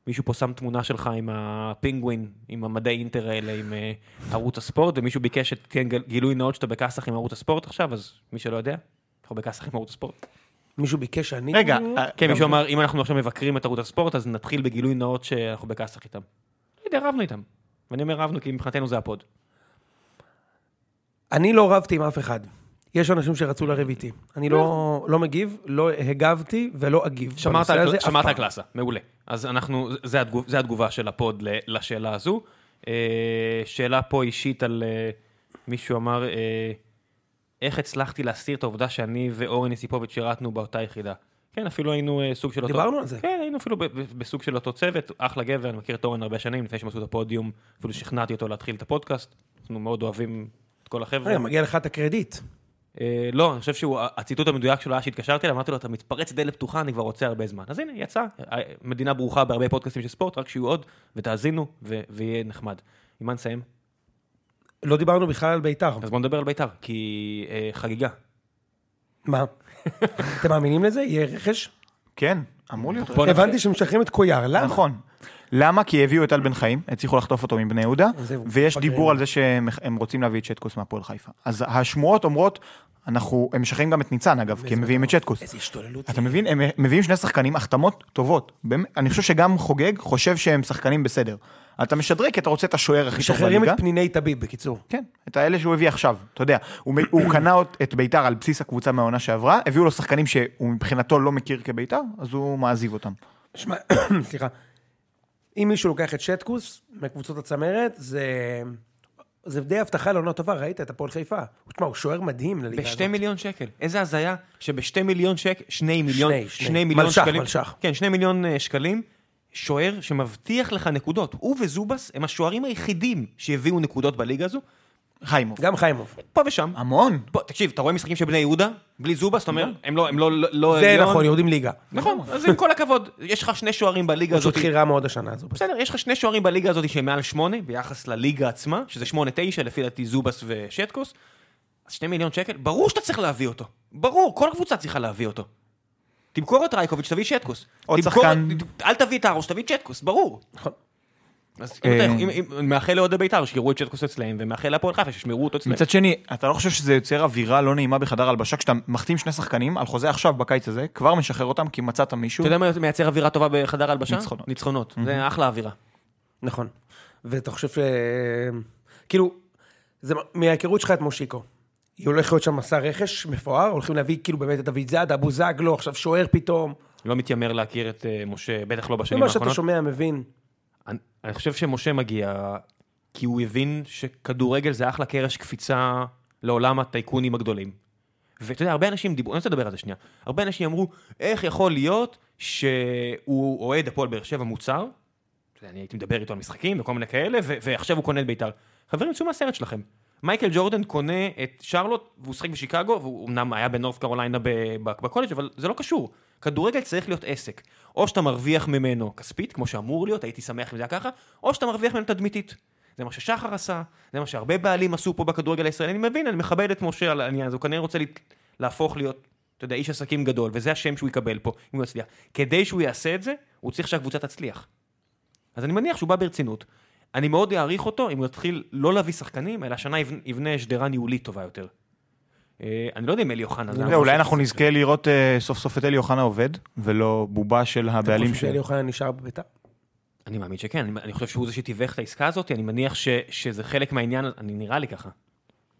S1: מישהו פה שם תמונה שלך עם הפינגווין, עם המדי אינטר האלה, עם אה, ערוץ הספורט, ומישהו ביקש שתיתן גל- גילוי נאות שאתה בכסח עם ערוץ הספורט עכשיו, אז מי שלא יודע, אנחנו בכסח עם ערוץ הספורט.
S3: מישהו ביקש שאני...
S2: רגע,
S1: כן, מישהו אמר, אם אנחנו עכשיו מבקרים את ערוץ הספורט, אז נתחיל בגילוי נאות שאנחנו בכסח איתם. לא יודע, רבנו איתם. ואני אומר רבנו, כי מבחינתנו זה הפוד.
S3: אני לא רבתי עם אף אחד. יש אנשים שרצו לריב איתי. אני לא לא מגיב, לא הגבתי ולא אגיב.
S1: שמרת
S3: בנושא
S1: על
S3: הזה
S1: קל-
S3: אף
S1: שמרת
S3: פעם.
S1: על קלאסה, מעולה. אז אנחנו, זה התגוב- זה התגובה של הפוד ל- לשאלה הזו. אה, שאלה פה אישית על אה, מישהו אמר, אה, איך הצלחתי להסתיר את העובדה שאני ואורן יסיפוביץ' שירתנו באותה יחידה? כן, אפילו היינו אה, סוג של אותו...
S3: דיברנו על זה.
S1: כן, היינו אפילו ב- ב- בסוג של אותו צוות, אחלה גבר, אני מכיר את אורן הרבה שנים, לפני שהם עשו את הפודיום, אפילו שכנעתי אותו להתחיל את הפודקאסט. אנחנו מאוד אוהבים את כל החבר'ה.
S3: רגע, מגיע לך את הקרדיט.
S1: אה, לא, אני חושב שהציטוט המדויק שלו היה שהתקשרתי אליו, אמרתי לו, אתה מתפרץ דלת פתוחה, אני כבר רוצה הרבה זמן. אז הנה, יצא, אה, מדינה ברוכה בהרבה פודקאסטים של ספורט, רק שיהיו עוד, ותאזינו, ו- ויהיה נחמד. עם מה נסיים?
S3: לא דיברנו בכלל על בית"ר.
S1: אז בואו נדבר על בית"ר, כי אה, חגיגה.
S3: מה? אתם מאמינים לזה? יהיה רכש?
S2: כן, אמור להיות.
S1: בוא נתחיל.
S3: הבנתי שמשחררים את קויאר, למה?
S2: נכון. למה? כי הביאו את טל בן חיים, הצליחו לחטוף אותו מבני יהודה,
S3: איזה
S2: ויש
S3: פגרים.
S2: דיבור על זה שהם הם רוצים להביא את שטקוס מהפועל חיפה. אז השמועות אומרות, אנחנו, הם משחררים גם את ניצן אגב, כי הם מביאים את שטקוס.
S3: איזה השתוללות.
S2: אתה מבין? הם מביאים שני שחקנים, החתמות טובות. באמת, אני חושב שגם חוגג חושב שהם שחקנים בסדר. אתה משדרג כי אתה רוצה את השוער הכי טוב
S3: משחררים את
S2: בליגה.
S3: פניני תביב, בקיצור.
S2: כן, את האלה שהוא הביא עכשיו, אתה יודע. הוא, מ- הוא קנה אות- את ביתר על בסיס הקבוצה מהעונה שעברה, הביאו לו שחקנים שהוא מבחינתו לא מכיר כביתר, אז הוא מעזיב אותם.
S3: שמע, סליחה. אם מישהו לוקח את שטקוס מקבוצות הצמרת, זה... זה די הבטחה לעונה טובה, ראית את הפועל חיפה. הוא- תשמע, הוא שוער מדהים לליגה הזאת.
S1: בשתי מיליון שקל, איזה הזיה שבשתי מיליון שקל, שני מיליון,
S3: שני, שני.
S1: שני מיליון
S3: מלש"ח,
S1: שקלים,
S3: מלש"ח.
S1: כן, שני מיליון אה, שקלים, שוער שמבטיח לך נקודות. הוא וזובס הם השוערים היחידים שהביאו נקודות בליגה הזו,
S2: חיימוב.
S3: גם חיימוב.
S1: פה ושם.
S2: המון.
S1: בוא, תקשיב, אתה רואה משחקים של בני יהודה, בלי זובס, אתה אומר, הם לא, הם לא, לא, לא
S3: זה נכון, יורדים ליגה.
S1: נכון, אז עם כל הכבוד, יש לך שני שוערים בליגה
S3: פשוט
S1: הזאת.
S3: התחיל רע מאוד השנה הזו.
S1: בסדר, יש לך שני שוערים בליגה הזאת שהם מעל שמונה, ביחס לליגה עצמה, שזה שמונה תשע, לפי דעתי זובס ושטקוס. אז שני מיליון שקל, ברור שאתה צריך להביא אותו. ברור, כל קבוצה צריכה להביא אותו. תמכור את רייקוביץ', תביא שטקוס.
S2: עוד
S1: תמכור
S2: שחקן.
S1: את- אל תביא את הרוש, תביא את שטקוס, ברור. אז אם אתה- אם- אם- מאחל לאוהדי בית"ר שיראו את שטקוס אצלהם, ומאחל להפועל חיפה שישמרו אותו אצלהם.
S2: מצד שני, אתה לא חושב שזה יוצר אווירה לא נעימה בחדר הלבשה כשאתה מחתים שני שחקנים על חוזה עכשיו בקיץ הזה, כבר משחרר אותם כי מצאת מישהו?
S1: אתה יודע מה מייצר אווירה טובה בחדר הלבשה?
S2: ניצחונות.
S1: ניצחונות. זה אחלה אווירה.
S5: נכון.
S3: ואתה חושב ש... כאילו, זה מההיכרות שלך את מושיקו. היא הולך להיות שם מסע רכש מפואר, הולכים להביא כאילו באמת את דוד זאדה, אבו זגלו, עכשיו שוער פתאום.
S1: לא מתיימר להכיר את אה, משה, בטח לא
S3: זה
S1: בשנים
S3: מה שאתה
S1: האחרונות.
S3: שומע, מבין.
S1: אני- אני חושב שמשה מגיע כי הוא הבין שכדורגל זה אחלה קרש קפיצה לעולם הטייקונים הגדולים. ואתה יודע, הרבה אנשים דיברו, אני רוצה לדבר על זה שנייה, הרבה אנשים אמרו, איך יכול להיות שהוא אוהד הפועל באר שבע מוצר, אתה יודע, אני הייתי מדבר איתו על משחקים וכל מיני כאלה, ו- ועכשיו הוא קונה את בית"ר. חברים, צאו מהסרט שלכם. מייקל ג'ורדן קונה את שרלוט, והוא שחק בשיקגו, והוא אמנם היה בנורף קרוליינה ב- ב- בקולג', אבל זה לא קשור. כדורגל צריך להיות עסק. או שאתה מרוויח ממנו כספית, כמו שאמור להיות, הייתי שמח אם זה היה ככה, או שאתה מרוויח ממנו תדמיתית. זה מה ששחר עשה, זה מה שהרבה בעלים עשו פה בכדורגל הישראלי, אני מבין, אני מכבד את משה על העניין הזה, הוא כנראה רוצה להת- להפוך להיות, אתה יודע, איש עסקים גדול, וזה השם שהוא יקבל פה, אם הוא יצליח. כדי שהוא יעשה את זה, הוא צריך שהקבוצה תצליח. אז אני מניח שהוא בא ברצינות. אני מאוד אעריך אותו אם הוא יתחיל לא להביא שחקנים, אלא השנה יבנ- יבנה שדרה ניהולית טובה יותר. אה, אני לא יודע אם אלי אוחנה... זה
S2: אתה יודע,
S1: המקום
S2: אולי
S1: ש-
S2: אנחנו נזכה
S1: כן.
S2: לראות אה, סוף סוף את אלי אוחנה עובד, ולא בובה של הבעלים
S3: חושב שאלי
S2: שלו.
S3: אוחנה נשאר בביתר?
S1: אני מאמין שכן, אני, אני חושב שהוא זה שתיווך את העסקה הזאת, אני מניח ש, שזה חלק מהעניין, אני נראה לי ככה.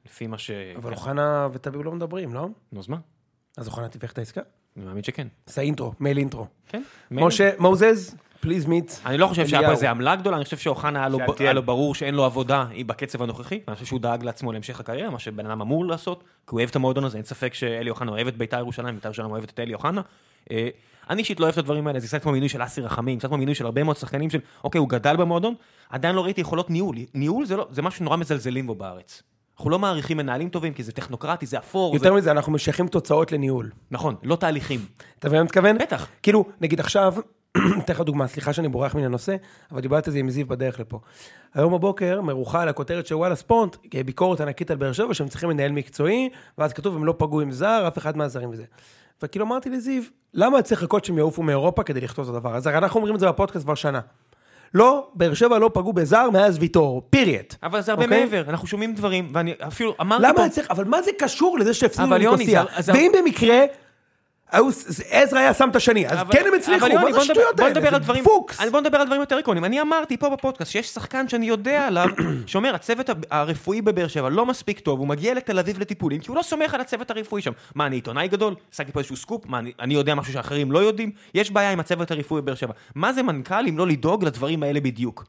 S1: לפי מה ש...
S3: אבל אוחנה וטביב לא מדברים, לא?
S1: נו, אז מה?
S3: אז אוחנה טיפח את העסקה?
S1: אני מאמין שכן.
S3: זה האינטרו, מייל אינטרו.
S1: כן? מילא.
S3: משה, מוזס, פליז מיץ.
S1: אני לא חושב שהיה פה
S3: אליהו.
S1: איזה עמלה גדולה, אני חושב שאוחנה היה לו-
S2: שאלתיאל.
S1: היה לו ברור שאין לו עבודה היא בקצב הנוכחי, ואני חושב שהוא דאג לעצמו להמשך הקריירה, מה שבן אדם אמור לעשות, כי הוא אוהב את המועדון הזה, אין ספק שאלי אוחנה אוהב את בית"ר ירושלים, בית"ר ירושלים אוהבת את אלי אוחנה. אה, אני אישית לא אוהב את הדברים האלה, זה קצת כמו מינוי של אסי רחמים, קצת כמו מינוי של הרבה מאוד שחקנים של, אוקיי, הוא גדל במועדון, עדיין לא ראיתי יכולות ניהול. ניהול זה לא- זה משהו שנורא מזלזלים בו בארץ. אנחנו לא מעריכים מנהלים טובים, כי זה טכנוקרטי, זה אפור, זה...
S3: יותר מזה, אנחנו משייכים תוצאות לניהול.
S1: נכון, לא תהליכים.
S3: אתה מבין מה אני מתכוון?
S1: בטח.
S3: כאילו, נגיד עכשיו, אתן לך דוגמה, סליחה שאני בורח מן הנושא, אבל דיברתי על זה עם זיו בדרך לפה. היום בבוקר מרוחה על הכותרת של וואלה ספונט, ביקורת ענקית על באר שבע, שהם צריכים מנהל מקצועי, ואז כתוב, הם לא פגעו עם זר, אף אחד מהזרים וזה. וכאילו אמרתי לזיו, למה צריך לחכות שהם יעופו מאירופה כדי לכתוב את הדבר הזה? הרי אנחנו אומרים את זה בפודקאסט כבר שנה. לא, באר שבע לא פגעו בזר מאז ויטור, פיריט.
S1: אבל זה הרבה
S3: אוקיי?
S1: מעבר, אנחנו שומעים דברים, ואני אפילו אמרתי פה...
S3: למה צריך, אבל מה זה קשור לזה שהפסידו
S1: אה, אבל יוני,
S3: לניקוסיה?
S1: זה- זה-
S3: ואם במקרה, היו- ס- עזרא היה שם את השני, אז
S1: אבל-
S3: כן הם הצליחו,
S1: אבל יוני,
S3: מה זה
S1: בוא נדבר-
S3: השטויות
S1: בוא
S3: האלה?
S1: נדבר על
S3: זה
S1: דברים-
S3: פוקס.
S1: אז בוא נדבר על דברים יותר עקרוניים. אני אמרתי פה בפודקאסט שיש שחקן שאני יודע עליו, שאומר, הצוות ה- הרפואי בבאר שבע לא מספיק טוב, הוא מגיע לתל אביב לטיפולים, כי הוא לא סומך על הצוות הרפואי שם. מה, אני עיתונאי גדול? עשיתי פה איזשהו סקופ? מה, אני- אני יודע משהו שאחרים לא יודעים? יש בעיה עם הצוות הרפואי בבאר שבע. מה זה מנכ"ל אם לא לדאוג לדברים האלה בדיוק?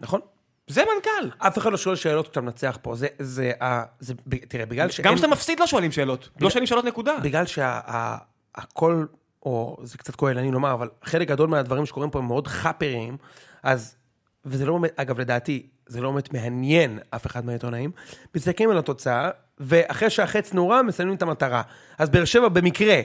S3: נכון.
S1: זה מנכ"ל.
S3: אף אחד לא שואל שאלות כשאתה מנצח פה, זה, זה, ה- זה, ב- תראה, בגלל שאין...
S1: גם כשאתה מפסיד לא שואלים שאלות. לא שואלים שאלות נקודה.
S3: בגלל שהכל, או זה קצת כהלני לומר, אבל חלק גדול מהדברים שקורים פה הם מאוד חאפריים, אז, וזה לא באמת, אגב, לדעתי, זה לא באמת מעניין אף אחד מהעיתונאים, מסתכלים על התוצאה, ואחרי שהחץ נורה, מסיימים את המטרה. אז באר שבע במקרה,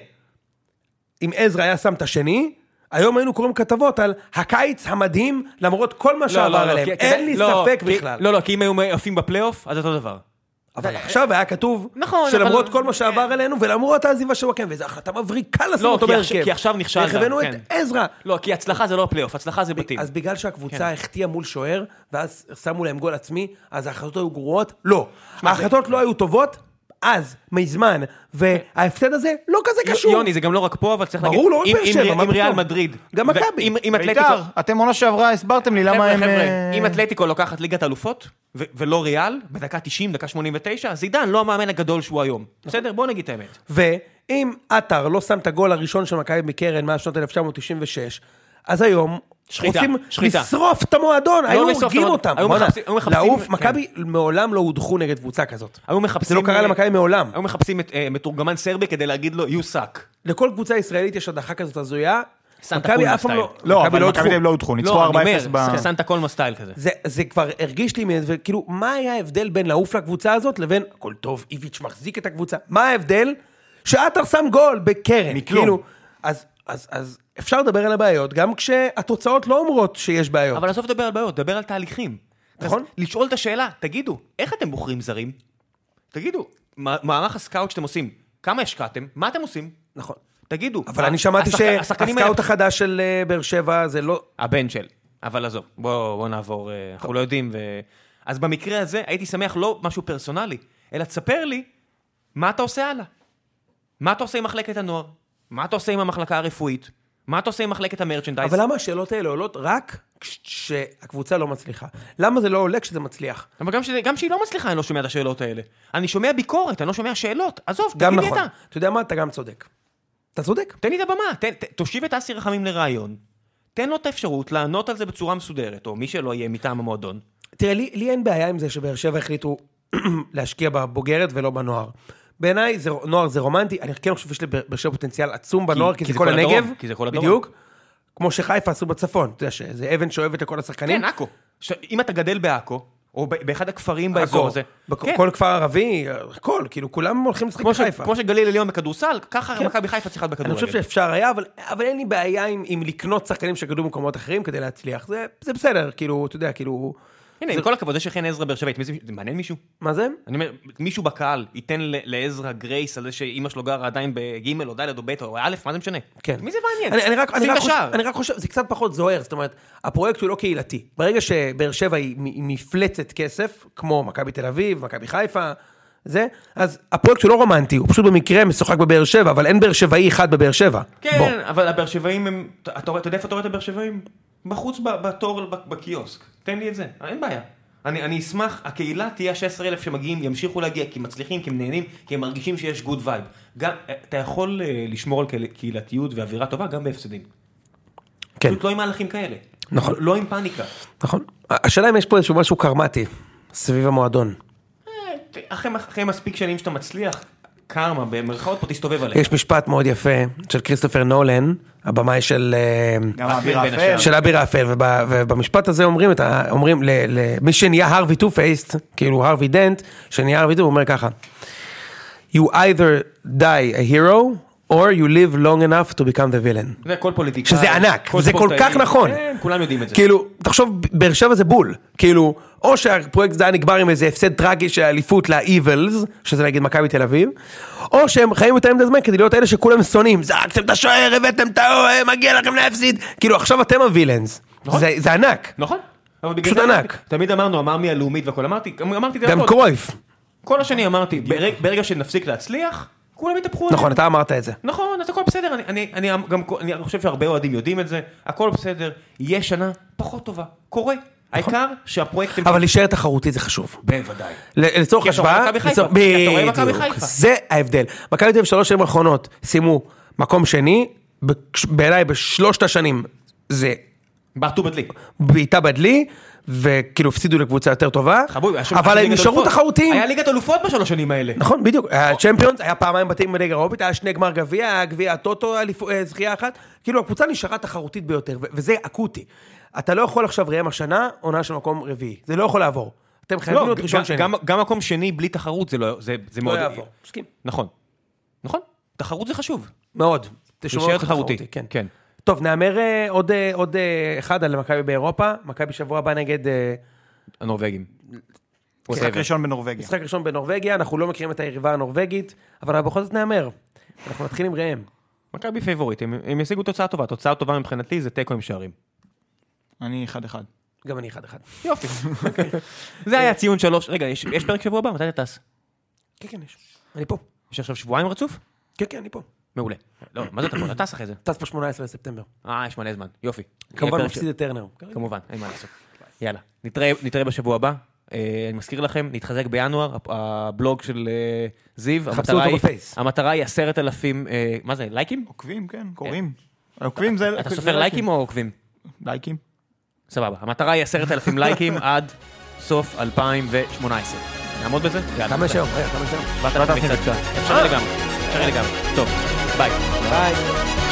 S3: אם עזרא היה שם את השני, היום היינו קוראים כתבות על הקיץ המדהים, למרות כל מה שעבר עליהם.
S1: לא, כי-
S3: אין לי
S1: לא,
S3: ספק
S1: כי-
S3: בכלל.
S1: לא, לא, כי אם היו עפים בפלייאוף, אז אותו דבר.
S3: אבל עכשיו היה כתוב,
S1: נכון,
S3: שלמרות
S1: אבל-
S3: כל מה שעבר עלינו, ולמרות העזיבה של וואקם, וזו החלטה מבריקה לשים
S1: לא,
S3: אותו
S1: כי
S3: בהרכב.
S1: עכשיו- כי עכשיו נכשלת,
S3: איך הבאנו את
S1: כן.
S3: עזרא.
S1: לא, כן. כי הצלחה זה לא הפלייאוף, הצלחה זה בתים.
S3: אז בגלל שהקבוצה החטיאה מול שוער, ואז שמו להם גול עצמי, אז ההחלטות היו גרועות? לא. ההחלטות לא היו טובות? אז, מזמן. וההפסד הזה לא כזה קשור.
S1: יוני, זה גם לא רק פה, אבל צריך להגיד,
S3: ברור, לא רק
S1: אם-
S3: באר
S1: אם-
S3: שבע, מה
S1: אם ריאל
S3: פתאום?
S1: מדריד.
S3: גם
S1: ו-
S3: מכבי.
S1: אם- אם אתלטיקו...
S2: בית"ר, אתם עונה שעברה הסברתם לי למה
S1: חבר'ה,
S2: הם...
S1: חבר'ה,
S2: אה,
S1: אם אתלטיקו לוקחת ליגת אלופות, ו- ולא ריאל, בדקה 90, דקה 89, אז עידן לא המאמן הגדול שהוא היום. בסדר? בוא נגיד את האמת.
S3: ואם עטר לא שם את הגול הראשון של מכבי מקרן מאז שנות 1996, אז היום
S1: שחיטה,
S3: רוצים
S1: שחיטה. לא
S3: לשרוף את המועדון, היו
S1: לשרוף את
S3: הורגים
S1: המועדון,
S3: אותם.
S1: היו
S3: בואנה,
S1: מחפשים- היו מחפשים-
S3: לעוף,
S1: כן.
S3: מכבי מעולם לא הודחו נגד קבוצה כזאת.
S1: היו מחפשים...
S3: לא קרה
S1: אה,
S3: למכבי מעולם.
S1: היו מחפשים את, אה, מתורגמן סרבי כדי להגיד לו, you suck.
S3: לכל קבוצה ישראלית יש הדחה כזאת הזויה.
S1: סנטה
S3: מכבי
S1: קולמה
S3: אף פעם
S1: סטייל.
S2: לא,
S3: מכבי
S2: אבל מכבי תל אביב לא
S3: הודחו.
S2: הודחו, ניצחו
S1: לא,
S2: 4-0
S1: אני אומר,
S2: ב...
S1: סנטה קולמה סטייל כזה.
S3: זה, זה כבר הרגיש לי, מ- וכאילו, מה היה ההבדל בין לעוף לקבוצה הזאת לבין, הכל טוב, איביץ' מחזיק את הקבוצה, מה ההבדל? שעטר שם גול בקרן.
S2: מכלום.
S3: כאילו, אז, אז, אז אפשר לדבר על הבעיות, גם כשהתוצאות לא אומרות שיש בעיות.
S1: אבל עזוב לדבר על בעיות, דבר על תהליכים.
S3: נכון.
S1: אז לשאול את השאלה, תגידו, איך אתם בוחרים זרים? תגידו, מה- מערך הסקאוט שאתם עושים, כמה השקעתם? מה אתם עושים?
S3: נכון.
S1: תגידו.
S3: אבל אני שמעתי
S1: השחק- השחקנים האלה-
S3: שהסקאוט החדש של אה, באר שבע זה לא...
S1: הבן של. אבל עזוב, בואו בוא נעבור, אה, אנחנו לא יודעים. ו... אז במקרה הזה הייתי שמח לא משהו פרסונלי, אלא תספר לי מה אתה עושה הלאה. מה אתה עושה עם מחלקת הנוער? מה אתה עושה עם המחלקה הרפואית? מה אתה עושה עם מחלקת המרצ'נדייז?
S3: אבל למה השאלות האלה עולות רק כש- כשהקבוצה לא מצליחה? למה זה לא עולה כשזה מצליח?
S1: אבל גם, שזה, גם שהיא לא מצליחה, אני לא שומע את השאלות האלה. אני שומע ביקורת, אני לא שומע שאלות. עזוב,
S3: גם
S1: תגיד לי
S3: נכון.
S1: אתה.
S3: אתה יודע מה? אתה גם צודק. אתה צודק.
S1: תן לי את הבמה, תן, ת, תושיב את אסי רחמים לרעיון. תן לו את האפשרות לענות על זה בצורה מסודרת, או מי שלא יהיה מטעם המועדון.
S3: תראה, לי, לי אין בעיה עם זה שבאר שבע החליטו להשקיע בבוגרת ולא בנוער. בעיניי, זה, נוער זה רומנטי, אני כן חושב שיש לבאר שבע פוטנציאל עצום בנוער, כי,
S1: כי
S3: זה כל הנגב.
S1: הדרום, כי זה כל הדרום.
S3: בדיוק. כמו שחיפה עשו בצפון, אתה יודע שזה אבן שואבת לכל השחקנים.
S1: כן, עכו. ש- אם אתה גדל בעכו, או ב- באחד הכפרים באזור
S3: הכל.
S1: הזה,
S3: בכ-
S1: כן,
S3: כל כפר ערבי, הכל, כאילו, כולם הולכים לשחק
S1: כמו ש-
S3: בחיפה. כן.
S1: כמו שגליל עליון בכדורסל, ככה מכבי חיפה צריכה
S3: אני
S1: בכדורגל.
S3: חושב שאפשר היה, אבל, אבל אין לי בעיה עם, עם לקנות שחקנים שגדלו במקומות אחרים כדי להצליח. זה, זה בסדר, כאילו, אתה יודע, כאילו...
S1: הנה, עם כל הכבוד, זה שחן עזרא באר שבעית, מי זה- זה מעניין מישהו?
S3: מה זה?
S1: אני אומר, מישהו בקהל ייתן ל- לעזרא גרייס על זה שאימא שלו גרה עדיין בג' או ד' או ב' או א', מה זה משנה?
S3: כן.
S1: מי זה מעניין?
S3: אני, אני, רק, אני,
S1: שים
S3: רק
S1: את השער.
S3: חושב, אני רק חושב, זה קצת פחות זוהר, זאת אומרת, הפרויקט הוא לא קהילתי. ברגע שבאר שבע היא מ- היא מפלצת כסף, כמו מכבי תל אביב, מכבי חיפה, זה, אז הפרויקט הוא לא רומנטי, הוא פשוט במקרה משוחק בבאר שבע, אבל אין באר שבעי אחד בבאר שבע. בוא.
S1: כן, אבל הבאר שבעים הם... אתה אתה יודע איפה אתה רואה את הבאר שבעים? בחוץ ב- בתור ב- בקיוסק. תן לי את זה, אין בעיה. אני, אני אשמח, הקהילה תהיה ה-16,000 שמגיעים, ימשיכו להגיע, כי הם מצליחים, כי הם נהנים, כי הם מרגישים שיש גוד וייב. גם, אתה יכול אה, לשמור על קהיל- קהילתיות ואווירה טובה גם בהפסדים.
S3: כן.
S1: פשוט לא עם מהלכים כאלה.
S3: נכון.
S1: לא עם פאניקה.
S3: נכון. השאלה אם יש פה איזשהו משהו קרמטי סביב המועדון.
S1: אה, אחרי, אחרי מספיק שנים שאתה מצליח, קרמה, במרכאות פה תסתובב עליך.
S3: יש משפט מאוד יפה של כריסטופר נולן, הבמאי של... אה,
S2: גם
S1: רק
S2: האוויר
S1: בין
S2: האפל.
S1: השאר.
S3: של אבי רפל, וב- ובמשפט הזה אומרים, את ה- אומרים ל- למי שנהיה הרווי טו פייסט, כאילו הרווי דנט, שנהיה הרווי טו, הוא אומר ככה, You either die a hero, or you live long enough to become the villain.
S1: זה כל פוליטיקאי.
S3: שזה ענק,
S1: כל
S3: זה כל
S1: ספורטאי.
S3: כך נכון.
S1: כן, כולם יודעים את זה.
S3: כאילו, תחשוב, באר שבע זה בול. כאילו, או שהפרויקט זה היה נגמר עם איזה הפסד טרגי של אליפות לאיבלס, שזה נגיד מכבי תל אביב, או שהם חיים יותר מדי זמן כדי להיות אלה שכולם שונאים, זרקתם את השוער, הבאתם את האוהל, מגיע לכם להפסיד. כאילו, עכשיו אתם הווילאנס.
S1: נכון.
S3: זה- זה ענק.
S1: נכון. אבל בגלל
S3: פשוט
S1: זה
S3: ענק.
S1: אמרתי- תמיד אמרנו, אמר מי הלאומית והכל, אמרתי, אמרתי את זה
S3: גם
S1: הכל.
S3: קרויף.
S1: כל השני אמרתי, ברג- ברגע שנפסיק להצליח, כולם יתהפכו.
S3: נכון,
S1: עלינו.
S3: אתה אמרת את זה.
S1: נכון, אז הכל בסדר, אני, אני, אני, אמ- גם, אני חושב שהרבה אוהדים יודעים את זה, הכל בסדר, יהיה שנה פחות טובה, קורה. העיקר שהפרויקט...
S3: אבל להישאר תחרותי זה חשוב.
S1: בוודאי.
S3: ל- לצורך
S1: כי אתה רואה
S3: השוואה,
S1: מכבי חיפה.
S3: לצורך-
S1: כי אתה רואה מכבי
S3: בדיוק,
S1: חיפה.
S3: זה ההבדל. מכבי תל אביב שלוש שנים האחרונות סיימו מקום שני, ב- בעיניי בשלושת השנים זה
S1: בעטו בדלי.
S3: בעיטה בדלי, וכאילו הפסידו לקבוצה יותר טובה,
S1: חבוב, היה שם-
S3: אבל
S1: היה
S3: הם
S1: ליגת
S3: נשארו
S1: אלופות.
S3: תחרותיים.
S1: היה ליגת אלופות בשלוש שנים האלה.
S3: נכון, בדיוק, היה צ'מפיונס, היה פעמיים בתים בליגה האירופית, היה שני גמר גביע, היה גביע הטוטו, אליפו- אה, זכייה אחת, כאילו הקבוצה נשארה תחרותית ביותר, ו- וזה אקוטי. אתה לא יכול עכשיו ראם השנה, עונה של מקום רביעי, זה לא יכול לעבור. אתם חייבים
S1: לא,
S3: להיות ראשון
S1: גם-
S3: שני.
S1: גם- גם מקום שני בלי תחרות זה לא... זה זה
S3: לא
S1: מאוד...
S3: יעבור. מסכים.
S1: נכון. נכון. תחרות זה חשוב.
S3: מאוד. תשמור
S1: להישאר
S3: אותך
S1: תחרותי,
S3: כן.
S1: כן.
S3: טוב, נאמר אה, עוד, אה, עוד אה, אחד על מכבי באירופה, מכבי שבוע הבא נגד אה,
S1: הנורבגים.
S2: משחק ראשון בנורבגיה.
S3: משחק ראשון בנורבגיה, אנחנו לא מכירים את היריבה הנורבגית, אבל אנחנו בכל זאת נאמר. אנחנו נתחיל עם ראם.
S1: מכבי פייבוריט, הם הם ישיגו תוצאה טובה. תוצאה טובה מבחינתי זה תיקו עם שערים.
S2: אני אחד-אחד.
S3: גם אני אחד אחד.
S1: יופי. אוקיי. זה היה ציון שלוש. רגע, יש יש פרק שבוע הבא? מתי אתה טס?
S3: כן, כן, יש. אני פה.
S1: יש עכשיו שבועיים רצוף?
S3: כן, כן, אני פה.
S1: מעולה. לא, מה זה אתה פה? אתה טס אחרי זה.
S3: טס ב-18 לספטמבר.
S1: אה, יש מלא זמן. יופי. יהיה
S3: כמובן
S1: פרק
S3: מפסיד את טרנר.
S1: ש- כמובן, אין מה לעשות. יאללה. נתראה- נתראה בשבוע הבא. אה, אני מזכיר לכם, נתחזק בינואר, הפ- הבלוג של אה, זיו.
S3: חפשו
S1: המטרה
S3: אותו
S1: היא-
S3: בפייס. אוקיי,
S1: המטרה היא עשרת אלפים, אה, מה זה, לייקים?
S2: עוקבים, כן, קוראים. עוקבים זה...
S1: אתה
S2: זה
S3: לא
S2: לא
S1: סופר לייקים או עוקבים?
S2: לייקים.
S1: סבבה. המטרה היא עשרת אלפים לייקים עד סוף 2018. נעמוד בזה? יאללה.
S3: כמה יש היום? רגע, כמה יש היום?
S1: באת לעשות מקצת. אפשרי לגמרי. אפשרי לגמרי. טוב, ביי.
S3: אה. ביי.